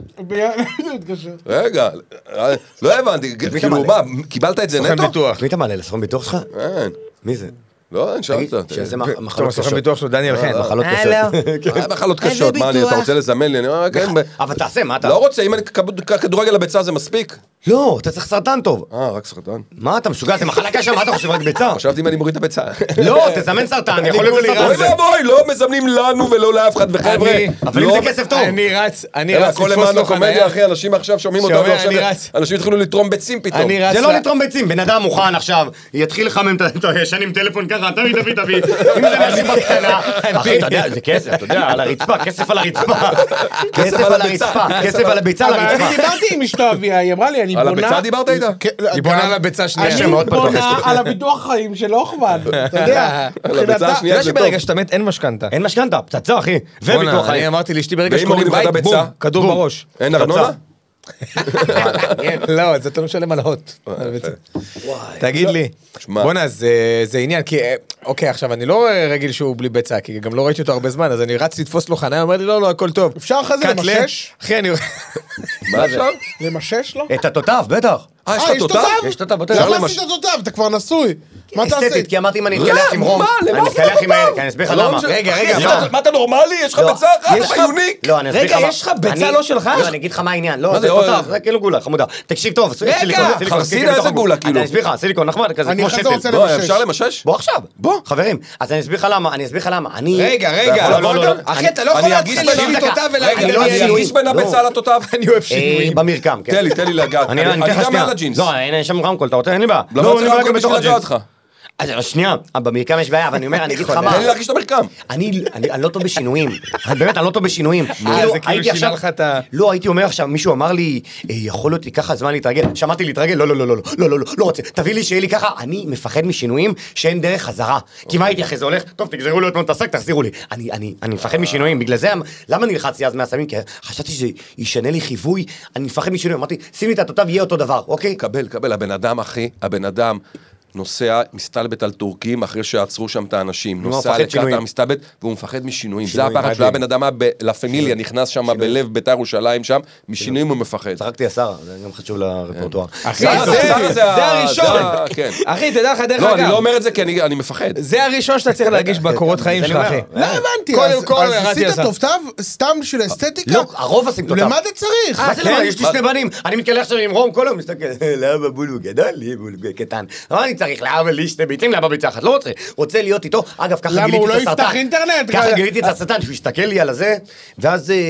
S2: רגע, אה, לא הבנתי, כאילו מה, קיבלת את זה
S5: סוכן
S2: נטו?
S5: ביטוח.
S3: מי אתה מעלה לסוכן ביטוח שלך?
S2: אין,
S3: מי זה?
S2: לא, אין,
S3: תגיד,
S2: שאלת.
S3: שזה אה, מח-
S5: טוב,
S3: מחלות
S5: הסוכן
S3: קשות.
S5: ביטוח שלו, דניאל חן.
S3: מחלות קשות.
S5: הלו.
S2: מה, כן, מחלות קשות, מה, אני- אתה רוצה לזמן לי? אני אומר, כן, ב-
S3: אבל תעשה, מה אתה...
S2: לא רוצה, אם אני כב- כדורגל לביצה זה מספיק?
S3: לא, אתה צריך סרטן טוב.
S2: אה, רק סרטן.
S3: מה, אתה משוגע? זה מחלה קשה, מה אתה חושב? רק ביצה?
S2: חשבתי אם אני מוריד את הביצה.
S3: לא, תזמן סרטן, יכול להיות
S5: אני-
S3: סרטן.
S2: אוי ואבוי, לא מזמנים לנו ולא לאף אחד, וחבר'ה.
S5: אני-
S3: אבל אם
S2: לא-
S3: זה כסף טוב.
S5: אני רץ, אני
S2: אלא
S5: רץ
S2: הכל
S5: לתפוס
S2: למען
S5: לו חניה.
S2: הקומדיה, אחי, אנשים עכשיו שומעים
S5: שומע,
S2: אותנו עכשיו,
S5: אני רץ.
S2: אנשים התחילו לתרום ביצים פתאום.
S5: אני רץ.
S3: זה לא
S5: לה-
S3: לתרום ביצים, בן אדם מוכן עכשיו, יתחיל לחמם את ה... אתה ישן עם טלפון ככה, תביא, תביא, תביא. אם זה משהו בקטנה, אחי, אתה יודע, זה כסף, אתה יודע, על הרצפה, כסף על הרצפה. כסף
S2: על
S3: על
S2: הביצה.
S3: הרצפה, כסף על הביצה, על
S4: אבל אני
S3: הרצפה.
S4: דיברתי עם אשתו אביה, היא אמרה לי, אני
S2: על
S4: בונה...
S2: הביצה דיברת איתה?
S4: כן, לא,
S5: היא בונה
S4: גם-
S5: על הביצה השנייה.
S4: אני
S5: שם
S3: מאוד
S4: בונה
S3: פתוח.
S4: על הביטוח חיים של אוחמן, אתה יודע.
S2: על הביצה
S4: מבחינתה-
S5: אתה
S2: השנייה.
S5: יודע
S2: זה
S5: שברגע
S2: טוב.
S5: שאתה מת אין משכנתה.
S3: אין משכנתה, פצצה, אחי. וביטוח
S5: בואנה, אני
S3: חיים.
S5: אמרתי לאשתי ברגע
S2: ואם
S5: שקונים
S2: מורידים לך את
S5: בית, בום,
S2: הביצה?
S5: כדור
S2: בום.
S5: בראש.
S2: אין ארנונה? אה,
S5: לא, אז אתה משלם על הוט. על הביצה. תגיד לי,
S2: לא, שמע.
S5: בואנה, זה- זה עניין, כי, אה, אוקיי, עכשיו, אני לא אה, רגיל שהוא בלי ביצה, כי גם לא ראיתי אותו הרבה זמן, אז אני רץ לתפוס לו חניה, אומר לי, לא, לא, הכל טוב.
S4: אפשר אחרי זה
S5: קאט ל-
S4: למשש?
S5: אחי, אני...
S2: מה עכשיו?
S4: למשש לו?
S3: את התותב, בטח.
S2: אה, יש
S4: אה,
S2: לך לא,
S4: יש
S2: תותב?
S4: תותב?
S3: יש תותב, בטח. כן.
S4: למה
S2: למש-
S4: עשית תותב? אתה כבר נשוי. מה תעשה?
S3: אסתטית, כי אמרתי אם אני
S2: לא,
S3: אתקלח עם רום,
S2: מה,
S3: אני
S2: למה זה
S3: אתקלח עם הילד,
S2: תותב?
S3: כי אני אסביר לך
S2: לא
S3: למה.
S2: משנה.
S5: רגע,
S2: אחי,
S5: רגע,
S2: יש
S5: מה?
S2: לך- מה אתה נורמלי? יש לך
S3: לא,
S2: ביצה אחת?
S3: יש
S2: אתה
S3: לך-
S2: יוניק?
S3: לא, אני אסביר לך
S5: רגע,
S3: מה-
S5: יש לך ביצה
S3: אני-
S5: לא שלך?
S3: לא, אני אגיד לך מה העניין. לא,
S2: מה
S3: זה
S2: זה,
S3: תותב,
S2: אוי.
S3: זה כאילו גולה, חמודה. תקשיב טוב,
S5: רגע,
S3: סיליקון, זה סיליקון,
S2: חרסינה,
S3: סיליקון
S2: איזה
S3: בתוך
S2: גולה,
S3: הגוף.
S2: כאילו?
S3: אני אסביר לך, סיליקון נחמד, כזה
S4: אני
S3: כמו
S4: אחרי זה רוצה
S3: שתל.
S2: לא,
S4: למשש.
S2: אפשר למשש?
S3: בוא עכשיו.
S2: בוא.
S3: חברים, אז אני אסביר לך למה, אני אסביר לך למה. אני...
S5: רגע, רגע,
S2: יכול לבוא גם?
S5: אחי, אתה לא יכול
S2: אני ארגיש
S5: להתחיל להגיד
S2: בנ-
S5: תותב
S2: רגע,
S5: ולהגיד...
S3: אני לא
S2: אני
S3: שינוי.
S2: ארגיש בין
S3: לא.
S2: הביצה לתותב? אני אוהב
S3: אה,
S2: שינויים.
S3: במרקם, כן.
S2: תן לי, תן לי לגעת.
S3: אני אני אתן לך
S2: גם
S3: שנייה.
S2: מעל הג'ינס.
S3: לא, אין אין שם רמקול, אתה רוצה? אין לי בעיה.
S2: למה
S3: אין
S2: צריך
S3: לי בעיה
S2: רק
S3: גם בתוך
S2: בשביל לגעת
S3: הג'ינס.
S2: אותך?
S3: אז שנייה, אה, במרקם יש בעיה, אבל אני אומר, אני אגיד לך
S5: נכון.
S3: מה.
S2: תן לי להרגיש את המרקם.
S3: אני, אני, אני לא טוב בשינויים, אני באמת, אני לא טוב בשינויים. כאילו,
S5: זה כאילו
S3: הייתי
S5: שינה
S3: עכשיו-
S5: לך את ה-
S3: לא, הייתי אומר עכשיו, מישהו אמר לי, "אה, יכול להיות לי ככה זמן להתרגל, שמעתי להתרגל, לא, לא, לא, לא, לא, לא, לא, לא, לא רוצה, תביא לי שיהיה לי ככה, אני מפחד משינויים שאין דרך חזרה. כי
S5: אוקיי.
S3: מה הייתי אחרי זה הולך, טוב, תגזרו לי עוד פעם את השק, תחזירו לי. אני, אני, אני
S5: אה.
S3: מפחד משינויים, בגלל זה, למה נלחצתי אז מהסמים? כי חשבתי שזה ישנה לי חיווי, אני מפחד משינויים, אמרתי, שים לי את התותב, יהיה אותו דבר, אוקיי?
S2: קבל, קבל, הבן אדם, אחי, הבן אדם נוסע, מסתלבט על טורקים אחרי שעצרו שם את האנשים.
S3: הוא
S2: נוסע
S3: מפחד
S2: לקטר,
S3: שינויים.
S2: מסתלבט, והוא מפחד משינויים. זה
S3: שינויים,
S2: הפחד שלו,
S3: מדהים.
S2: הבן אדם היה בלה פמיליה, נכנס שם בלב ביתר ירושלים שם, משינויים הוא מפחד.
S3: צחקתי השרה, זה גם חשוב לרפרטואר.
S5: אחי,
S2: שרה,
S5: זה-
S2: שרה זה
S5: זה
S2: ה-
S5: הראשון.
S2: זה ה- כן.
S5: אחי, תדע לך, דרך
S2: לא, אני לא
S5: אגב,
S2: אומר את זה כי אני אני מפחד.
S5: זה הראשון שאתה צריך להרגיש בקורות חיים
S3: זה
S5: שלך,
S3: אני
S5: אחי.
S3: אומר.
S4: לא הבנתי,
S5: קודם
S4: אז-
S5: כל,
S4: אז
S5: ירדתי
S4: עשית
S5: לסף.
S4: תותב סתם בשביל אסתטיקה?
S3: לא, הרוב עשים תותב. אה, כן?
S4: למה אתה צריך?
S3: מה זה למה? יש לי שני בנים, אני מתקלח שם עם רום כל היום, מסתכל, "אה, לאבא בולו גדול, לי בולו קטן. מה אני צריך? לאבא לי שתי ביצים, לאבא ביצה אחת, לא רוצה. רוצה להיות איתו, אגב, ככה
S4: למה,
S3: גיליתי
S4: הוא
S3: את
S4: לא
S3: הסרטן.
S4: יפתח אינטרנט?
S3: ככה
S4: ככה.
S3: גיליתי את הסרטן, שהוא הסתכל לי על הזה, ואז אה, אה,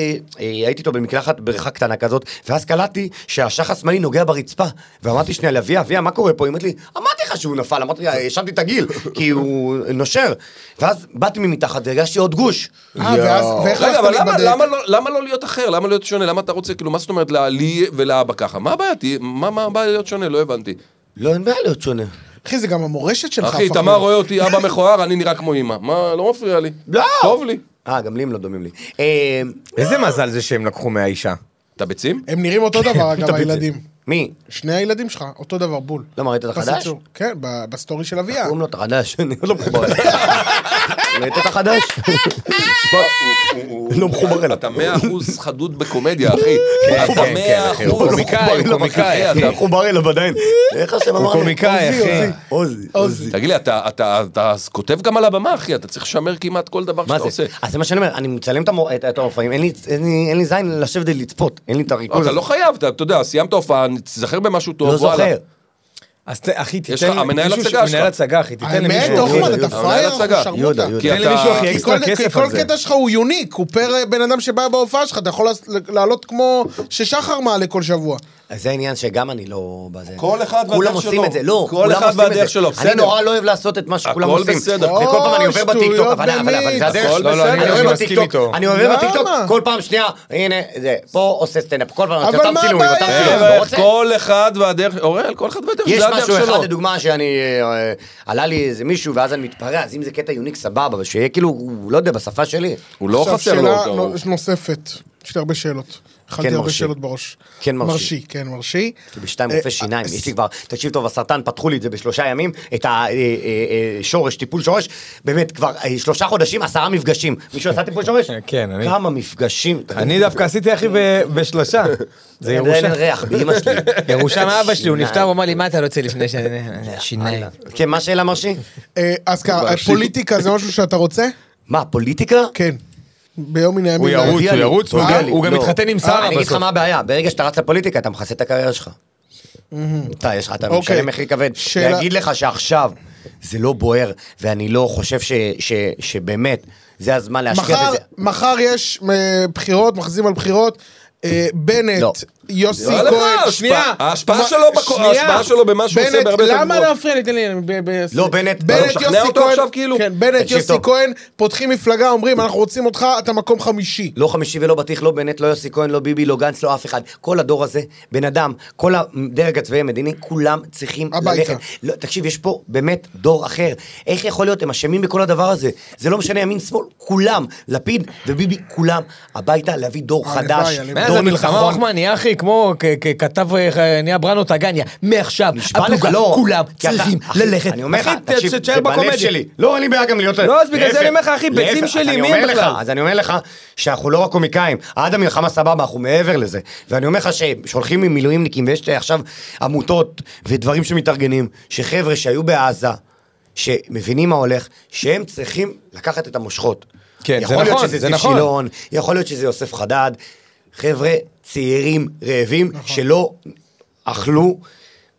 S3: הייתי איתו במקלחת בריכה קטנה כזאת, ואז קלטתי שהשח השמאלי נוגע ברצפה. ואמרתי שנייה לאביה, אביה, מה קורה פה? היא אומרת לי, אמרתי לך שהוא נפל, אמרתי לה, האשמתי את הגיל, כי הוא נושר. ואז באתי ממתחת והרגשתי עוד גוש.
S4: אה, ואז, ואיך
S2: רגע, אבל
S4: הלכת
S2: למה-
S4: להיבדק?
S2: למה לא- למה לא להיות אחר? למה להיות שונה? למה אתה רוצה, כאילו, מה זאת אומרת לה- לי ולאבא ככה? מה הבעיה? תהיה- מה מה הבעיה להיות שונה? לא הבנתי.
S3: לא, אין בעיה להיות שונה.
S4: אחי, זה גם המורשת שלך.
S2: אחי,
S4: הפך
S2: תמר
S4: להיות.
S2: רואה אותי, אבא מכוער, אני נראה כמו אימא. מה, לא מפריע לי.
S3: לא!
S2: טוב לי.
S3: אה, גם לי הם לא דומים לי. אה,
S5: איזה מזל זה שהם לקחו מהאישה.
S2: אתה ביצים?
S4: הם נראים אותו דבר, אגב,
S3: אתה ביצים.
S4: הילדים.
S3: מי?
S4: שני הילדים שלך, אותו דבר, בול.
S3: למה, ראית את החדש?
S4: בסצור. כן, ב- בסטורי של אביה.
S3: קוראים לו את החדש, אני עוד לא מחובר. ראית את החדש?
S1: לא מחובר אליו.
S2: אתה מאה אחוז חדות בקומדיה, אחי. אתה
S5: כן,
S2: מאה
S5: אחי, הוא
S2: אחוז.
S5: קומיקאי,
S2: אתה
S5: הוא קומיקאי, אחי.
S1: כן, אתה לא מחובר אליו עדיין. איך השם אמרנו?
S5: קומיקאי,
S1: עוזי,
S5: אחי.
S1: עוזי, עוזי, עוזי.
S2: תגיד לי, אתה- אתה אתה כותב גם על הבמה, אחי, אתה צריך לשמר כמעט כל דבר שאתה
S3: מה
S2: עושה.
S3: זה? אז זה מה שאני אומר, אני מצלם את המו- את- את ההופעים, אין לי- אין לי- אין לי זין לשבת ולצפות, אין לי את הריכוז.
S2: אתה לא חייב, אתה אתה יודע, סיימת הופעה, תיזכר במשהו טוב,
S3: לא זוכר.
S5: אז ת- אחי,
S2: יש לך-
S5: תיתן...
S2: המנהל
S5: מישהו ש-
S2: הצגה שלך.
S5: מנהל הצגה, אחי, תיתן
S4: האמת,
S5: למישהו...
S4: אוחמן, אתה
S2: יהודה.
S4: פראייר,
S2: מנהל הצגה.
S4: אנחנו
S3: יהודה,
S4: שרמוטה.
S3: יהודה.
S2: כי
S5: תן
S2: אתה...
S5: למישהו, אחי,
S4: כי
S5: אקסטרה
S4: כל- כי
S5: כסף
S4: כל
S5: על זה.
S4: קטע שלך הוא יוניק, הוא פר בן אדם שבא בהופעה שלך, אתה יכול לעס- לעלות כמו ששחר מעלה כל שבוע.
S3: אז זה העניין שגם אני לא בזה.
S2: כל אחד והדרך
S3: כולם עושים
S2: שלו.
S3: את זה, לא,
S2: כל
S3: כולם
S2: אחד
S3: עושים את
S2: והדרך
S3: זה.
S2: שלו,
S3: אני
S2: בסדר.
S3: נורא לא אוהב לעשות את מה שכולם
S2: הכל
S3: עושים.
S2: בסדר.
S3: וכל פעם אני עובר
S4: אוי,
S3: בטיקטוק,
S4: שטויות
S3: אבל אבל- אבל
S4: במיץ.
S3: זה הדרך
S2: הכל
S3: שלו.
S2: בסדר,
S3: אני
S2: אני
S3: עובר
S5: מסכים
S3: בטיקטוק,
S5: איתו.
S3: אני עובר
S4: למה?
S3: בטיקטוק, כל פעם שנייה, הנה, זה, פה עושה סטנדאפ, כל פעם,
S4: אבל
S3: אותם
S4: מה
S3: צילומים, אותם
S4: הבעיה?
S3: צילומים, לא
S2: בערך
S3: רוצה.
S2: כל אחד והדרך, אוראל, כל אחד והדרך,
S3: יש
S2: זה הדרך
S3: משהו אחד,
S2: שלו.
S3: לדוגמה, שאני... אה, אה, עלה לי איזה מישהו, ואז אני מתפרע, אז אם זה קטע יוניק, סבבה, אבל שיהיה כאילו, הוא לא יודע, בשפה שלי.
S2: הוא לא
S4: עכשיו
S2: חסר לו,
S4: שאלה
S2: ברור.
S4: נו- נוספת, יש לי הרבה שאלות. אכלתי הרבה
S3: מרשי.
S4: שאלות בראש.
S3: כן מרשי.
S4: מרשי, כן מרשי. אה,
S3: כי כאילו, בשתיים רופא שיניים, יש לי כבר, תקשיב טוב, הסרטן, פתחו לי את זה בשלושה ימים, את השורש, טיפול אה, שורש, באמת, כבר אה, שלושה חודשים, עשרה מפגשים. מישהו עשה טיפול שורש?
S5: כן, אני-
S3: כמה מפגשים.
S5: אני דווקא עשיתי, אחי, ב- בשלושה. זה
S3: אין- אין
S5: ירושה.
S3: ריח, באמא שלי.
S5: ירושה מאבא שלי, הוא
S3: שיניים.
S5: נפטר, הוא אמר לי, מה אתה לא רוצה לפני ש... אה, שיניים.
S3: כן, מה השאלה מרשי?
S4: אה, אז ככה,
S2: מרשי.
S4: פוליטיקה זה משהו שאתה רוצה?
S3: מה, פוליטיקה?
S4: כן. ביום מן הימים. אה?
S5: הוא ירוץ,
S3: הודיע לי,
S5: הוא ירוץ, הוא
S3: הודיע
S5: גם-
S3: לי.
S5: הוא גם
S3: לא.
S5: מתחתן עם שרה
S3: אני אגיד לך
S5: בסוף.
S3: מה הבעיה, ברגע שאתה רץ לפוליטיקה, אתה מכסה את הקריירה שלך.
S5: Mm-hmm.
S3: אתה, יש לך, אתה
S4: אוקיי.
S3: משלם מחיר כבד.
S4: שאלה-
S3: להגיד לך שעכשיו זה לא בוער, ואני לא חושב ש- ש- שבאמת זה הזמן להשקיע
S4: מחר,
S3: בזה.
S4: מחר יש אה, בחירות, מכריזים על בחירות. אה, בנט,
S3: לא.
S4: יוסי
S2: לא, אין לך
S4: כהן,
S2: השפעה. ההשפעה שלו בקו-
S4: שנייה.
S2: ההשפעה שלו במה שהוא עושה
S4: בנט,
S2: בהרבה יותר
S4: למה
S2: גבוהה.
S4: להפריע לי? תן לי, אני ב- ב-
S3: לא, בנט-
S4: בנט,
S3: אתה
S2: משכנע
S4: יוסי
S2: אותו
S4: כהן,
S2: עכשיו, כאילו?
S4: כן, בנט,
S3: תקשיב
S4: יוסי
S3: טוב.
S4: כהן, פותחים מפלגה, אומרים, אנחנו רוצים אותך, אתה מקום חמישי.
S3: לא חמישי ולא בטיח, לא בנט, לא יוסי כהן, לא ביבי, לא גנץ, לא אף אחד. כל הדור הזה, בן אדם, כל הדרג הצבאי המדיני, כולם צריכים
S4: הביתה.
S3: ללכת. לא, תקשיב, יש פה באמת דור אחר. איך יכול להיות? הם אשמים בכל הדבר הזה. זה לא משנה ימין, שמאל, כולם, לפיד וביבי, כולם, הביתה להביא דור
S4: הלוואי,
S3: חדש.
S4: הלוואי.
S5: מאז
S3: דור
S5: המלחמה
S3: ניצחון.
S5: רחמן נהיה אחי כמו כ- כ- כתב אה, ח- נהיה בראנו טגניה מעכשיו
S3: נשבע לך,
S5: הפלוגה
S3: לא.
S5: כולם
S3: כי אתה-
S5: צריכים
S3: אחי,
S5: ללכת
S3: אני אומר לך,
S5: אחי, ת-
S3: תקשיב,
S5: תשאר
S3: זה בלב
S5: בקומדיה.
S3: שלי. לא, אין לי בעיה גם להיות...
S5: לא, אז בגלל זה אני אומר לך,
S3: להפך,
S5: אחי, ביצים
S3: להפך,
S5: שלי,
S3: אז אני
S5: מי
S3: אומר
S5: הם
S3: לך,
S5: בכלל?
S3: אז אני אומר לך שאנחנו לא רק קומיקאים, עד המלחמה סבבה, אנחנו מעבר לזה. ואני אומר לך ששולחים עם מילואימניקים, ויש עכשיו עמותות ודברים שמתארגנים, שחבר'ה שהיו בעזה, שמבינים מה הולך, שהם צריכים לקחת את המושכות.
S5: כן, זה
S3: יכול
S5: נכון,
S3: להיות שזה
S5: זה
S3: זיו
S5: נכון.
S3: שילון, יכול להיות שזה יוסף חדד. חבר'ה צעירים רעבים
S5: נכון.
S3: שלא אכלו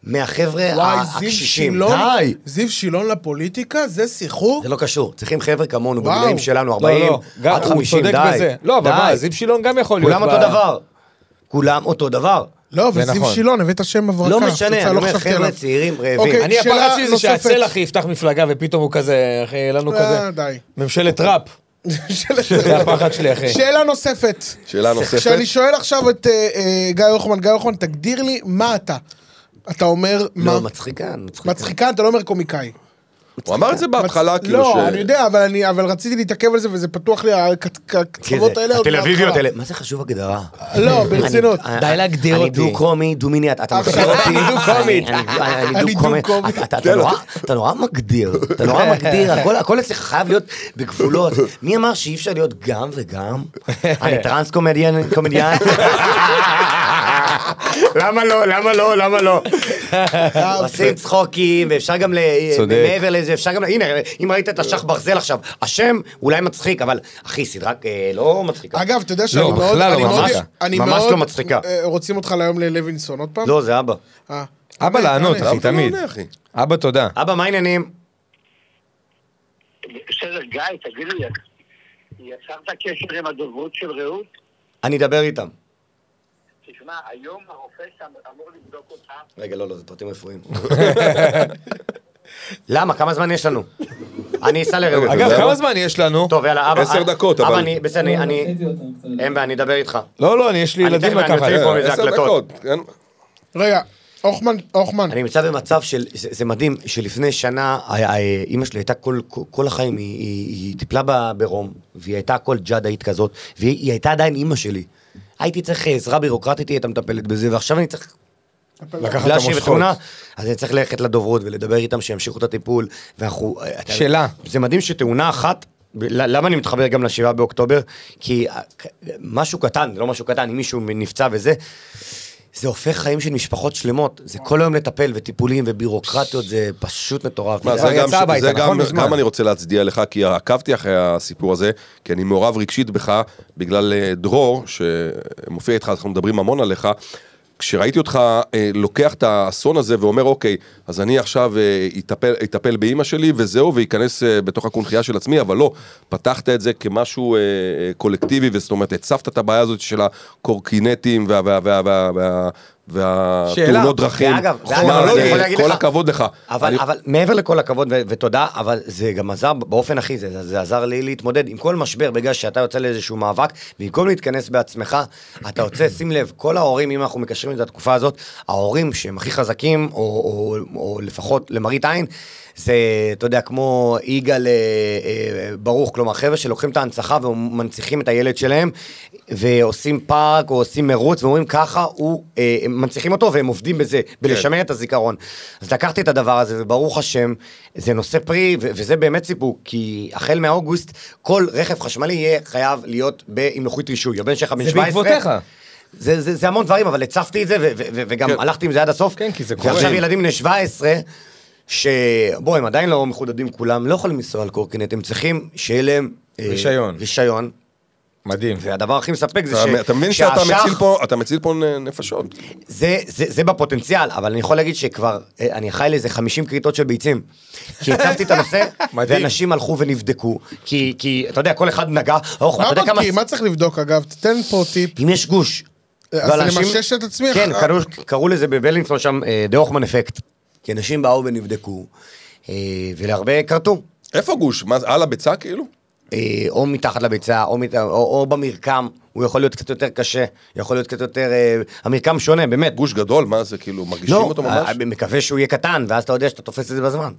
S3: מהחבר'ה
S4: וואי, זיו
S3: הקשישים.
S4: שילון,
S3: די.
S4: זיו שילון לפוליטיקה, זה סחרור?
S3: זה לא קשור, צריכים חבר'ה כמונו,
S4: וואו.
S3: בגילאים שלנו,
S5: לא,
S3: 40,
S5: לא, גם-
S3: עד 50,
S5: הוא צודק
S3: די.
S5: בזה. לא, אבל
S3: די.
S5: מה, זיו שילון גם יכול להיות
S3: כולם אותו
S5: ב-
S3: דבר. כולם אותו דבר.
S4: לא, אבל
S5: זה
S4: זיו
S5: נכון.
S4: שילון, הבאת שם הברקה.
S3: לא משנה,
S4: אתה
S3: אני אומר,
S4: חשבתי
S3: חבר'ה
S4: עליו.
S3: צעירים רעבים.
S4: אוקיי,
S5: אני
S4: שאלה
S5: הפחד שלי זה
S4: נוספת.
S5: שהצל אחי יפתח מפלגה ופתאום הוא כזה אחי יהיה לנו
S4: אה,
S5: כזה
S4: די.
S5: ממשלת ראפ
S4: שאלה-
S5: זה הפחד שלי אחי
S4: שאלה נוספת.
S2: שאלה נוספת.
S4: כשאני שואל עכשיו את אה, אה, גיא הוחמן, גיא הוחמן, תגדיר לי מה אתה. אתה אומר, מה?
S3: לא, מצחיקן, מצחיקן.
S4: מצחיקן, אתה לא אומר קומיקאי.
S2: הוא אמר את זה בהתחלה,
S4: מצ-
S2: כאילו ש...
S4: לא, אני יודע, אבל אני- אבל רציתי להתעכב על זה, וזה פתוח לי, הקצ-
S3: כי
S4: הקצוות
S3: זה-
S4: האלה עוד
S3: התל אביביות
S4: מההתחלה.
S3: האלה, מה זה חשוב הגדרה?
S4: לא, ברצינות.
S3: אני-
S5: די להגדיר
S3: אני
S5: אותי.
S3: דו-קומי, דו-מינית, אתה מגדיר
S4: עכשיו
S3: אותי.
S4: אני
S5: דו-קומית.
S3: אני- אני- אני
S4: אני
S3: דו-קומית.
S4: דו-קומית.
S3: אתה- אתה- אתה נורא- אתה נורא מגדיר, אתה נורא מגדיר, הכל- הכל אצלך חייב להיות בגבולות. מי אמר שאי אפשר להיות גם וגם? אני טרנס קומדיאן, קומדיאן.
S1: למה לא? למה לא? למה לא?
S3: אה, עושים צחוקים, ואפשר גם ל...
S5: צודק.
S3: מעבר לזה, אפשר גם... ל- הנה, אם ראית את השח ברזל עכשיו, השם אולי מצחיק, אבל אחי, סדרה אה, לא מצחיקה.
S4: אגב, אתה יודע שאני מאוד...
S5: בכלל לא
S4: אני מאוד-
S5: מצחיקה.
S4: אני
S3: ממש
S4: מאוד-
S3: לא מצחיקה.
S4: אה, רוצים אותך ליום ללוינסון עוד פעם?
S3: לא, זה אבא.
S4: אה.
S5: אבא
S4: תענה,
S5: לענות
S4: תענה.
S5: אחי
S2: אתה לא
S5: תמיד
S2: עונה, אחי.
S5: אבא תודה
S3: אבא, מה העניינים?
S8: בסדר, גיא, תגיד לי, יצרת קשר עם הדוברות של רעות?
S3: אני אדבר איתם.
S8: תשמע, היום הרופא שם אמור לבדוק אותך.
S3: רגע, לא, לא, זה פרטים רפואיים. למה? כמה זמן יש לנו? אני אסע לרעות.
S2: אתה יודע
S5: אגב
S2: מה?
S5: כמה זמן יש לנו
S3: טוב, יאללה, אבא. אה,
S2: עשר דקות,
S3: אבא,
S2: אבל-
S3: אני... בסדר, אני- אני... אין בעיה, אני אדבר איתך.
S5: לא לא אני יש לי
S3: אני
S5: ילדים
S3: תכף- אני
S5: לקחת
S3: יוצא מפה. פה איזה
S2: עשר
S3: הקלטות.
S2: דקות, כן?
S4: רגע, הוחמן, הוחמן.
S3: אני נמצא במצב של, זה, זה מדהים, שלפני שנה, אימא שלי הייתה כל, כל, כל החיים, היא, היא, היא טיפלה ב- ברום, והיא הייתה כל ג'אדאית כזאת, והיא היא הייתה עדיין אימא שלי. הייתי צריך עזרה בירוקרטית, היא הייתה מטפלת בזה, ועכשיו אני צריך
S5: לקחת
S3: בגלל
S5: את
S3: שהיא
S5: המושכות
S3: בתאונה, אז אני צריך ללכת לדוברות ולדבר איתם שימשיכו את הטיפול, ואנחנו... אה, אתה-
S5: שאלה.
S3: זה מדהים שתאונה אחת ב- למה אני מתחבר גם לשבעה באוקטובר? כי אה, כ- משהו קטן, זה לא משהו קטן, אם מישהו נפצע וזה, זה הופך חיים של משפחות שלמות. זה כל היום לטפל וטיפולים ובירוקרטיות, זה פשוט מטורף.
S2: מה,
S5: זה
S2: זה
S5: יצא
S2: גם, ש...
S5: הביתה,
S2: זה
S5: נכון?
S2: גם,
S5: מזמן.
S2: גם אני רוצה להצדיע לך, כי עקבתי אחרי הסיפור הזה, כי אני מעורב רגשית בך, בגלל אה, דרור, שמופיע איתך, אנחנו מדברים המון עליך. כשראיתי אותך אה, לוקח את האסון הזה ואומר, אוקיי, אז אני עכשיו אה, אטפל, אטפל באימא שלי וזהו, וייכנס אה, בתוך הקונכייה של עצמי, אבל לא, פתחת את זה כמשהו אה, אה, קולקטיבי, וזאת אומרת, הצפת את הבעיה הזאת של הקורקינטים וה... וה, וה, וה, וה
S5: שאלה.
S2: והתאונות דרכים.
S3: ואגב, ואגב,
S2: חומה,
S3: אני
S2: זה-
S3: יכול להגיד
S2: כל
S3: לך-
S2: הכבוד לך.
S3: אבל,
S2: אני-
S3: אני... אבל מעבר לכל הכבוד ו- ותודה, אבל זה גם עזר באופן הכי, זה, זה עזר לי להתמודד עם כל משבר בגלל שאתה יוצא לאיזשהו מאבק, במקום להתכנס בעצמך, אתה יוצא, שים לב, כל ההורים, אם אנחנו מקשרים את זה לתקופה הזאת, ההורים שהם הכי חזקים, או, או, או לפחות למראית עין, זה, אתה יודע, כמו יגאל אה, אה, ברוך, כלומר, חבר'ה שלוקחים את ההנצחה ומנציחים את הילד שלהם, ועושים פארק, או עושים מרוץ, ואומרים ככה, הוא, אה, הם מנציחים אותו, והם עובדים בזה,
S5: כן.
S3: בלשמר את הזיכרון. אז לקחתי את הדבר הזה, וברוך השם, זה נושא פרי, ו- וזה באמת סיפוק, כי החל מאוגוסט, כל רכב חשמלי יהיה חייב להיות ב- עם לוחית רישוי. הבן שלך בן
S5: זה
S3: 17.
S5: בעקבותיך.
S3: זה, זה, זה המון דברים, אבל הצפתי את זה, ו- ו- ו- וגם
S2: כן.
S3: הלכתי עם זה עד הסוף.
S5: כן, כי זה קורה.
S3: ועכשיו ילדים בני 17, שבוא, הם עדיין לא מחודדים כולם, לא יכולים לנסוע על קורקינט, הם צריכים שיהיה להם... אה,
S5: רישיון.
S3: רישיון.
S5: מדהים.
S3: והדבר הכי מספק זה ש...
S2: אתה- אתה מבין שאתה
S3: שהאשך-
S2: מציל פה, אתה מציל פה נ- נפשות.
S3: זה, זה, זה בפוטנציאל, אבל אני יכול להגיד שכבר, אה, אני חי לאיזה 50 כריתות של ביצים. כי הצבתי את הנושא,
S5: מדהים.
S3: ואנשים הלכו ונבדקו, כי, כי אתה יודע, כל אחד נגע, אוח,
S4: מה
S3: אתה יודע כמה...
S4: בודקים? מה צריך לבדוק אגב? תתן פה טיפ.
S3: אם יש גוש.
S4: אז
S3: ואנשים-
S4: אני מאשש את עצמי.
S3: כן,
S4: אה,
S3: קראו, קראו לזה בבלינסון שם אה, דה הוכמן אפקט. כי אנשים באו ונבדקו, אה, ולהרבה כרתו.
S2: איפה גוש? מה זה, על הביצה כאילו?
S3: אה, או מתחת לביצה, או, מת... או, או במרקם, הוא יכול להיות קצת יותר קשה, יכול להיות קצת יותר... אה, המרקם שונה, באמת.
S2: גוש גדול, מה זה כאילו, מרגישים
S3: לא,
S2: אותו ממש?
S3: אני מקווה שהוא יהיה קטן, ואז אתה יודע שאתה תופס את זה בזמן.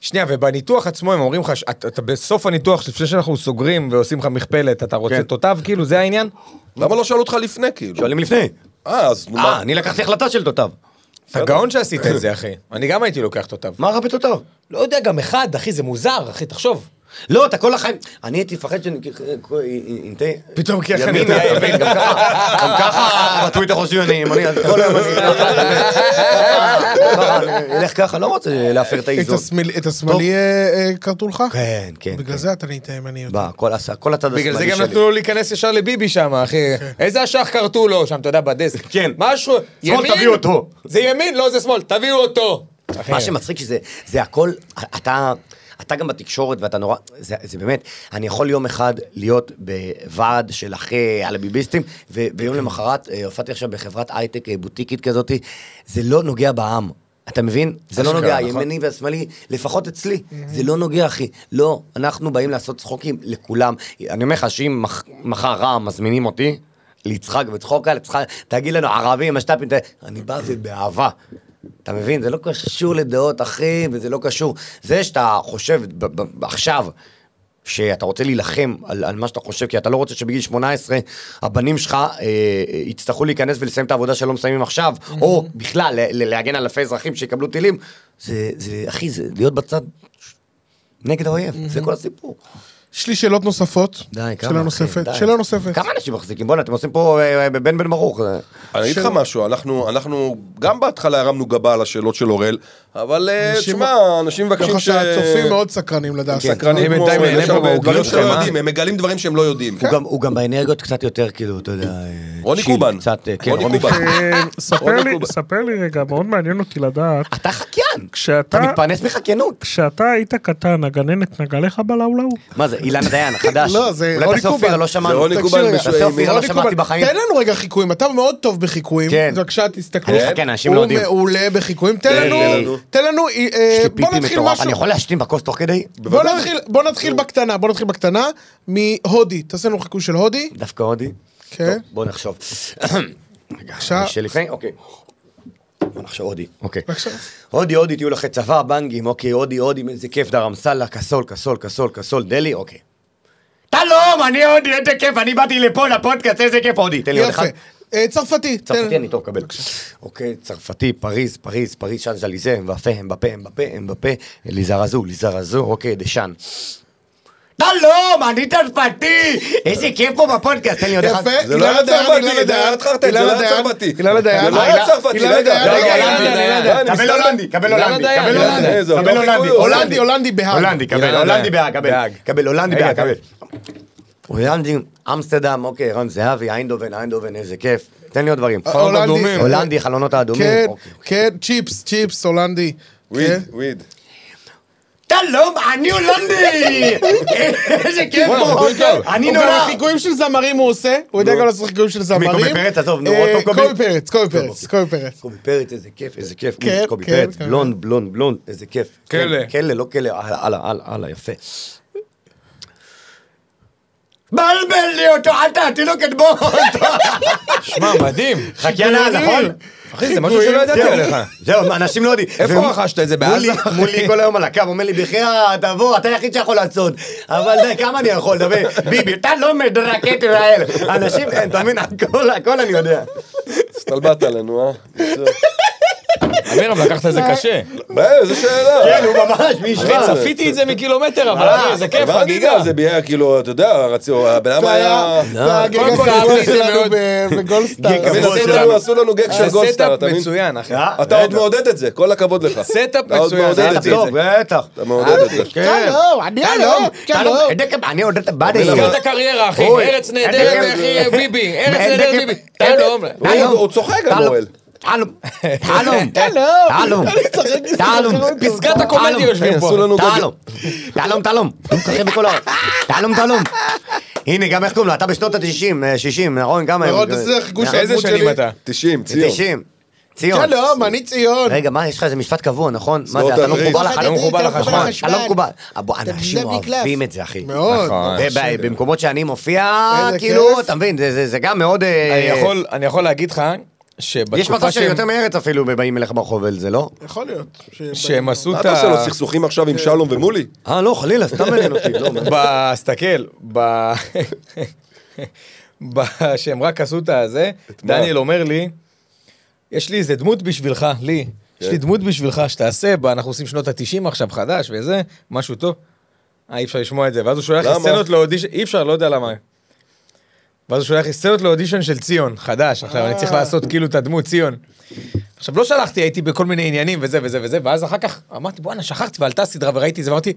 S5: שנייה, ובניתוח עצמו הם אומרים לך, ש- אתה אתה בסוף הניתוח, לפני שאנחנו סוגרים ועושים לך מכפלת, אתה רוצה
S3: כן.
S5: תותב, כאילו, זה העניין?
S2: למה לא שאלו אותך לפני כאילו?
S3: שואלים לפני.
S2: אה, אז נו
S3: אה,
S2: מה?
S3: אני לקחתי החלטה של תותב.
S5: אתה גאון שעשית את זה, אחי. אני גם הייתי לוקח תותב.
S3: מה רע בתותב?
S5: לא יודע, גם אחד, אחי, זה מוזר, אחי, תחשוב.
S3: לא, אתה כל החיים... אני הייתי מפחד שאני...
S5: פתאום כי
S3: ימין, יאיר, ימין, גם ככה, גם ככה בטוויטר חושבים אני ימני, אז כל היום אני... ככה, אני אלך ככה, לא רוצה להפר את
S4: את
S3: האיזון.
S4: השמאל- את
S3: טוב.
S4: השמאלי אה, אה, כרתו לך?
S3: כן, כן.
S4: בגלל
S3: כן.
S4: זה אתה נהיית ימני יותר.
S3: בא, כל הס- כל הצד
S5: בגלל זה
S3: השמאלי
S5: גם
S3: שלי.
S5: נתנו לו להיכנס ישר לביבי שם, אחי. איזה אשך כרתו לו שם, אתה יודע, בדסק.
S3: כן.
S5: משהו, ימין?
S3: תביאו אותו.
S5: זה ימין, לא, זה שמאל, תביאו אותו. אחי,
S3: מה שמצחיק שזה זה הכל, אתה, אתה גם בתקשורת ואתה נורא, זה, זה באמת, אני יכול יום אחד להיות בוועד של אחי הלביביסטים, וביום למחרת אה, הופעתי עכשיו בחברת הייטק אה, בוטיקית כזאת, זה לא נוגע בעם. אתה מבין? זה לא
S5: אשכרה,
S3: נוגע,
S5: נכון. Mm-hmm.
S3: הימני והשמאלי, לפחות אצלי, זה לא נוגע, אחי. לא, אנחנו באים לעשות צחוקים לכולם. אני אומר לך שאם מח- מחר רע"מ מזמינים אותי ליצחק וצחוק על יצחק, תגיד לנו ערבים, משת"פים, ת- אני בא ובאהבה. אתה מבין? זה לא קשור לדעות, אחי, וזה לא קשור. זה שאתה חושב ב- ב- עכשיו... שאתה רוצה להילחם על, על מה שאתה חושב, כי אתה לא רוצה שבגיל 18 הבנים שלך אה, אה, יצטרכו להיכנס ולסיים את העבודה שלא מסיימים עכשיו,
S4: Mm-hmm.
S3: או בכלל ל- ל- להגן על אלפי אזרחים שיקבלו טילים. זה, זה, אחי, זה להיות בצד נגד האויב, זה כל הסיפור.
S4: יש לי שאלות נוספות.
S3: די, כמה?
S4: Mm-hmm. שאלה
S3: אחי,
S4: נוספת.
S3: די.
S4: שאלה נוספת.
S3: כמה אנשים מחזיקים? בוא'נה, אתם עושים פה אה, אה, בן בן ברוך. אה.
S2: אני אגיד לך משהו, אנחנו, אנחנו גם בהתחלה הרמנו גבה על השאלות של אוראל, אבל אה,
S4: אנשים-
S2: תשמע, אנשים מבקשים
S4: ככה
S2: ש...
S4: שהצופים מאוד סקרנים לדעת.
S3: כן.
S2: סקרנים
S5: אני
S2: כמו...
S5: בינתיים נהנה
S2: יש
S5: פה
S2: הרבה
S5: בעוגיות
S2: דברים שלא
S5: שלהם, אה?
S2: יודעים, הם מגלים דברים שהם לא יודעים.
S4: כן.
S3: הוא גם- הוא גם באנרגיות קצת יותר, כאילו, אתה יודע... אה,
S2: רוני
S3: צ'יל,
S2: קובן.
S3: קצת, אה, כן,
S2: רוני
S3: רוני
S2: קובן.
S9: ספר
S2: עוד
S9: לי,
S2: נקודה.
S9: ספר לי רגע, מאוד מעניין אותי לדעת,
S3: אתה חקיין! אתה
S9: כשאתה,
S3: מתפרנס מחקיינות.
S9: כשאתה היית קטן, הגננת נגעה לך בלאולאו?
S3: מה זה, אילן דיין, החדש.
S4: לא, זה
S3: אולי
S4: רוני
S3: תעשה אופיר,
S4: קובן.
S3: לא
S4: זה
S3: שמענו.
S2: רוני
S3: תקשיב
S2: קובן
S3: רגע,
S2: בשביל-
S3: תעשה אופיר, לא
S4: רוני
S3: שמעתי
S4: קובן,
S3: בחיים.
S4: תן לנו רגע חיקויים, אתה מאוד טוב בחיקויים,
S3: כן.
S4: בבקשה תסתכלו,
S3: אני מחכה, אנשים
S4: הוא
S3: לא יודעים.
S4: מעולה בחיקויים, תן
S3: תן
S4: לנו,
S3: לנו.
S4: תן לנו, אה, אה,
S3: יש לי
S4: בוא
S3: פיפי
S4: נתחיל
S3: מטורף,
S4: משהו,
S3: אני יכול להשתין בכוס תוך כדי?
S4: בוא נתחיל, בוא נתחיל בקטנה, בוא נתחיל בקטנה, מהודי, תעשה לנו חיקוי של הודי,
S3: דווקא הודי.
S4: כן,
S3: בוא נחשוב.
S4: בבקשה,
S3: שלפני, אוקיי. בוא נחשוב הודי, אוקיי.
S4: בבקשה,
S3: הודי, הודי, טיול אחרי צבא, בנגים, אוקיי, הודי, הודי, איזה כיף, דרם סאלה, קסול, קסול, קסול, קסול, דלי, אוקיי. שלום, אני הודי, איזה כיף, אני באתי לפה לפודקאסט, איזה כיף הודי. תן לי עוד
S4: יפה,
S3: אחד.
S4: אה, צרפתי, תן-
S3: צרפתי אני טוב קבל. אוקיי, צרפתי, פריז, פריז, פריז, שאן ז'ליזה, אמבפה, אמבפה, אמבפה, אמבפה, ליזרזו, ליזרזו, אוקיי, דשאן. אתה לא, מעניין צרפתי! איזה כיף פה בפודקאסט, תן לי עוד אחד.
S4: יפה,
S2: זה לא היה
S4: אילנה דיין,
S2: צרפתי,
S4: אילנה
S2: זה היה
S4: דיין,
S2: חרטט, זה לא
S4: אילנה
S2: היה
S4: דיין,
S2: צרפתי.
S4: אילנה דיין,
S2: זה לא היה
S4: אילנה-
S2: צרפתי,
S4: אילנה
S2: רגע.
S4: דיין,
S2: רגע,
S4: אילנה
S2: רגע,
S4: דיין.
S2: רגע, אני
S1: קבל
S2: מסתלבט.
S1: לא, הולנדי, קבל הולנדי,
S3: לא
S5: דיין,
S1: קבל
S5: אילנה
S1: הולנדי,
S2: דיין, זה
S1: קבל
S2: אותו
S1: הולנדי,
S2: קוריוז.
S1: הולנדי,
S4: הולנדי בהאג.
S1: הולנדי, קבל,
S5: אילנה
S1: הולנדי
S5: דיין.
S1: בהאג, קבל,
S5: בהאג.
S1: קבל, הולנדי
S5: רגע,
S1: בהאג, קבל.
S5: אתה-
S3: הולנדי, אמסטרדם, אוקיי, רן זהבי, איינדובן, איינדובן, איזה כיף. תן לי עוד דברים.
S4: חלונות אדומים.
S3: הולנדי, חלונות האדומים.
S4: כן,
S3: אוקיי.
S4: כן, צ'יפס, צ'יפס, הולנדי. כן.
S2: וויד, וויד.
S3: שלום, אני הולנדי! איזה כיף פה!
S2: הוא טוב.
S3: אני
S4: אוקיי. הוא
S3: נורא!
S4: גם חיקויים של זמרים הוא עושה, הוא יודע גם לעשות חיקויים של זמרים.
S3: קובי פרץ? עזוב, נו,
S4: אה,
S3: עוד פעם קובי. אוקיי.
S4: קובי פרץ, קובי פרץ, קובי פרץ.
S3: קובי פרץ, איזה כיף, איזה כיף.
S4: כן,
S3: קובי
S4: כן,
S3: פרץ,
S4: כן.
S3: בלונד, בלונד, בלונד, איזה כיף.
S5: כלא.
S3: כלא, לא כלא, הלאה, הלאה, הלאה, הלאה, יפה. בלבל לי אותו, אל תעתינו כדבור אותו.
S5: שמע, מדהים.
S3: חכיינה, נכון?
S5: אחי, זה משהו שלא ידעתי
S3: זהו,
S5: עליך.
S3: זהו, אנשים לא יודעים.
S5: איפה
S3: והוא-
S5: רכשת את זה, בעזה?
S3: מולי, מולי כל היום על הקו, אומר לי, בחייאה, תבוא, אתה היחיד שיכול לעשות. אבל די, כמה אני יכול, דבר, ביבי, אתה לא מדרקט ישראל. אנשים, אין, אתה מבין, הכל, הכל אני יודע.
S2: הסתלבט עלינו, אה?
S5: אמירם, לקחת את זה קשה.
S2: מה, איזה שאלה.
S3: כן, הוא ממש, מי ישמע?
S2: אחי,
S5: צפיתי את זה מקילומטר, אה, אבל אחי, זה כיף,
S2: אבל
S5: חגיגה.
S2: זה ביה, כאילו, אתה יודע, רצינו, הבן אדם היה...
S4: הגג
S5: קודם כל, אהבתי
S4: הקבוע
S5: את זה מאוד.
S4: שלנו ב- בגולדסטאר.
S3: גג
S2: עשו
S5: שלנו.
S2: לנו- עשו לנו גג של גולדסטאר,
S5: אה, סטאפ
S2: אתה מבין?
S5: מצוין, אחי.
S3: אה?
S2: אתה עוד מעודד את זה, כל הכבוד לך.
S5: סטאפ
S2: אתה עוד
S5: מצוין,
S2: מעודד את
S5: סטאפ
S2: זה.
S3: טוב, בטח.
S2: אתה מעודד את זה.
S3: כן.
S4: שלום, אני
S3: שלום,
S4: עליו, שלום.
S3: שלום. אני עודד את הבאדי.
S5: סגרת קריירה, אחי.
S3: אוי,
S5: ארץ
S3: אין
S5: נהדרת,
S3: דקה.
S5: אחי, ביבי. ארץ
S3: אין
S5: נהדרת,
S3: דקה.
S5: ביבי.
S3: אין
S5: שלום.
S3: דקה.
S2: הוא-
S3: שלום.
S2: הוא צוחק גם,
S3: שלום.
S2: אוהל.
S3: שלום, שלום, שלום, שלום,
S5: פסגת הקומדיה יושבים פה.
S2: עשו לנו גג...
S3: תלום, תלום, תלום, הוא מתרחב בכל הארץ, תלום, תלום. הנה, גם איך קוראים לו, אתה בשנות ה-90, 60, נכון? כמה...
S4: נכון, זה חיגוש
S5: איזה
S4: הדמות
S5: שנים
S4: שלי.
S5: אתה?
S2: 90, ציון.
S3: 90. ציון.
S4: שלום, אני ציון.
S3: רגע, מה, יש לך איזה משפט קבוע, נכון? מה זה,
S2: סמוטריץ'.
S3: אתה לא מחובר
S4: אתה
S3: לך,
S5: לא מחובר
S4: אתה
S5: לחשמל.
S3: נכון, אתה לא מקובל. אבו,
S4: אתה
S3: אנשים
S4: בני קלף.
S3: אוהבים את זה, אחי.
S4: מאוד.
S5: נכון.
S3: ב- ב- במקומות שאני מופיע,
S4: איזה
S3: כאילו,
S4: כיף.
S3: אתה מבין, זה- זה זה גם מאוד... אה,
S5: אני יכול- אני יכול להגיד לך שבתקופה
S3: יש מצב
S5: שהם-
S3: שיותר מארץ אפילו באים אליך ברחוב על זה, לא?
S4: יכול להיות. ש-
S5: שהם עשו
S2: מה
S5: את
S2: אתה עושה לא לו
S5: ה...
S2: סכסוכים עכשיו עם שלום ומולי?
S3: אה, לא, חלילה, סתם מעניין אותי. לא, מה-
S5: בסתכל, ב... ב- שהם רק עשו את הזה,
S2: מה?
S5: דניאל אומר לי, יש לי איזה דמות בשבילך, לי, יש לי
S3: כן.
S5: דמות בשבילך שתעשה, בה, אנחנו עושים שנות התשעים עכשיו חדש וזה, משהו טוב. אה, אי אפשר לשמוע את זה, ואז הוא שולח לי
S2: למה?
S5: סצנות לאודישן, אי אפשר, לא יודע למה. ואז הוא שולח לי סצנות לאודישן של ציון, חדש, עכשיו אני
S3: אה.
S5: צריך לעשות כאילו את הדמות ציון. עכשיו, לא שלחתי, הייתי בכל מיני עניינים וזה וזה וזה, ואז אחר כך אמרתי, בואנה, שכחתי, ועלתה סדרה וראיתי את זה, ואמרתי,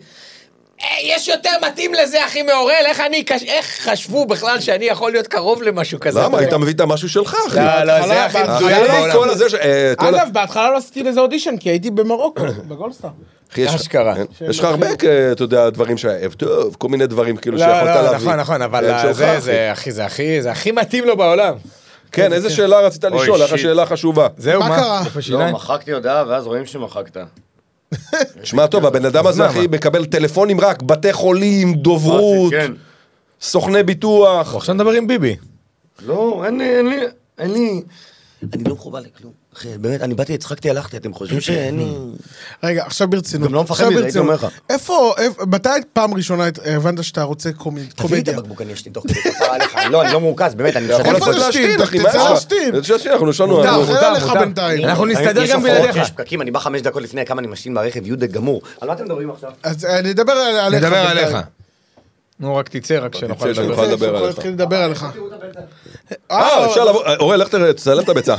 S5: "אה, יש יותר מתאים לזה, אחי מעורל, איך אני, קש- איך חשבו בכלל שאני יכול להיות קרוב למשהו כזה?
S2: למה? היית מביא את המשהו שלך, אחי.
S5: לא, לא, זה
S4: בהתחלה,
S5: הכי
S4: בהתחלה
S5: מדויק
S2: היה לי
S5: בעולם.
S2: כל הזה ש... אה, כל ה-
S4: אגב, בהתחלה לא עשיתי לזה אודישן, כי הייתי במרוקו, בגולדסטאר.
S2: אחי, יש לך-
S5: אשכרה.
S2: כן. יש לך הרבה, אה, אתה יודע, דברים שהאהב טוב, כל מיני דברים כאילו
S5: לא,
S2: שיכולת
S5: לא,
S2: להביא.
S5: נכון, נכון,
S2: הם
S5: אבל
S2: שלך,
S5: זה,
S2: אחי.
S5: זה, אחי, זה הכי, זה הכי מתאים לו בעולם.
S2: כן, איזה שאלה רצית לשאול? היה לך שאלה חשובה.
S5: זהו,
S4: מה קרה?
S5: איפה
S3: לא,
S5: שיניים?
S3: מחקתי הודעה, ואז רואים שמחקת.
S2: שמע טוב, הבן אדם הזה,
S5: למה?
S2: אחי, מקבל טלפונים רק, בתי חולים, דוברות,
S1: כן.
S2: סוכני ביטוח.
S5: הוא עכשיו מדבר עם ביבי.
S3: לא, אין לי, אין לי, אין לי... אני לא מחובר לכלום. כן. אחי, באמת, אני באתי, הצחקתי, הלכתי, אתם חושבים שאין לי...
S4: רגע, עכשיו ברצינות.
S3: גם לא מפחד
S4: עכשיו
S3: מזה, הייתי
S4: ברצינות.
S3: אומר לך.
S4: איפה, איפה- מתי פעם ראשונה הת- הבנת שאתה רוצה קומי-
S3: תביא לי את
S4: קומדיה?
S3: הבקבוק, אני אשתין תוך כדי כפרה עליך. לא, אני לא מורכז, באמת, אני
S2: אתה יכול
S4: איפה
S2: לצאת
S4: להשתין?
S2: להשתין, אחי, מה יש
S4: תצא
S2: לך?
S4: להשתין.
S2: תצא להשתין, אנחנו לא שלנו...
S4: מותר,
S2: אנחנו-
S4: אחרי
S5: מותר,
S4: לך
S5: מותר.
S4: בינתיים.
S5: אנחנו נסתדר
S3: יש
S5: גם
S3: הפרעות,
S5: בלעדיך.
S3: יש פקקים, אני בא חמש דקות לפני כמה אני משתין ברכב, יהודה גמור. על מה אתם מדברים עכשיו?
S4: אז אה, נדבר על- עליך.
S5: נדבר
S4: בינתיים.
S5: עליך. נו, רק תצא, רק שנוכל
S2: תצא,
S5: לדבר.
S2: שנוכל
S4: אני
S2: לדבר
S4: יכול
S2: עליך.
S4: להתחיל לדבר עליך.
S2: אה, אפשר לבוא... אה, אורל, לך תראה, תצלם את הביצה.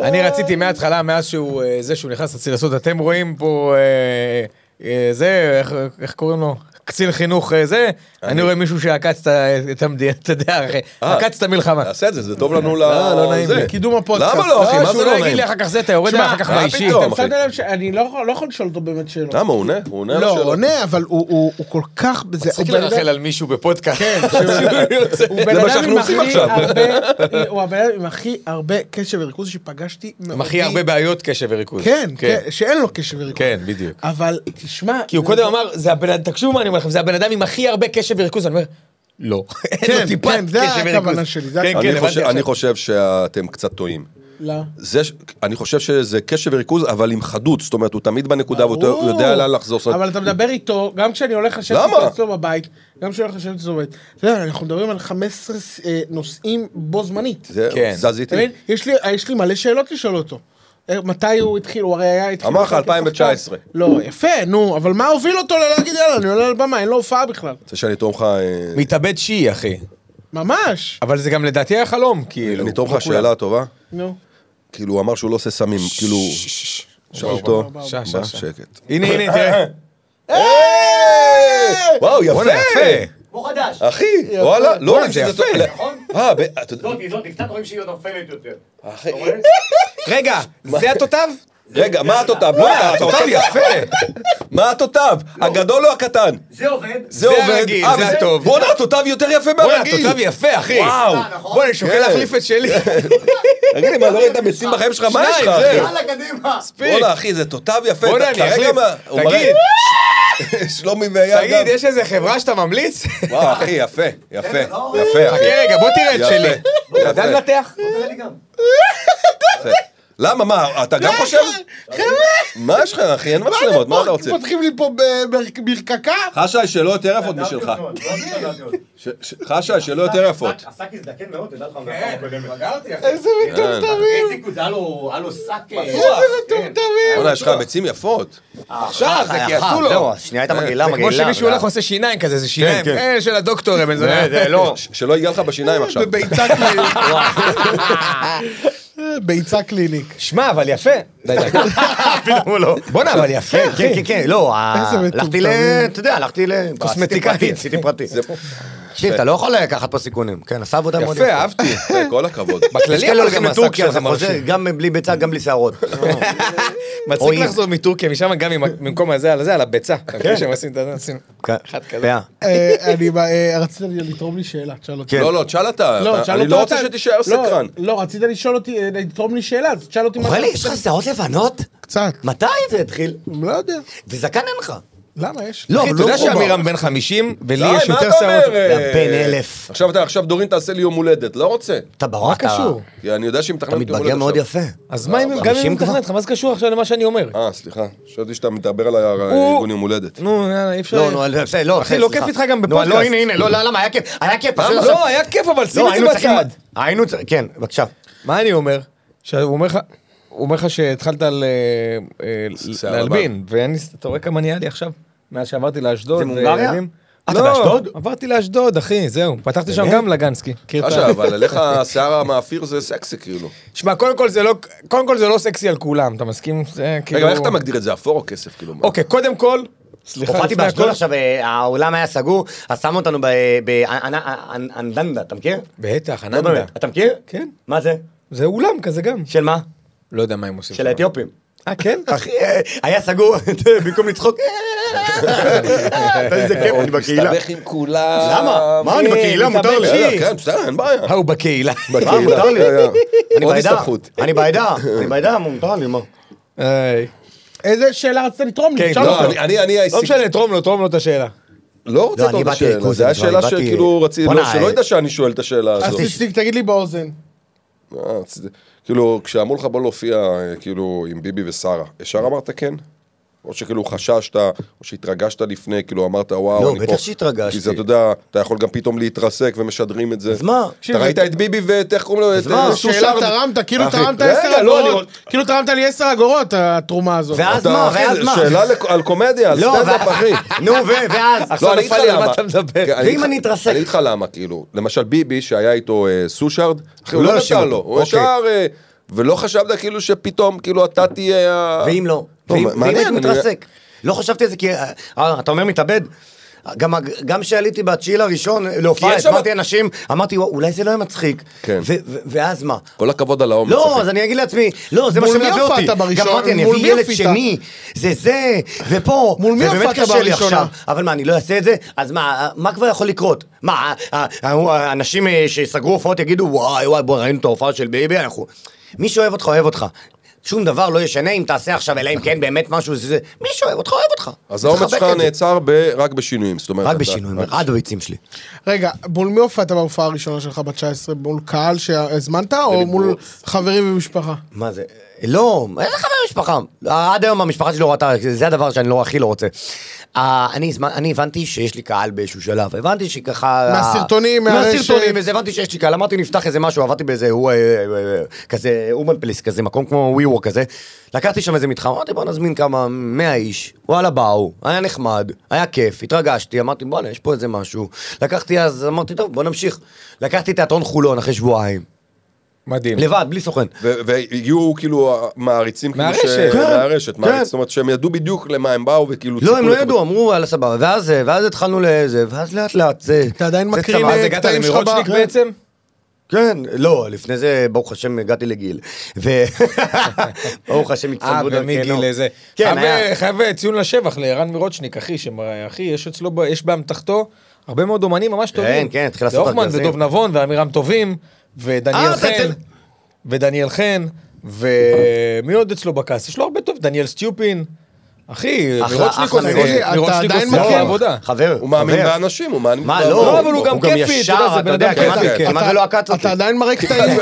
S5: אני רציתי מההתחלה, מאז שהוא, אה, זה שהוא נכנס רציתי לעשות, אתם רואים פה, אה, אה, זה, איך- איך קוראים לו? קצין חינוך אה, זה, אני רואה מישהו שעקץ את ה- את המדינה, אתה יודע, אחי,
S2: אה.
S5: עקץ את המלחמה.
S2: תעשה את זה, זה טוב לנו ל...
S5: לא, לא נעים
S2: זה.
S5: לי.
S4: קידום הפודקאסט.
S2: למה לא, אחי? מה זה
S5: שהוא
S2: לא
S5: יגיד
S2: נעים?
S5: לי אחר כך זה, אתה יורד
S4: שמע,
S5: אחר כך
S2: מה
S5: באישי.
S2: פתאום?
S4: אתם שמתם לב שאני לא יכול- לא יכול לשאול אותו באמת שאלות.
S2: למה, הוא עונה? הוא עונה על
S4: לא, הוא
S2: השאלות.
S4: עונה, אבל הוא- הוא הוא כל כך... זה-
S5: תפסיק
S4: הוא בן אדם-
S5: לרחל על מישהו בפודקאסט. כן,
S4: הוא
S2: זה
S4: בן
S2: מה
S4: אדם
S2: שאנחנו
S4: עם
S2: עושים
S4: הכי
S2: עכשיו.
S4: הרבה- הוא הבן אדם עם הכי הרבה קשב וריכוז שפגשתי.
S5: עם הכי הרבה בעיות קשב וריכוז.
S4: כן, כן, שאין לו קשב וריכוז.
S5: כן, בדיוק.
S4: אבל תשמע... לא-
S5: כי הוא
S4: זה-
S5: קודם אמר, זה הבן אדם, תקשיבו מה אני אומר לכם, זה הבן אדם עם הכי הרבה קשב וריכוז, אני אומר, לא, אין לו
S4: כן,
S5: טיפת
S4: כן, זה
S5: קשב
S4: הכוונה
S5: וריכוז.
S4: שלי, זה
S5: כן,
S4: הכוונה.
S5: כן,
S2: אני
S5: הבנתי
S2: חושב-
S5: עכשיו.
S2: אני חושב שאתם קצת טועים.
S4: לא.
S2: זה, ש- אני חושב שזה קשב וריכוז, אבל עם חדות, זאת אומרת, הוא תמיד בנקודה, והוא
S4: ברור.
S2: יודע לאן לחזור. זאת אומרת,
S4: אבל אתה מדבר איתו, גם כשאני הולך לשבת
S2: למה?
S4: איתו אצלו בבית, גם כשאני הולך לשבת אצלו בבית. אתה יודע, אנחנו מדברים על 15 אה, נושאים בו זמנית.
S2: זה
S5: כן.
S2: זז איתי.
S4: אתה מבין? יש לי- יש לי מלא שאלות לשאול אותו. אה, מתי הוא התחיל? הוא הרי היה התחיל...
S2: אמר לך,
S4: לשחק כשחקן.
S2: 2019.
S4: לא, יפה, נו, אבל מה הוביל אותו ללהגיד יאללה, אני עולה על במה, אין לו הופעה בכלל.
S2: רוצה שאני אתרום לך... אה,
S5: מתאבד שיעי, אחי.
S4: ממש.
S5: אבל זה גם לדעתי היה חלום, כאילו.
S2: אני אתרום
S5: כמו
S2: לך שאלה טובה.
S4: נו.
S2: כאילו, הוא אמר שהוא לא עושה סמים, כאילו... שאל אותו,
S5: שש, שש,
S2: מה?
S5: שש.
S2: שקט.
S5: כולם. הנה, הנה, תראה. אה!
S2: וואו,
S5: בואנה,
S2: יפה!
S5: יפה.
S3: הוא חדש.
S2: אחי, וואלה, לא,
S5: זה
S2: שזה-
S5: יפה. נכון. לא,
S2: אה, ב- אתה יודע-
S3: זאתי, זאתי, קצת רואים שהיא עוד נופלת יותר.
S2: אחי,
S5: רגע, זה התותב?
S2: רגע, מה התותב? לא, אתה- אתה רוצה-
S5: התותב יפה. לא.
S2: מה התותב? הגדול או הקטן?
S3: זה עובד.
S2: זה
S5: זה
S2: עובד.
S5: הרגיל,
S2: אה,
S5: זה
S2: וזה-
S5: הטוב.
S2: בואנה, התותב יותר יפה
S5: בוא'נה,
S2: מהרגיל.
S5: התותב יפה, אחי.
S2: וואו.
S5: אה, בוא'נה, אני שוקל
S2: כן.
S5: להחליף את שלי.
S2: תגיד לי, מה, לא ראית ביצים בחיים שלך? מה יש לך,
S5: שניים, זהו.
S2: אחי?
S3: קדימה.
S5: מספיק.
S2: בואנה, אחי, זה תותב יפה. אתה
S5: בוא'נה, אני
S2: רגע
S5: אחליף.
S2: מה- הוא מראה-
S5: תגיד,
S2: שלומי והיה
S5: תגיד, יש איזה חברה שאתה ממליץ?
S2: וואו, אחי, יפה, יפה, יפה, אחי.
S5: חכה רגע, בוא תראה את
S2: יפה.
S5: שלי.
S2: יפה.
S5: אתה לנתח?
S2: יפה. למה, מה, אתה
S5: לא,
S2: גם חושב? מה יש לך, אחי? אין
S3: לא,
S2: מצלמות, מה אתה רוצה?
S4: פותחים לי פה ב- ברכקה?
S2: חשי, שלא יותר יפות משלך. ש- ש- חשי, שלא יותר יפות.
S3: השק הזדקן מאוד, תדע לך מהפעם הקודמת.
S4: איזה
S3: כן.
S5: כן. אה,
S4: מטומטמים.
S3: איזה קוז, היה לו- היה לו שק... אה,
S4: מטומטמים.
S2: בואנה, יש לך ביצים יפות.
S3: אה,
S5: עכשיו, אה, זה כי עשו לו.
S3: זהו, לא. שנייה הייתה מגעילה,
S5: זה כמו
S3: מגעילה. אה,
S5: שמישהו הולך ועושה שיניים כזה, זה שיניים.
S1: כן.
S5: אה, של הדוקטור, אבן
S1: זה,
S5: זונה.
S1: זה, לא.
S2: ש- שלא ייגע לך
S5: אה,
S2: בשיניים עכשיו.
S4: בביצה קלינית. ביצה קלינית.
S5: שמע, אבל יפה. די, די.
S1: פתאום לא.
S5: בואנה, אבל יפה,
S3: כן, כן,
S5: אחי.
S3: כן, כן, לא, ה-
S4: איזה מטומטמים.
S3: הלכתי ל... אתה יודע, הלכתי ל...
S5: קוסמטיקאית.
S3: עשיתי פרטי, עשיתי פרטי. תקשיב, אתה לא יכול לקחת פה סיכונים. כן, עשה עבודה מאוד
S5: יפה, אהבתי.
S2: כל הכבוד.
S3: יש
S5: בכללי
S3: כאלה
S5: אבל
S3: הולכים
S5: גם השק
S3: לטורקיה,
S5: שלך
S3: זה חוזר
S5: מרשים.
S3: גם בלי ביצה, גם בלי שערות.
S5: מצחיק
S3: רואים.
S5: לחזור מטורקיה משם גם עם ה- במקום הזה על הזה, על הביצה. אתה מכיר שהם עושים את זה, עושים
S3: כן.
S5: אחד כזה.
S3: פאה.
S4: אה, אני אה, רצית לתרום לי שאלה, תשאל אותי.
S3: כן.
S2: לא, לא, תשאל אתה.
S4: לא, תשאל
S2: אני
S4: אותו
S2: לא רוצה
S4: אתה.
S2: שתישאר
S4: לא,
S2: סקרן.
S4: לא, רצית לשאול אותי, אה, לתרום לי שאלה, אז תשאל אותי מה...
S3: אורלי,
S4: אתה
S3: יש
S4: רוצה.
S3: לך שערות לבנות?
S4: קצת.
S3: מתי זה התחיל?
S4: לא יודע.
S3: וזקן אין לך.
S4: למה יש?
S3: לא,
S5: אחי,
S3: אבל
S5: אתה
S3: לא
S5: יודע
S3: מחובר.
S5: שאמירם בן 50, ולי
S2: די,
S5: יש
S2: מה
S5: יותר
S2: אתה
S5: שערות.
S2: אומר?
S3: אתה בן אלף.
S2: עכשיו אתה, עכשיו דורין תעשה לי יום הולדת, לא רוצה.
S3: אתה ברור, אתה
S5: קשור? לא
S2: כי אני יודע שהיא מתכננת
S3: אתה
S2: יום הולדת
S3: מתבגר מאוד
S2: עכשיו.
S3: יפה.
S5: אז מה אם גם אם הוא
S3: 50
S5: מתכנן
S3: אה, כבר?
S5: אותך, מה זה קשור עכשיו למה שאני אומר?
S2: אה, סליחה. חשבתי שאתה מדבר על הארגון יום הולדת.
S5: נו, יאללה, אי אפשר...
S3: לא, נו, לא, בסדר, לא.
S5: אחי, לא
S3: סליחה.
S5: כיף איתך גם
S3: נו,
S5: בפודקאסט.
S3: לא, הנה, הנה, לא, לא, למה? היה כיף. היה כיף. פשוט עכשיו-
S5: לא, היה כיף, אבל שים
S3: לא,
S5: את זה
S3: היינו צריכים...
S5: בצד.
S3: היינו צריכים... כן, בבקשה.
S5: מה אני אומר? שהוא אומר לך... הוא אומר לך שהתחלת על, אה, אה,
S2: שיער
S5: להלבין, ואין לי, אתה רואה כמה נהיה לי עכשיו? מאז שעברתי לאשדוד.
S3: זה מהונגריה?
S5: וילדים.
S3: אה, אתה
S5: לא,
S3: באשדוד?
S5: עברתי לאשדוד, אחי, זהו. פתחתי שם גם לגנסקי. מכיר את ה-
S2: חשב, אבל עליך השיער המאפיר זה סקסי כאילו.
S5: שמע, קודם כל זה לא, קודם כל זה לא סקסי על כולם, אתה מסכים? זה כאילו...
S2: רגע, איך אתה מגדיר את זה, אפור או כסף כאילו? מה?
S5: אוקיי, קודם כל, סליחה,
S3: הופעתי
S5: לפני
S3: באשדוד
S5: הכל-
S3: עכשיו, אה, האולם היה סגור, אז שמו אותנו באנדנדה, אתה מכיר?
S5: בטח,
S3: לא
S5: אננדה.
S3: באמת. אתה מכיר?
S5: כן.
S3: מה זה?
S5: זה אולם כזה גם.
S3: של מה?
S5: לא יודע מה הם עושים.
S3: של
S5: שם.
S3: האתיופים.
S5: אה, כן?
S3: אחי, אה, היה סגור, אתה יודע, במקום לצחוק, אה,
S1: איזה כיף, אני בקהילה.
S2: מסתבך עם כולם. כן,
S3: למה?
S1: מה, אני
S5: אה,
S1: בקהילה, מותר לי.
S5: מתאבק.
S2: יאללה, כן, בסדר, אין בעיה.
S5: ההוא בקהילה.
S3: מה,
S2: בקהילה.
S3: מותר לי?
S2: אה, אה.
S3: אני
S2: עוד
S3: בעדה,
S2: הסתבכות.
S3: אני בעדה, אני בעדה, מותר לי, מה?
S5: היי.
S4: איזה שאלה רצית לתרום לי?
S5: כן,
S4: תשאל
S5: לא,
S4: אותו.
S2: לא, אני- אני, אני,
S5: לא
S2: העסיק-
S5: משנה, תרום לו, תרום לו את השאלה.
S2: לא רוצה
S3: לא,
S2: את עוד
S3: אני באתי
S2: השאלה,
S3: לקוזן,
S2: זה היה
S3: כבר,
S2: שאלה
S3: אני באתי-
S2: שכאילו רציתי,
S3: בוא'נה,
S2: לא, שלא
S3: אה,
S2: ידע שאני שואל את השאלה
S4: אז
S2: הזאת.
S4: תשתיק, תגיד לי באוזן.
S2: אה, אז- כאילו, כשאמרו לך בוא להופיע, אה, כאילו, עם ביבי ושרה, ישר אמרת כן? או שכאילו חששת, או שהתרגשת לפני, כאילו אמרת וואו,
S3: לא,
S2: אני פה.
S3: בטח שהתרגשתי.
S2: כי זה, אתה יודע, אתה יכול גם פתאום להתרסק ומשדרים את זה.
S3: אז מה?
S2: אתה ראית את ביבי ואת, איך קוראים לו? את,
S3: מה?
S2: אה,
S4: שאלה
S2: סושר?
S4: תרמת, כאילו
S2: אחי,
S4: תרמת
S2: רגע,
S4: 10
S2: לא, אני
S4: אגורות. כאילו תרמת לי 10 אגורות, התרומה הזאת.
S3: ואז
S2: אתה-
S3: מה,
S2: אחי,
S3: ואז מה?
S2: שאלה לק- על קומדיה, על
S3: לא,
S2: סטנדאפ,
S3: ואז-
S2: אחי.
S3: נו, ו- ואז,
S5: עכשיו
S2: לא, אני אגיד
S5: נפל
S2: לך
S5: לי על מה
S2: למה.
S5: אתה מדבר.
S2: כן,
S3: ואם
S2: אגיד לך-
S3: אני אתרסק?
S2: אני אגיד לך למה, כאילו, למשל ביבי שהיה איתו אה, סושארד, אחי, הוא
S3: לא
S2: לא
S3: הרשים
S2: נתן
S3: אותו.
S2: לו, הוא
S3: אוקיי.
S2: ישר, אה, ולא חשבת כאילו שפתאום, כאילו אתה תהיה... ה-
S3: ואם לא?
S2: טוב,
S3: ואם ואם
S2: מעניין,
S3: הייתי
S2: אני-
S3: מתרסק? לא חשבתי על זה, כי אה, אה, אתה אומר מתאבד? גם- גם כשעליתי בתשיעי לראשון להופעה,
S2: כי יש שם-
S3: הזמנתי אנשים, אמרתי, "וואו, אולי זה לא היה מצחיק.
S2: כן.
S3: ו- ו- ואז מה?
S2: כל הכבוד על האומץ,
S3: לא,
S2: אחי.
S3: אז אני אגיד לעצמי, לא, זה מה
S4: מול מי
S3: שמלווה אותי.
S4: הופעת בראשון?
S3: גם אמרתי, אני
S4: מול
S3: אביא
S4: מי
S3: ילד
S4: הופעת?
S3: שני, זה זה, ופה,
S4: מול מי
S3: זה באמת
S4: הופעת
S3: קשה לי
S4: בראשונה?
S3: עכשיו. אבל מה, אני לא אעשה את זה? אז מה, מה כבר יכול לקרות? מה, ה- ה- ה- האנשים אה, שסגרו הופעות יגידו, וואי, וואי, בוא, ראינו את ההופעה של ביבי, אנחנו... מי שאוהב אותך, אוהב אותך. שום דבר לא ישנה אם תעשה עכשיו, אלא אם כן באמת משהו זה זה. מי שאוהב אותך, אוהב אותך.
S2: אז האומץ
S3: תחבק
S2: שלך
S3: את זה.
S2: נעצר ב- רק בשינויים, זאת אומרת.
S3: רק
S2: אתה-
S3: בשינויים,
S2: רק-
S3: עד בביצים שלי.
S4: רגע, מול מי הופעת בהופעה הראשונה שלך ב-19? מול קהל שהזמנת, או מול חברים ומשפחה?
S3: מה זה? לא, איזה חבר משפחה? עד היום המשפחה שלי לא ראתה, זה הדבר שאני לא הכי לא רוצה. אה, אני הזמנ- אני הבנתי שיש לי קהל באיזשהו שלב, הבנתי שככה...
S4: מהסרטונים, מהרשת.
S3: מהסרטונים, וזה הבנתי שיש לי קהל, אמרתי נפתח איזה משהו, עבדתי באיזה, הוא, אה, אה, כזה אומן פליס כזה, מקום כמו ווי וורק כזה, לקחתי שם איזה מתחם, אמרתי בוא נזמין כמה, 100 איש, וואלה באו, היה נחמד, היה כיף, התרגשתי, אמרתי בואנה יש פה איזה משהו, לקחתי אז, אמרתי טוב בוא נמשיך, לקחתי תיאטרון חולון אחרי שבועיים,
S5: מדהים.
S3: לבד, בלי סוכן.
S2: ו- והגיעו כאילו מעריצים כאילו
S5: מהרשת.
S2: ש-
S5: כן.
S2: מהרשת,
S3: כן.
S2: מעריצ- זאת אומרת שהם ידעו בדיוק למה הם באו וכאילו...
S3: לא,
S2: ציפו
S3: הם לא
S2: לקבל-
S3: ידעו, אמרו, יאללה סבבה, ואז, אה, ואז התחלנו לזה, ואז לאט לאט זה...
S4: אתה עדיין
S3: זה
S4: מקרין,
S3: צבא.
S5: אז
S4: אה,
S5: הגעת
S4: קטעים שלך
S5: למירוצ'ניק
S4: ב-
S5: בעצם?
S3: כן, לא, לפני זה, ברוך השם, הגעתי לגיל. ו... ברוך השם,
S5: אה,
S3: התצלמו
S5: ומגיל אה, איזה.
S3: כן,
S5: חייב-
S3: היה.
S5: חייב ציון לשבח לערן מירוצ'ניק, אחי, שאחי, יש אצלו, ב- יש באמתחתו הרבה מאוד אומנים ממש
S3: כן,
S5: טובים.
S3: כן, התחיל לעשות
S5: והוכמן
S3: ארגזים.
S5: ודוב נבון ועמירם טובים, ודניאל
S3: אה, אתה
S5: חן,
S3: אצל-
S5: ודניאל חן, ומי עוד אצלו בכעס? יש לו הרבה טוב, דניאל סטיופין. אחי,
S3: אחלה,
S5: מירוצ'ניק
S3: אחלה
S5: עושה-
S3: מירוצ'ניק.
S4: אתה
S5: מירוצ'ניק
S4: עדיין
S3: לא,
S5: עושה
S4: מכיר?
S5: עבודה.
S3: חבר,
S2: הוא מאמין
S3: חבר.
S2: באנשים, הוא מאמין...
S3: מה,
S2: ב-
S3: לא,
S5: לא, אבל הוא גם כיפי, אתה יודע, זה בן אדם
S3: כמעט
S5: כיפי, כן.
S3: כמעט ולא עקץ אותי.
S4: אתה עדיין מראה קטעים.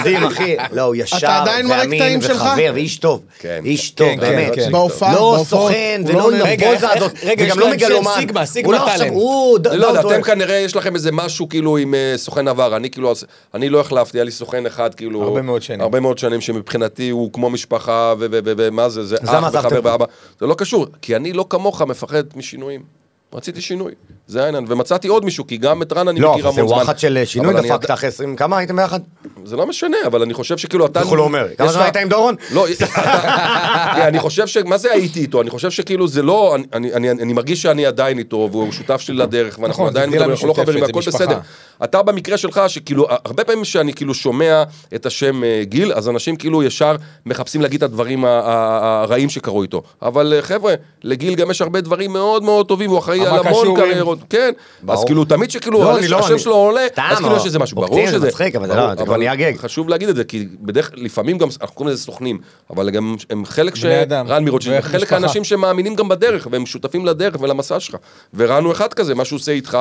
S3: מדהים, אחי. לא, הוא ישר,
S4: עדיין מראה
S3: ואמין,
S4: קטעים שלך?
S3: וחבר, ואיש טוב.
S2: כן.
S3: איש טוב,
S5: כן,
S3: באמת.
S5: כן, כן.
S4: בהופעה,
S3: לא
S4: בהופעות.
S3: סוכן,
S5: הוא
S3: ולא
S5: לא- רגע,
S3: נרבוזה
S5: איך-
S3: הזאת,
S5: רגע, יש
S3: וגם
S5: לו
S3: לא
S5: אנשי
S3: מגלומן.
S5: סיגמה, סיגמה
S3: הוא לא עכשיו-
S5: טאלנט.
S3: הוא... ד-
S2: לא יודע,
S3: דון
S2: אתם
S3: טואל.
S2: כנראה יש לכם איזה משהו כאילו עם אה, סוכן עבר, אני כאילו, אני לא החלפתי, היה לי סוכן אחד כאילו...
S5: הרבה מאוד שנים.
S2: הרבה מאוד שנים שמבחינתי הוא כמו משפחה ו- ו- ו- ומה זה, זה
S3: אז למה
S2: אח וחבר
S3: עזבתם?
S2: ואבא. זה לא קשור, כי אני לא כמוך מפחד משינויים. רציתי שינוי, זה העניין, ומצאתי עוד מישהו, כי גם את רן אני מכיר
S3: לא,
S2: המון
S3: אבל
S2: זמן.
S3: זה וואחד של אה, שינוי
S2: אבל אני
S3: דפקת אחרי 20, כמה הייתם ביחד?
S2: זה לא משנה, אבל אני חושב שכאילו אתה...
S3: איך הוא לא אומר? כמה
S2: יש
S3: זמן
S2: לך-
S3: היית עם דורון?
S2: לא, אתה- אני חושב ש... מה זה הייתי איתו? אני חושב שכאילו זה לא... אני- אני- אני אני מרגיש שאני עדיין איתו, והוא שותף שלי לדרך, ואנחנו
S5: נכון, זה
S2: עדיין
S5: גדילה
S2: מדברים, אנחנו לא
S5: משותפת,
S2: חברים,
S5: זה
S2: והכל
S5: משפחה.
S2: בסדר. אתה במקרה שלך, שכאילו, הרבה פעמים שאני כאילו שומע את השם אה, גיל, אז אנשים כאילו ישר מחפשים להגיד את הדברים ה- ה- הרעים שקרו איתו. אבל אה, חבר'ה, לגיל גם יש הרבה דברים מאוד מאוד טובים, הוא אחראי על המון
S5: המכשורים.
S2: קריירות. כן, אז
S3: ברור.
S2: כאילו, תמיד שכאילו,
S3: לא,
S2: הש-
S3: אני לא,
S2: השם
S3: אני-
S2: שלו עולה,
S3: סתם,
S2: אז כאילו יש איזה משהו, ברור
S3: אופטימי,
S2: שזה...
S3: מצחיק, אבל זה
S2: ברור,
S3: לא, זה כבר נהיה גג.
S2: חשוב להגיד את זה, כי בדרך, לפעמים גם, אנחנו קוראים לזה סוכנים, אבל גם הם חלק ש...
S5: בני אדם.
S2: רן מירוצ'יק,
S5: ואיך
S2: חלק
S5: משפחה.
S2: האנשים שמאמינים גם בדרך, והם שותפים לדרך ולמסע שלך. ורן הוא אחד כזה, מה שהוא עושה איתך,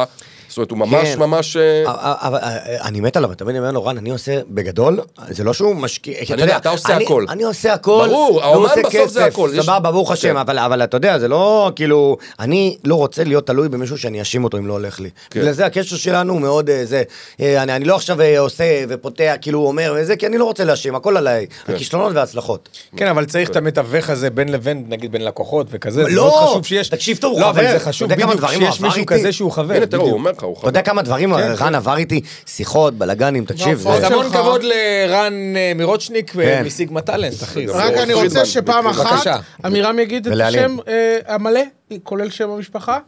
S2: זאת אומרת, הוא ממש
S3: כן.
S2: ממש... אה,
S3: אבל- אבל- אני מת עליו, אתה מבין, אני אומר לו, רן, אני עושה בגדול, זה לא שהוא משקיע, אתה יודע,
S2: אתה עושה
S3: אני-
S2: הכל.
S3: אני עושה הכל,
S2: ברור,
S3: והוא
S2: האומן
S3: עושה
S2: בסוף זה
S3: כסף,
S2: הכל, יש-
S3: סבבה, ברוך השם,
S2: כן.
S3: אבל- אבל אתה יודע, זה לא כאילו, אני לא רוצה להיות תלוי במישהו שאני אאשים אותו אם לא הולך לי.
S2: כן.
S3: בגלל זה הקשר שלנו הוא מאוד אה, זה, אה, אני אני לא עכשיו אה, עושה ופותח, כאילו אומר וזה, כי אני לא רוצה להאשים, הכל עליי, הכישלונות וההצלחות.
S5: כן, אבל צריך את המתווך הזה בין לבין, נגיד בין לקוחות וכזה, זה
S3: לא,
S5: מאוד חשוב שיש...
S3: תקשיב טוב, הוא
S5: לא, אבל
S3: חבר.
S5: זה
S3: אתה
S5: חשוב
S3: יודע כמה
S5: בדיוק
S3: דברים הוא
S5: שיש
S3: עבר
S5: מישהו
S3: איתי?
S5: כזה שהוא חבר.
S2: הנה, תראו, הוא
S5: בדיוק.
S2: אומר לך, הוא
S3: אתה
S2: חבר.
S3: יודע כמה דברים,
S2: כן,
S3: רן עבר איתי, שיחות, בלאגנים, תקשיב, זה-
S4: בהופעות
S5: אז המון
S4: שלך.
S5: כבוד לרן אה, מירוצ'ניק
S3: כן.
S5: מסיגמה טאלנט, אחי.
S2: נכון.
S4: רק
S5: זה-
S4: אני
S2: פרידמן,
S4: רוצה שפעם
S2: בבקשה.
S4: אחת עמירם יגיד את
S3: ולהלין.
S4: השם אה, המלא, כולל שם המשפחה,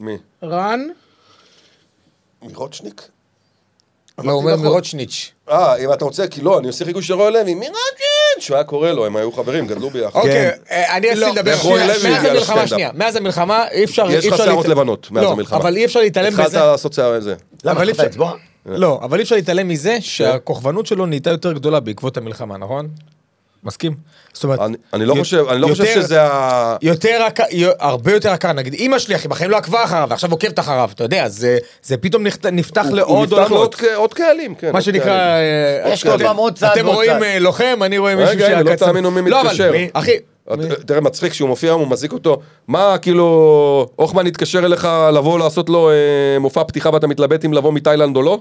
S2: מי?
S4: רן.
S2: מירוצ'ניק?
S5: לא, הוא אומר מירוצ'ניץ'.
S2: אה, אם אתה רוצה, כי לא, אני עושה חיקוי של רוי לוי, מירוצ'ניק! שהוא היה קורא לו, הם היו חברים, גדלו ביחד.
S5: אוקיי,
S3: כן.
S5: אה, אני רציתי
S4: לא,
S5: לדבר,
S2: איך רון
S5: שנייה,
S2: לוי
S5: מאז
S2: הגיע
S5: המלחמה,
S2: לסטנדאפ.
S5: שנייה, מאז המלחמה, אי אפשר,
S2: יש
S5: אי
S2: לך
S5: אפשר
S2: שערות
S5: להת-
S2: לבנות מאז
S5: לא,
S2: המלחמה.
S5: אבל אי אפשר להתעלם
S2: התחלת
S5: מזה,
S2: לעשות שיער זה.
S3: למה,
S5: אבל אי
S3: החלטת
S5: אפשר-
S3: אצבע?
S5: לא, אבל אי אפשר להתעלם מזה שהכוכבנות שלו נהייתה יותר גדולה בעקבות המלחמה, נכון? מסכים? זאת אומרת,
S2: אני- אני לא
S5: יו-
S2: חושב, אני לא חושב
S5: יותר-
S2: שזה ה...
S5: יותר עק- יו- הרבה יותר עקר, נגיד אימא שלי אחי בחיים לא עקבה אחריו, ועכשיו עוקבת אחריו, אתה יודע, זה זה פתאום נכת- נפתח
S2: הוא- הוא
S5: לעוד
S2: נפתח לעוד
S5: עולמות.
S2: ק- עוד קהלים, כן.
S5: מה
S2: עוד
S5: שנקרא,
S2: קהלים.
S5: אה,
S3: יש כל פעם עוד צעד
S5: אתם
S3: ועוד
S5: רואים
S3: צעד.
S5: אה, לוחם, אני רואה מישהו
S2: רגע, הנה, לא
S5: שהקצב-
S2: תאמינו מי
S5: לא, אבל-
S2: מתקשר.
S5: אחי,
S2: את- תראה, מצחיק שהוא מופיע, הוא מזיק אותו. מה, כאילו, הוכמן התקשר אליך לבוא לעשות לו אה, מופע פתיחה ואתה מתלבט אם לבוא מתאילנד או לא?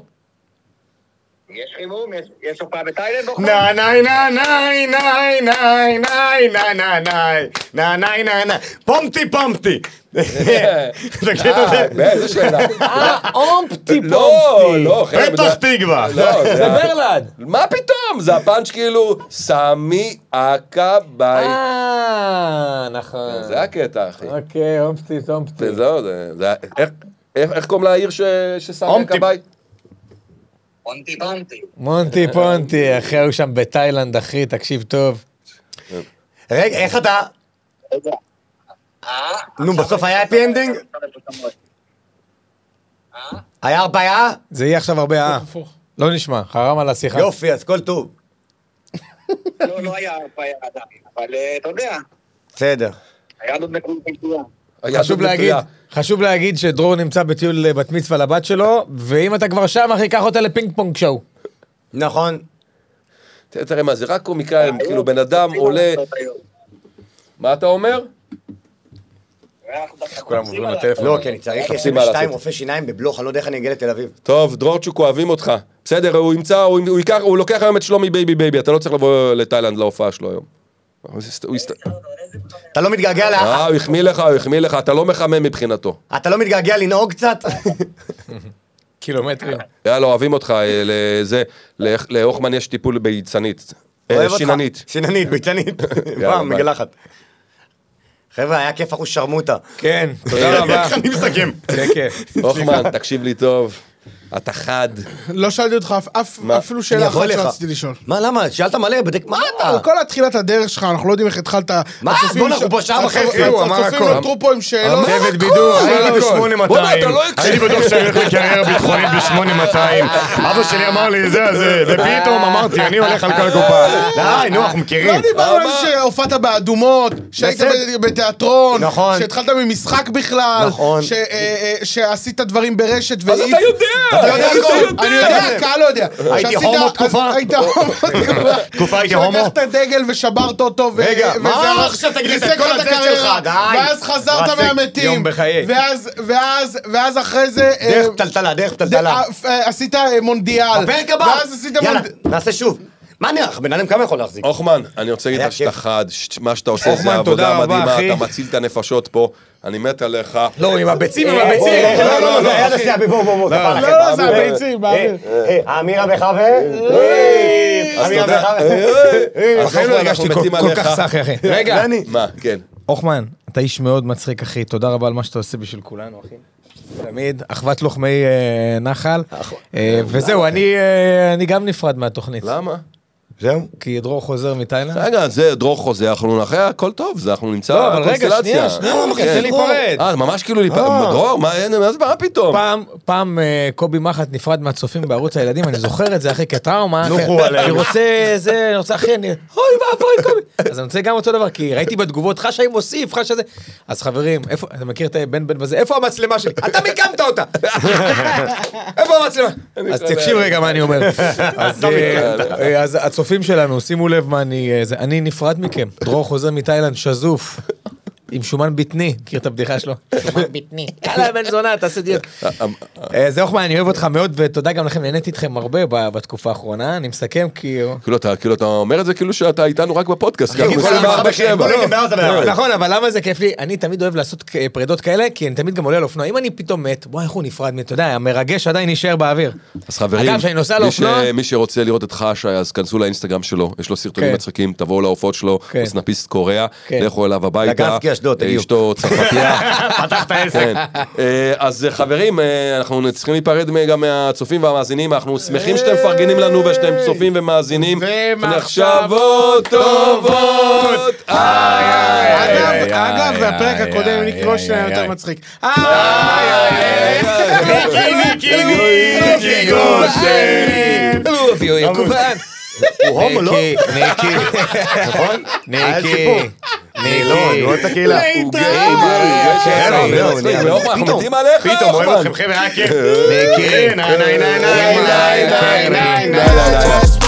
S8: יש חימום, יש- יש הופעה בתאילנד? בוחר?
S1: נה נה נה נה נה נה נה נה נה נה נה נה נה נה פומפטי פומפטי. כן, אתה מכיר את זה?
S2: איזה אה, שאלה.
S5: אה, אומפטי פומפטי.
S2: לא, לא, חבר'ה.
S1: פתח
S2: זה-
S1: תקווה.
S2: לא, זה-
S5: ברלעד.
S2: מה פתאום? זה הפאנץ' כאילו, סמי הכבאי.
S5: אה, נכון.
S2: זה הקטע, אחי.
S5: אוקיי, אומפטי, אומפטי.
S2: זה- זהו, זה... זה- איך- איך איך קוראים לעיר ש- שסמי
S1: אומטי.
S2: הכבאי?
S8: פונטי פונטי.
S5: מונטי
S2: אה,
S5: פונטי, אחי, הוא שם בתאילנד, אחי, תקשיב טוב.
S3: רגע, איך אתה?
S8: אה?
S3: נו, בסוף היה happy ending? היה הרפאיה?
S5: זה יהיה עכשיו הרבה אה.
S4: הפוך.
S5: לא נשמע, חרם על השיחה.
S3: יופי, אז כל טוב.
S8: לא, לא היה הרפאיה עדיין, אבל אה, אתה יודע,
S3: בסדר.
S8: היה עוד מקום מצוין.
S5: חשוב
S2: היהדות
S5: להגיד,
S2: נטויה.
S5: חשוב להגיד שדרור נמצא בטיול אה, בת מצווה לבת שלו, ואם אתה כבר שם, אחי, קח אותה לפינג פונג שואו.
S3: נכון.
S2: תראה, תראה מה זה, רק קומיקאים, כאילו בן אדם עולה... מה אתה אומר?
S8: ואנחנו דווקא
S5: כולם
S8: חוזרים
S5: עוברים
S8: על
S5: לטלפון.
S3: לא, כי אני צריך
S2: מחפשים מה
S3: 22
S2: לעשות.
S3: רופא שיניים בבלוך, אני לא יודע איך אני אגיע לתל אביב.
S2: טוב, דרורצ'וק אוהבים אותך. בסדר, הוא ימצא, הוא, הוא, ייקח, הוא לוקח היום את שלומי בייבי בייבי, אתה לא צריך לבוא לתאילנד להופעה שלו היום. הוא הסת- הוא הסת-
S3: אתה לא מתגעגע
S2: אה,
S3: ל...
S2: הוא החמיא לך, הוא החמיא לך, אתה לא מחמם מבחינתו.
S3: אתה לא מתגעגע לנהוג קצת?
S2: אה,
S5: קילומטרים.
S2: יאללה, אוהבים אותך, אה, לזה, לאח- להוכמן יש טיפול ביצנית. אה,
S3: אוהב אותך.
S2: שיננית.
S3: שיננית, ביצנית. פעם,
S2: ביי.
S3: מגלחת. חבר'ה, היה כיף אחוז שרמוטה.
S5: כן, תודה רבה.
S1: אני מסכם.
S5: כן, כן.
S2: הוכמן, אה, תקשיב לי טוב, אתה חד.
S4: לא שאלתי אותך אף- אף-
S2: מה?
S4: אפילו שאלה
S3: יכול
S4: אחת
S3: לך.
S4: שרציתי נכון לשאול. אה.
S3: מה, למה? שאלת מלא, בדק... מה אתה?
S4: כל התחילת הדרך שלך, אנחנו לא יודעים איך התחלת.
S3: מה?
S4: הצופים
S3: בוא, אנחנו
S4: ש-
S3: פה שעה וחצי.
S4: הצופים-
S5: הוא אמר
S4: הצופים
S5: הכל.
S4: נותרו פה עם שאלות.
S1: דוד בידור, אה, הייתי
S2: אה, בוא'נה, אתה לא
S1: ב-8200,
S2: הקשבת.
S1: הייתי בטוח שאני הולך לקריירה ביטחונית ב-8200, אבא שלי אמר לי זה זה, ופתאום אמרתי אני הולך על כל הקופה, די נו אנחנו
S4: לא
S1: מכירים,
S4: דיברנו על זה שהופעת באדומות, שהיית
S3: בסדר.
S4: ב- בתיאטרון,
S3: נכון.
S4: שהתחלת ממשחק בכלל,
S3: נכון.
S4: ש- אה, אה, שעשית דברים ברשת
S2: אז אתה יודע!
S4: אתה יודע הכל, אני יודע,
S3: יודע.
S4: הקהל לא יודע. שעשית-
S3: הומו
S4: אז-
S3: תקופה.
S4: היית הומו תקופה.
S1: תקופה הייתי הומו.
S4: שלקחת דגל ושברת אותו, ו-
S3: רגע,
S4: וזה
S3: מה
S4: הרג-
S3: עכשיו תגיד לי את
S4: ריסק
S3: כל
S4: לך
S3: הזה שלך,
S4: הקריירה.
S3: די.
S4: ואז חזרת
S3: רצק
S4: מהמתים.
S5: יום בחיי.
S4: ואז, ואז, ואז אחרי זה... אה,
S3: דרך טלטלה, דרך טלטלה.
S4: ד- אה, עשית אה, מונדיאל.
S3: בפרק הבא.
S4: ואז עשית
S3: יאללה,
S4: מונד-
S3: נעשה שוב. מה נראה לך? בן אדם כמה יכול להחזיק?
S2: הוכמן, אני רוצה להגיד
S3: היה
S2: לך שאתה
S3: כיף.
S2: חד, ש- מה שאתה עושה
S5: הוכמן,
S2: זה
S5: תודה
S2: עבודה
S5: רבה, אחי.
S2: מדהימה, אתה מציל את הנפשות פה, אני מת עליך.
S5: לא, עם הביצים, עם
S3: אה,
S5: הביצים.
S3: אה, לא, לא, לא, זה
S5: אחי.
S3: היד השנייה, בוא, בוא, בוא, כפרה לכם.
S4: לא, זה הביצים, באוויר.
S3: אה, אה, אמירה וחווה? אה,
S2: אז
S3: אמירה
S2: תודה.
S3: וחווה?
S2: אה, אה,
S5: בחיים לא
S2: הוכמן,
S5: הרגשתי
S2: אנחנו
S5: כל
S2: מתים
S5: כל
S2: עליך.
S5: כך סחי, אחי. רגע,
S3: ואני-
S2: מה, כן.
S5: הוכמן, אתה איש מאוד מצחיק, אחי. תודה רבה על מה שאתה עושה בשביל כולנו, אחי. תמיד, אחוות לוחמי אה, נחל. אה, וזהו, אני אה, אני גם נפרד מהתוכנית.
S2: למה?
S3: זהו.
S5: כי דרור חוזר מתאילנד.
S2: רגע, זה דרור חוזה, אנחנו אחרי הכל טוב, זה אנחנו נמצא
S5: לא, אבל רגע,
S2: קונסטלציה.
S5: שנייה, שנייה,
S3: למה,
S5: אחי,
S3: כן.
S5: תן להיפרד.
S2: אה, ממש כאילו להיפרד. דרור, מה אין- מה זה- מה פתאום?
S5: פעם, פעם אה, קובי מחט נפרד מהצופים בערוץ הילדים, אני זוכר את זה אחי כטראומה. אחי.
S1: נוחו עליהם.
S5: אני רוצה זה, אני רוצה אחי, אני... אוי ואבוי קובי. אז אני רוצה גם אותו דבר, כי ראיתי בתגובות חשאי מוסיף, חשאי זה. אז חברים, איפה, אתה מכיר את הבן בן בזה? איפה המצלמה שלי? אתה מיקמת אותה! איפה המצלמה? אז תקשיב רגע מה אני אומר. אז, אה, אה, אז הצופים שלנו, שימו לב מה אני... אה, זה- אני נפרד מכם. דרור חוזר מתאילנד, שזוף. עם שומן בטני, מכיר את הבדיחה שלו? שומן בטני. יאללה בן זונה, תעשה דיון. אה, זה אוחמן, אני אוהב אותך מאוד, ותודה גם לכם, נהניתי איתכם הרבה ב- בתקופה האחרונה. אני מסכם כי...
S2: כאילו אתה כאילו אתה אומר את זה כאילו שאתה איתנו רק בפודקאסט,
S3: אחי,
S2: ככה
S3: הוא כל הזמן מחבק, כל רגע בעזה
S2: כן.
S3: בן אדם.
S5: נכון, אבל למה זה כיף לי? אני תמיד אוהב לעשות כ- פרדות כאלה, כי אני תמיד גם עולה על אופנוע. אם אני פתאום מת, וואי, איך הוא נפרד מי, אתה יודע, המרגש עדיין יישאר באוויר.
S2: אז חברים,
S5: אגב, כשאני נוסע
S2: מי
S5: לאופנוע...
S2: ש- מי שרוצה לראות את חשי, אז כנסו לאינסטגרם שלו, יש לו סרטונים
S5: כן.
S2: מצחיקים, תבואו להופעות שלו,
S5: כן.
S2: הוא סנאפיסט קוריאה,
S5: כן.
S2: לכו אליו הביתה,
S3: לגפקי, אשדוד,
S2: אה,
S3: תגיעו.
S2: אשתו צרפתייה.
S1: פתח את העסק,
S2: כן. אה, אז אה, חברים, אה, אנחנו צריכים להיפרד מ- גם מהצופים והמאזינים, אנחנו שמחים שאתם מפרגנים לנו ושאתם צופים ומאזינים.
S4: ומחשבות
S2: טובות.
S3: אה,
S4: אגב, אגב, והפרק הקודם, ניק גולדשטיין היה יותר מצחיק.
S3: אה,
S4: איי, איי, איי.
S5: אוף, יואי, כובן.
S3: הוא הומו, לא?
S5: ניקי, ניקי,
S3: נכון? היה
S5: ניקי,
S3: סיפור. לא, אני
S5: ניקי.
S1: רואה את הקהילה,
S2: הוא גיי, הוא גיי, הוא גיי.
S3: כן,
S2: אה,
S3: זהו,
S2: מצחיק,
S3: אני-
S2: ואופן, אנחנו
S3: פתאום,
S2: מתים עליך,
S1: פתאום אוהב אה,
S2: אופן.
S1: כן. אתכם חבר'ה היה כיף,
S5: ניקי.
S1: ניי ניי ניי ניי
S4: איי,
S1: ניי
S4: איי,
S1: ניי
S4: איי, איי,
S2: די,
S4: איי.
S2: די, די.